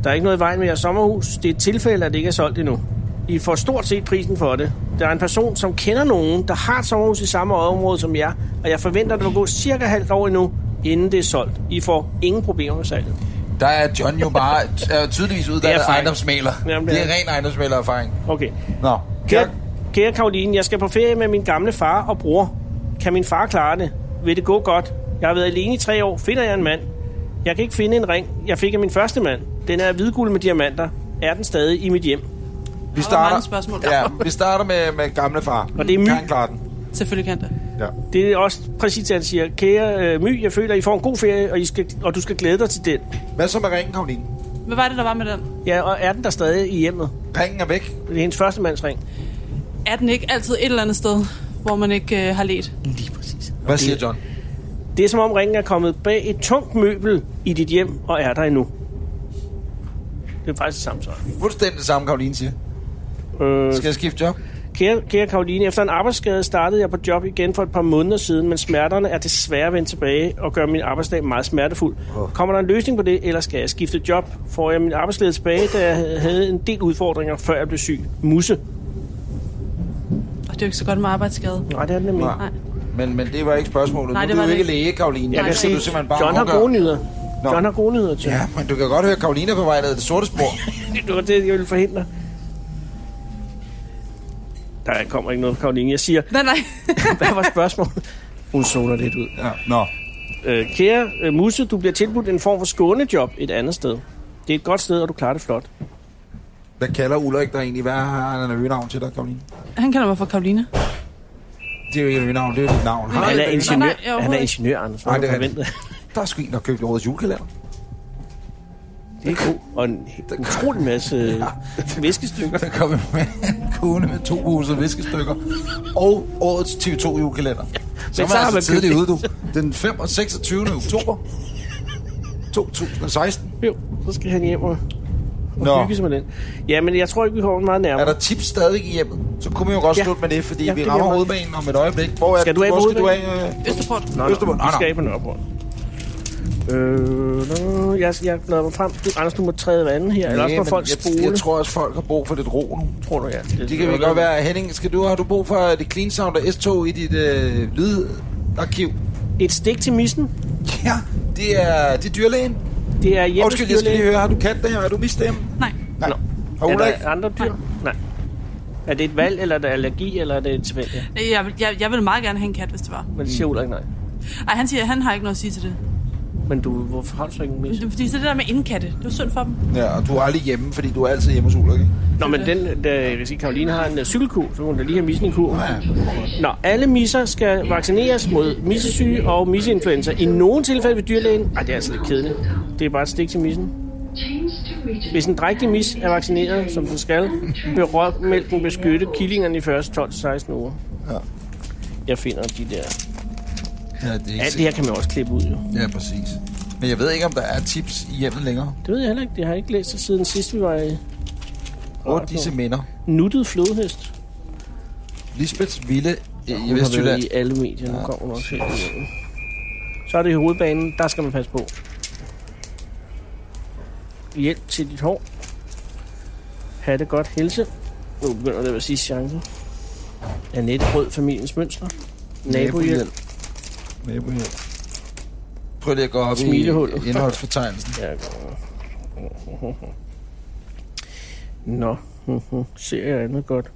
S5: der er ikke noget i vejen med jeres sommerhus. Det er et tilfælde, at det ikke er solgt endnu. I får stort set prisen for det. Der er en person, som kender nogen, der har et sommerhus i samme område som jer, og jeg forventer, at det vil gå cirka halvt år endnu, inden det er solgt. I får ingen problemer med salget.
S1: Der er John jo bare er tydeligvis uddannet
S5: erfaring.
S1: ejendomsmaler.
S5: Jamen, det er Det er
S1: ren ejendomsmalererfaring.
S5: Okay.
S1: Nå,
S5: Kære, kære Karoline, jeg skal på ferie med min gamle far og bror. Kan min far klare det? Vil det gå godt? Jeg har været alene i tre år. Finder jeg en mand? Jeg kan ikke finde en ring. Jeg fik af min første mand. Den er af hvidguld med diamanter. Er den stadig i mit hjem?
S1: vi
S3: Der var mange spørgsmål.
S1: Ja, vi starter med, med gamle far.
S5: Og det er My.
S1: Kan han klare den?
S3: Selvfølgelig kan det.
S5: Det er også præcis det, han siger. Kære øh, My, jeg føler, I får en god ferie, og, I skal, og du skal glæde dig til den.
S1: Hvad så med ringen, Karoline?
S3: Hvad var det, der var med den?
S5: Ja, og er den der stadig i hjemmet?
S1: Ringen er væk.
S5: Det er hendes første mands ring.
S3: Er den ikke altid et eller andet sted, hvor man ikke øh, har let?
S5: Lige præcis.
S1: Hvad siger John?
S5: Det er som om ringen er kommet bag et tungt møbel i dit hjem, og er der endnu. Det er faktisk det samme svar.
S1: Fuldstændig det samme, Karoline siger.
S5: Øh,
S1: Skal jeg skifte job?
S5: Kære, kære Karoline, efter en arbejdsskade startede jeg på job igen for et par måneder siden, men smerterne er desværre vendt tilbage og gør min arbejdsdag meget smertefuld. Kommer der en løsning på det, eller skal jeg skifte job? Får jeg min arbejdsskade tilbage, da jeg havde en del udfordringer, før jeg blev syg? Musse.
S3: Og det er jo ikke så godt med arbejdsskade.
S5: Nej, det er den nemlig. ikke.
S3: Nej.
S1: Men, men det var ikke spørgsmålet.
S3: Nej,
S1: Nej,
S3: det
S1: det nu er
S3: var
S1: du
S3: det
S1: jo ikke læge, Karoline.
S5: Jeg
S1: Nu
S5: kan
S1: skal
S5: sige,
S1: du simpelthen bare
S5: John har
S1: afgøre.
S5: gode nyheder.
S1: Nå.
S5: John har gode nyheder til.
S1: Ja, men du kan godt høre, at Karoline er på vej ned ad det sorte spor.
S5: Det var det, jeg ville forhindre. Der kommer ikke noget fra Karoline. Jeg siger,
S3: Nej, nej.
S5: hvad var spørgsmålet? Hun zoner lidt ud.
S1: ja. Nå.
S5: Øh, kære øh, Musse, du bliver tilbudt en form for skånejob et andet sted. Det er et godt sted, og du klarer det flot.
S1: Hvad kalder Ulrik der egentlig? Hvad har han en øgenavn til dig, Karoline?
S3: Han kalder mig for Karoline.
S1: Det er jo ikke et øgenavn, det er jo dit navn. Har
S5: Han
S1: du
S5: er
S1: et øgenavn?
S5: ingeniør,
S3: Nej, nej,
S5: han er
S3: overhovedet
S5: ingeniør Anders.
S1: Nej,
S5: Nej, det
S1: det er
S5: er forventet.
S1: Der er sgu en, der har købt årets julekalender.
S5: Det er god. Og en utrolig masse ja. viskestykker.
S1: Der kom jeg med en kone med to huset viskestykker og årets TV2 julekalender. Så
S5: så
S1: var
S5: har
S1: altså
S5: man købt
S1: tidligt ude, du. Den 5. og 26. oktober 2016.
S5: Jo, så skal han hjem og, og
S1: Nå.
S5: hygge sig med den. Ja, men jeg tror ikke, vi kommer meget
S1: Er
S5: nærmere.
S1: der tips stadig i hjemmet? Så kunne vi jo godt
S5: Ja.
S1: ja. slutte med det, fordi
S5: Ja,
S1: ja, vi
S5: det
S1: rammer
S5: bliver
S1: hovedbanen om et øjeblik. Hvor er,
S5: Skal du af
S1: hvor
S5: på
S1: skal du af? Øh,
S3: Østerport.
S5: Nå, nå,
S1: Østervold?
S5: vi
S1: Nej, nej.
S5: skal af på Nørreport. Øh, nå, jeg, jeg lader mig frem. Du, Anders, du må træde vand her. Eller også må
S1: men
S5: folk
S1: jeg,
S5: spole.
S1: jeg tror også, folk har brug for lidt ro nu.
S5: Tror du, ja.
S1: Det, det kan vel godt være. Henning, skal du, har du brug for det clean sound og S2 i dit øh, lydarkiv?
S5: Et stik til missen?
S1: Ja, det er, det er dyrlægen.
S5: Det er Jeppes
S1: Undskyld, jeg skal
S5: dyrlæge.
S1: lige høre, har du kat der? Er du misdem?
S3: Nej.
S1: Nej. Har
S5: Er
S1: Ulla ikke?
S5: der andre dyr? Nej. Er det et valg, eller er det allergi, eller er det et tilfælde?
S3: Øh, Jeg, vil- jeg, jeg ville meget gerne have en kat, hvis det var.
S5: Men det siger Ulla ikke nej.
S3: Ej, han siger, at han har ikke noget at sige til det.
S5: Men du, hvorfor har du så ikke en
S3: Men
S5: mis?
S3: det er Fordi så det der med indkatte, det er jo synd for dem.
S1: Ja, og du er aldrig hjemme, fordi du er altid hjemme hos Ulrik, ikke?
S5: Nå, men den, der, hvis ikke Karoline har en uh, cykelkur, så kunne hun da lige have missen i kur. Nå, alle misser skal vaccineres mod missesyge og misseinfluenza. I nogle tilfælde ved dyrlægen... Ej, det er altså lidt kedeligt. Det er bare et stik til missen. Hvis en drægtig mis er vaccineret, som den skal, vil råmælken beskytte killingerne i første 12-16 uger.
S1: Ja.
S5: Jeg finder de der...
S1: Ja, det er ikke
S5: Alt det her kan man også klippe ud, jo.
S1: Ja, præcis. Men jeg ved ikke, om der er tips i hjemmet længere.
S5: Det ved jeg heller ikke. Det har jeg ikke læst det siden sidst, vi var i...
S1: Hvor disse minder.
S5: Nuttet flodhest.
S1: Lisbeths Ville øh, i, i
S5: Hun har været
S1: Vestjylland.
S5: i alle medier. Nu kommer hun også helt igennem. Så er det i hovedbanen. Der skal man passe på. Hjælp til dit hår. Ha' det godt helse. Nu begynder det at være sidste chance. Annette Rød, familiens mønster. Nabohjælp.
S1: Nabohjælp. Prøv lige at gå op i
S5: Smilehullet.
S1: indholdsfortegnelsen.
S5: Ja, godt. Nå, ser jeg andet godt.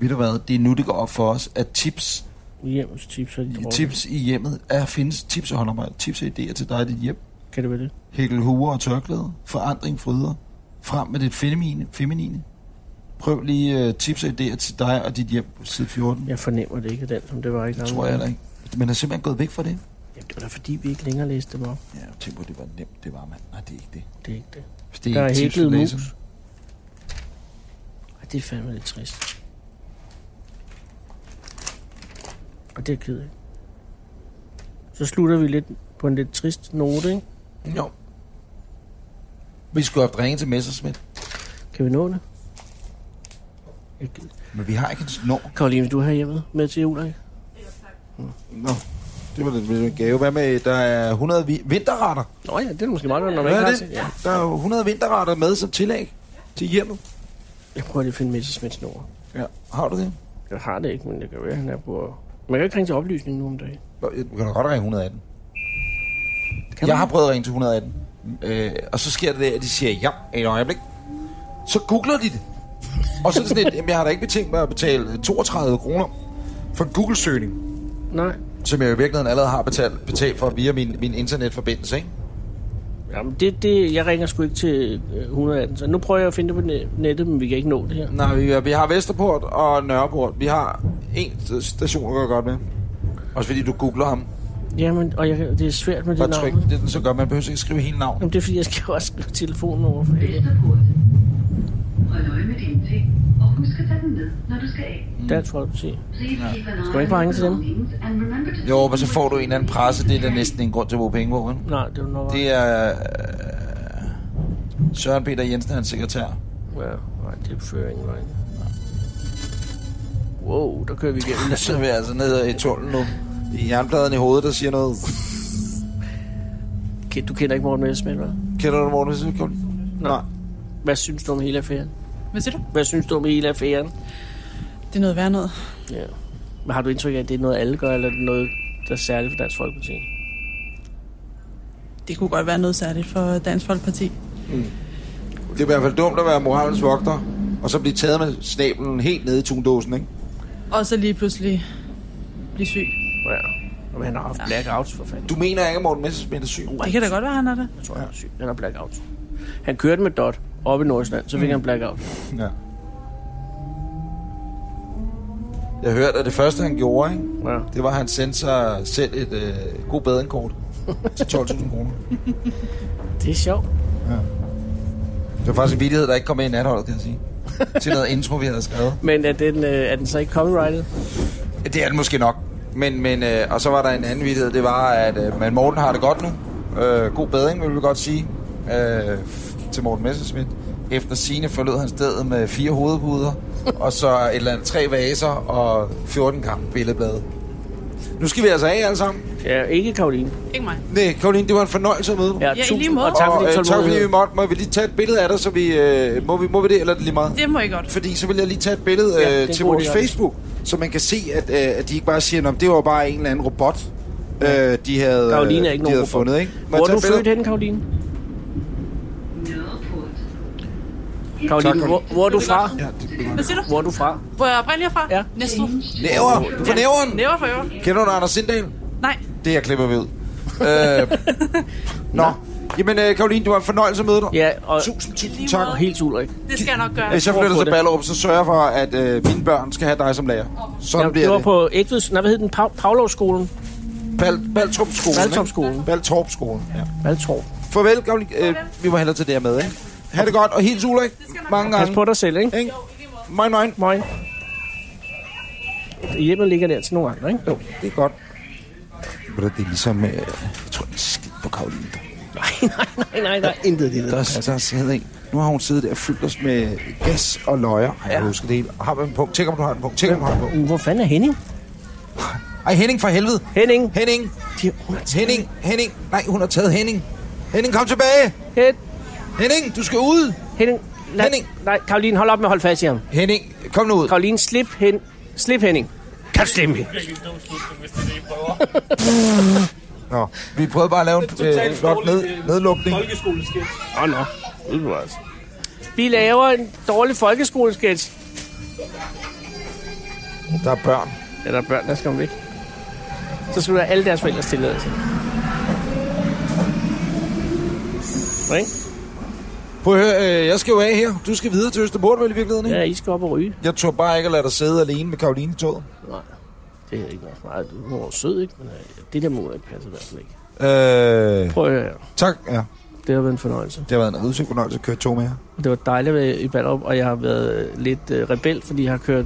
S1: Ved du hvad, det er nu, det går op for os, at tips,
S5: Hjemmes tips og dit råd.
S1: tips i hjemmet er at findes tips og håndarbejde, tips og idéer til dig i dit hjem.
S5: Kan det være det?
S1: Hækkel huer og tørklæder, forandring fryder, frem med det feminine. feminine. Prøv lige øh, tips og idéer til dig og dit hjem på side 14.
S5: Jeg fornemmer det ikke den, som det var i
S1: Det
S5: gamle
S1: tror jeg heller ikke. Man er simpelthen gået væk fra det.
S5: Jamen, det var da fordi, vi ikke længere læste dem op.
S1: Ja, jeg tænker, det var nemt, det var mand. Nej, det er ikke det.
S5: Det er ikke det.
S1: Hvis
S5: Der er
S1: tips,
S5: hæklet
S1: du læser.
S5: mus. Ej, det er fandme lidt trist. Og det er jeg ked af. Så slutter vi lidt på en lidt trist note, ikke?
S1: Jo. Vi skulle have haft ringet til Messerschmidt,
S5: Kan vi nå det? Jeg gider.
S1: men vi har ikke hans nummer.
S5: Karoline, vil du have hjemmet med til jul, ikke?
S1: Nå, det var lidt en gave. Hvad med, der er 100 vi- vinterretter?
S5: Nå ja, det er måske meget godt, når man
S1: Hvad
S5: ikke
S1: er
S5: har til.
S1: det?
S5: Ja.
S1: Der er jo 100 vinterretter med som tillæg til hjemmet.
S5: Jeg prøver lige at finde Messersmiths nummer.
S1: Ja, har du det?
S5: Jeg har det ikke, men det kan være, han er på... Man kan ikke ringe til oplysning nu om dagen.
S1: Nå, Du kan da godt ringe 118.
S5: Kan
S1: Jeg
S5: man?
S1: har prøvet at ringe til 118. Øh, og så sker det, der, at de siger, ja, et øjeblik. Så googler de det. Og så er det sådan et, jamen, jeg har da ikke betænkt mig at betale 32 kroner for en Google-søgning.
S5: Nej.
S1: som jeg i virkeligheden allerede har betalt, betalt for via min, min internetforbindelse, ikke?
S5: Jamen, det, det, jeg ringer sgu ikke til øh, 118, så nu prøver jeg at finde det på ne- nettet, men vi kan ikke nå det her.
S1: Nej, vi, vi har Vesterport og Nørreport. Vi har en station, der går godt med. Også fordi du googler ham.
S5: Jamen, og jeg, kan- det er svært med det
S1: Bare tryk
S5: navn.
S1: det, er den så godt. Man behøver ikke skrive hele navnet.
S5: Jamen, det er fordi, jeg skal jo også skrive telefonnummer for helvede.
S6: Hold øje med dine ting, og husk at tage den med, når du skal af.
S5: Dansk Folkeparti.
S6: Please keep an
S5: Skal man ikke bare ringe til dem?
S6: and remember to
S1: Jo, men så får du en eller anden presse. Det er der næsten en grund til at bruge penge på, ikke?
S5: Nej, det er nok
S1: Det er... Øh, Søren Peter Jensen, hans sekretær.
S5: Ja, nej, det fører ingen vej. Wow, der kører vi
S1: Nu
S5: igennem.
S1: sidder vi altså nede i tunnelen nu. I jernpladen i hovedet, der siger noget.
S5: Ke- Du kender ikke Morten Messerschmidt, hva'?
S1: Kender du Morten Søkholm? Nej.
S5: Hvad synes du om hele affæren?
S3: Hvad siger du?
S5: Hvad synes du om hele affæren?
S3: Det er noget værd noget.
S5: Ja. Men har du indtryk af, at det er noget, alle gør, eller er det noget, der er særligt for Dansk Folkeparti?
S3: Det kunne godt være noget særligt for Dansk Folkeparti.
S1: Det er i hvert fald dumt at være moralens vogter, og så blive taget med snablen helt nede i tundåsen, ikke?
S3: Og så lige pludselig blive syg.
S5: Ja. Jamen, han har haft blackouts for fanden.
S1: Du mener ikke, at Morten Messerschmidt er syg?
S3: Det kan da godt være, han er det.
S5: Jeg tror, han er syg. Han har blackout. Han kørte med Dot op i Nordsjælland, så fik mm. han blackout.
S1: Ja. Jeg hørte, at det første, han gjorde, ikke?
S5: Ja.
S1: det var, at han sendte sig selv et øh, god badekort til 12.000 kroner.
S5: Det er sjovt.
S1: Det var faktisk en vidighed, der ikke kom med i natholdet, kan jeg sige. Til noget intro, vi havde skrevet.
S5: Men er den, øh, er den så ikke copyrighted?
S1: Det er det måske nok. Men, men, øh, og så var der en anden vidighed, det var, at øh, men Morten har det godt nu. Øh, god bedring, vil vi godt sige, øh, f- til Morten Messerschmidt. Efter sine forlod han stedet med fire hovedpuder, og så et eller andet, tre vaser og 14 gram billedblade. Nu skal vi altså af alle sammen.
S5: Ja, ikke Karoline.
S3: Ikke mig.
S1: Nej, Karoline, det var en fornøjelse at møde dig.
S5: Ja, Ja, i tusind- lige måde. og tak fordi
S1: øh, tak fordi
S5: tålmodighed.
S1: vi måtte. Må vi lige tage et billede af dig, så vi... Øh, må, vi må vi det, eller er det lige meget?
S3: Det må I godt.
S1: Fordi så vil jeg lige tage et billede
S3: Ja, det er
S1: øh,
S3: en
S1: til
S3: god
S1: vores
S3: idé, Anders.
S1: Facebook, så man kan se, at, øh, at de ikke bare siger, at det var bare en eller anden robot, øh, de havde, øh,
S5: Karoline er ikke
S1: de
S5: nogen
S1: havde
S5: robot.
S1: fundet. Ikke? Må jeg
S5: Hvor er
S1: tage
S5: du
S1: et billede?
S5: født henne, Karoline? Karoline,
S1: Tak,
S5: hvor, hvor er du fra?
S3: Hvad siger du?
S5: Hvor er du fra?
S3: Hvor er jeg oprindeligt fra? Ja. Næste
S1: Næver! Du er fra Næveren!
S3: Næver for øvrigt.
S1: Kender du Anders Sindal?
S3: Nej.
S1: Det her klipper vi ud. øh, nå. Jamen, øh, Karoline, det var en fornøjelse at møde dig.
S5: Ja, og
S1: tusind, tusind tak.
S3: måde.
S5: Helt Ulrik.
S3: Det skal jeg nok gøre.
S1: Hvis jeg flytter til Ballerup, så sørger jeg for, at øh, mine børn skal have dig som lærer. Sådan
S5: jeg,
S1: bliver
S5: jeg var
S1: det.
S5: på Ægveds... Nej, hvad hed den? Pa- Pavlovskolen?
S1: Bal- Baltrupskolen.
S5: Baltrupskolen.
S1: Baltorpskolen. Ja.
S5: Baltorp.
S1: Farvel, Karoline. Øh, vi må hellere til det her med, ikke? Ha' det godt, og hils Ulrik. Mange gange.
S5: Pas på dig selv, ikke?
S1: ikke? Moin, moin.
S5: Moin. Hjemmet ligger der til nogle andre, ikke? Jo,
S1: det er godt. Ved du, Det er ligesom... Øh, jeg tror ikke skidt på Karoline.
S5: Nej, nej, nej. Intet af det.
S1: Der er, der er siddet en. Nu har hun siddet der og fyldt os med gas og løjer. Har jeg ja. husket det hele. Har man en punkt? Tjek om du har en punkt. Tjek om du har en punkt.
S5: Hvor fanden er Henning?
S1: Ej, Henning for helvede.
S5: Henning.
S1: Henning.
S5: De,
S1: Henning. Henning. Nej, hun har taget Henning. Henning, kom tilbage.
S5: Hen.
S1: Henning, du skal ud.
S5: Henning. Lad,
S1: Henning.
S5: Nej, Karoline, hold op med at holde fast i ham.
S1: Henning, kom nu ud.
S5: Karoline, slip, hen, slip Henning. Kan du slippe hende?
S1: Nå, vi prøvede bare at lave en øh, flot ned, nedlukning.
S12: Folkeskoleskæft.
S5: Åh, oh, nå. Vi laver en dårlig folkeskolesketch.
S1: Der er børn.
S5: Ja, der er børn, der skal man væk. Så skal du have alle deres forældres tilladelse. Ikke?
S1: Prøv at høre, øh, jeg skal jo af her. Du skal videre til Østerport, vel i virkeligheden, ikke?
S5: Ja, I skal op og ryge.
S1: Jeg tror bare ikke at lade dig sidde alene med Karoline i toget.
S5: Nej, det er ikke noget smart. Du er jo sød, ikke? Men øh, det der må ikke passe i hvert fald ikke.
S1: Øh,
S5: Prøv at høre. her.
S1: tak, ja.
S5: Det har været en fornøjelse.
S1: Det har været en udsigt fornøjelse at køre tog med jer.
S5: Og Det var dejligt at være i Ballerup, og jeg har været øh, lidt øh, rebel, fordi jeg har kørt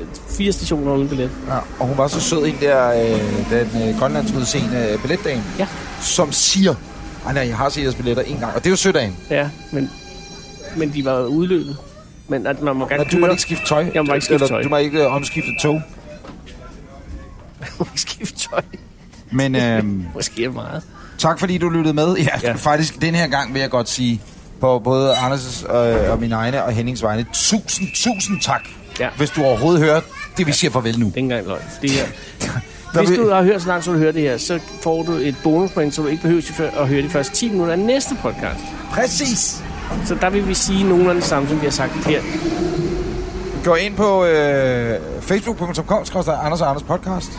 S5: øh, fire stationer uden billet.
S1: Ja, og hun var så sød, en der, øh, den øh, grønlandske udseende øh, billetdame,
S5: Ja.
S1: som siger, nej, nej, jeg har set jeres billetter en gang, og det er jo sødt af hende.
S5: Ja, men, men de var jo udløbet. Men at man må gerne
S1: Men du må
S5: køre.
S1: ikke skifte tøj.
S5: Jeg må ikke skifte
S1: eller,
S5: tøj.
S1: Du må ikke øh, omskifte tog.
S5: må ikke skifte tøj.
S1: Men øh,
S5: Måske er meget.
S1: tak fordi du lyttede med. Ja, ja, faktisk den her gang vil jeg godt sige, på både Anders' og, og min egne og Hennings vegne, tusind, tusind tak,
S5: Ja.
S1: hvis du overhovedet hører det, vi siger farvel nu.
S5: Det er ikke engang løgn. Det her.
S1: Der
S5: Hvis
S1: vil-
S5: du har hørt så langt, som du hører det her, så får du et bonuspoint, så du ikke behøver til at høre de første 10 minutter af næste podcast.
S1: Præcis.
S5: Så der vil vi sige nogenlunde det samme, som vi har sagt her.
S1: Gå ind på øh, facebook.com, skrøster Anders og Anders podcast.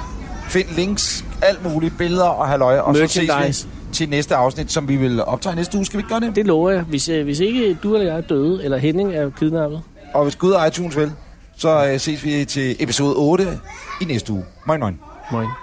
S1: Find links, alt muligt, billeder og halløj. Og så ses
S5: Merchandise.
S1: vi til næste afsnit, som vi vil optage næste uge. Skal vi ikke gøre det?
S5: Det lover jeg. Hvis, øh, hvis ikke du eller jeg er døde, eller Henning er kidnappet,
S1: Og hvis Gud og iTunes vil, så øh, ses vi til episode 8 i næste uge. Moin, moin.
S5: Moin.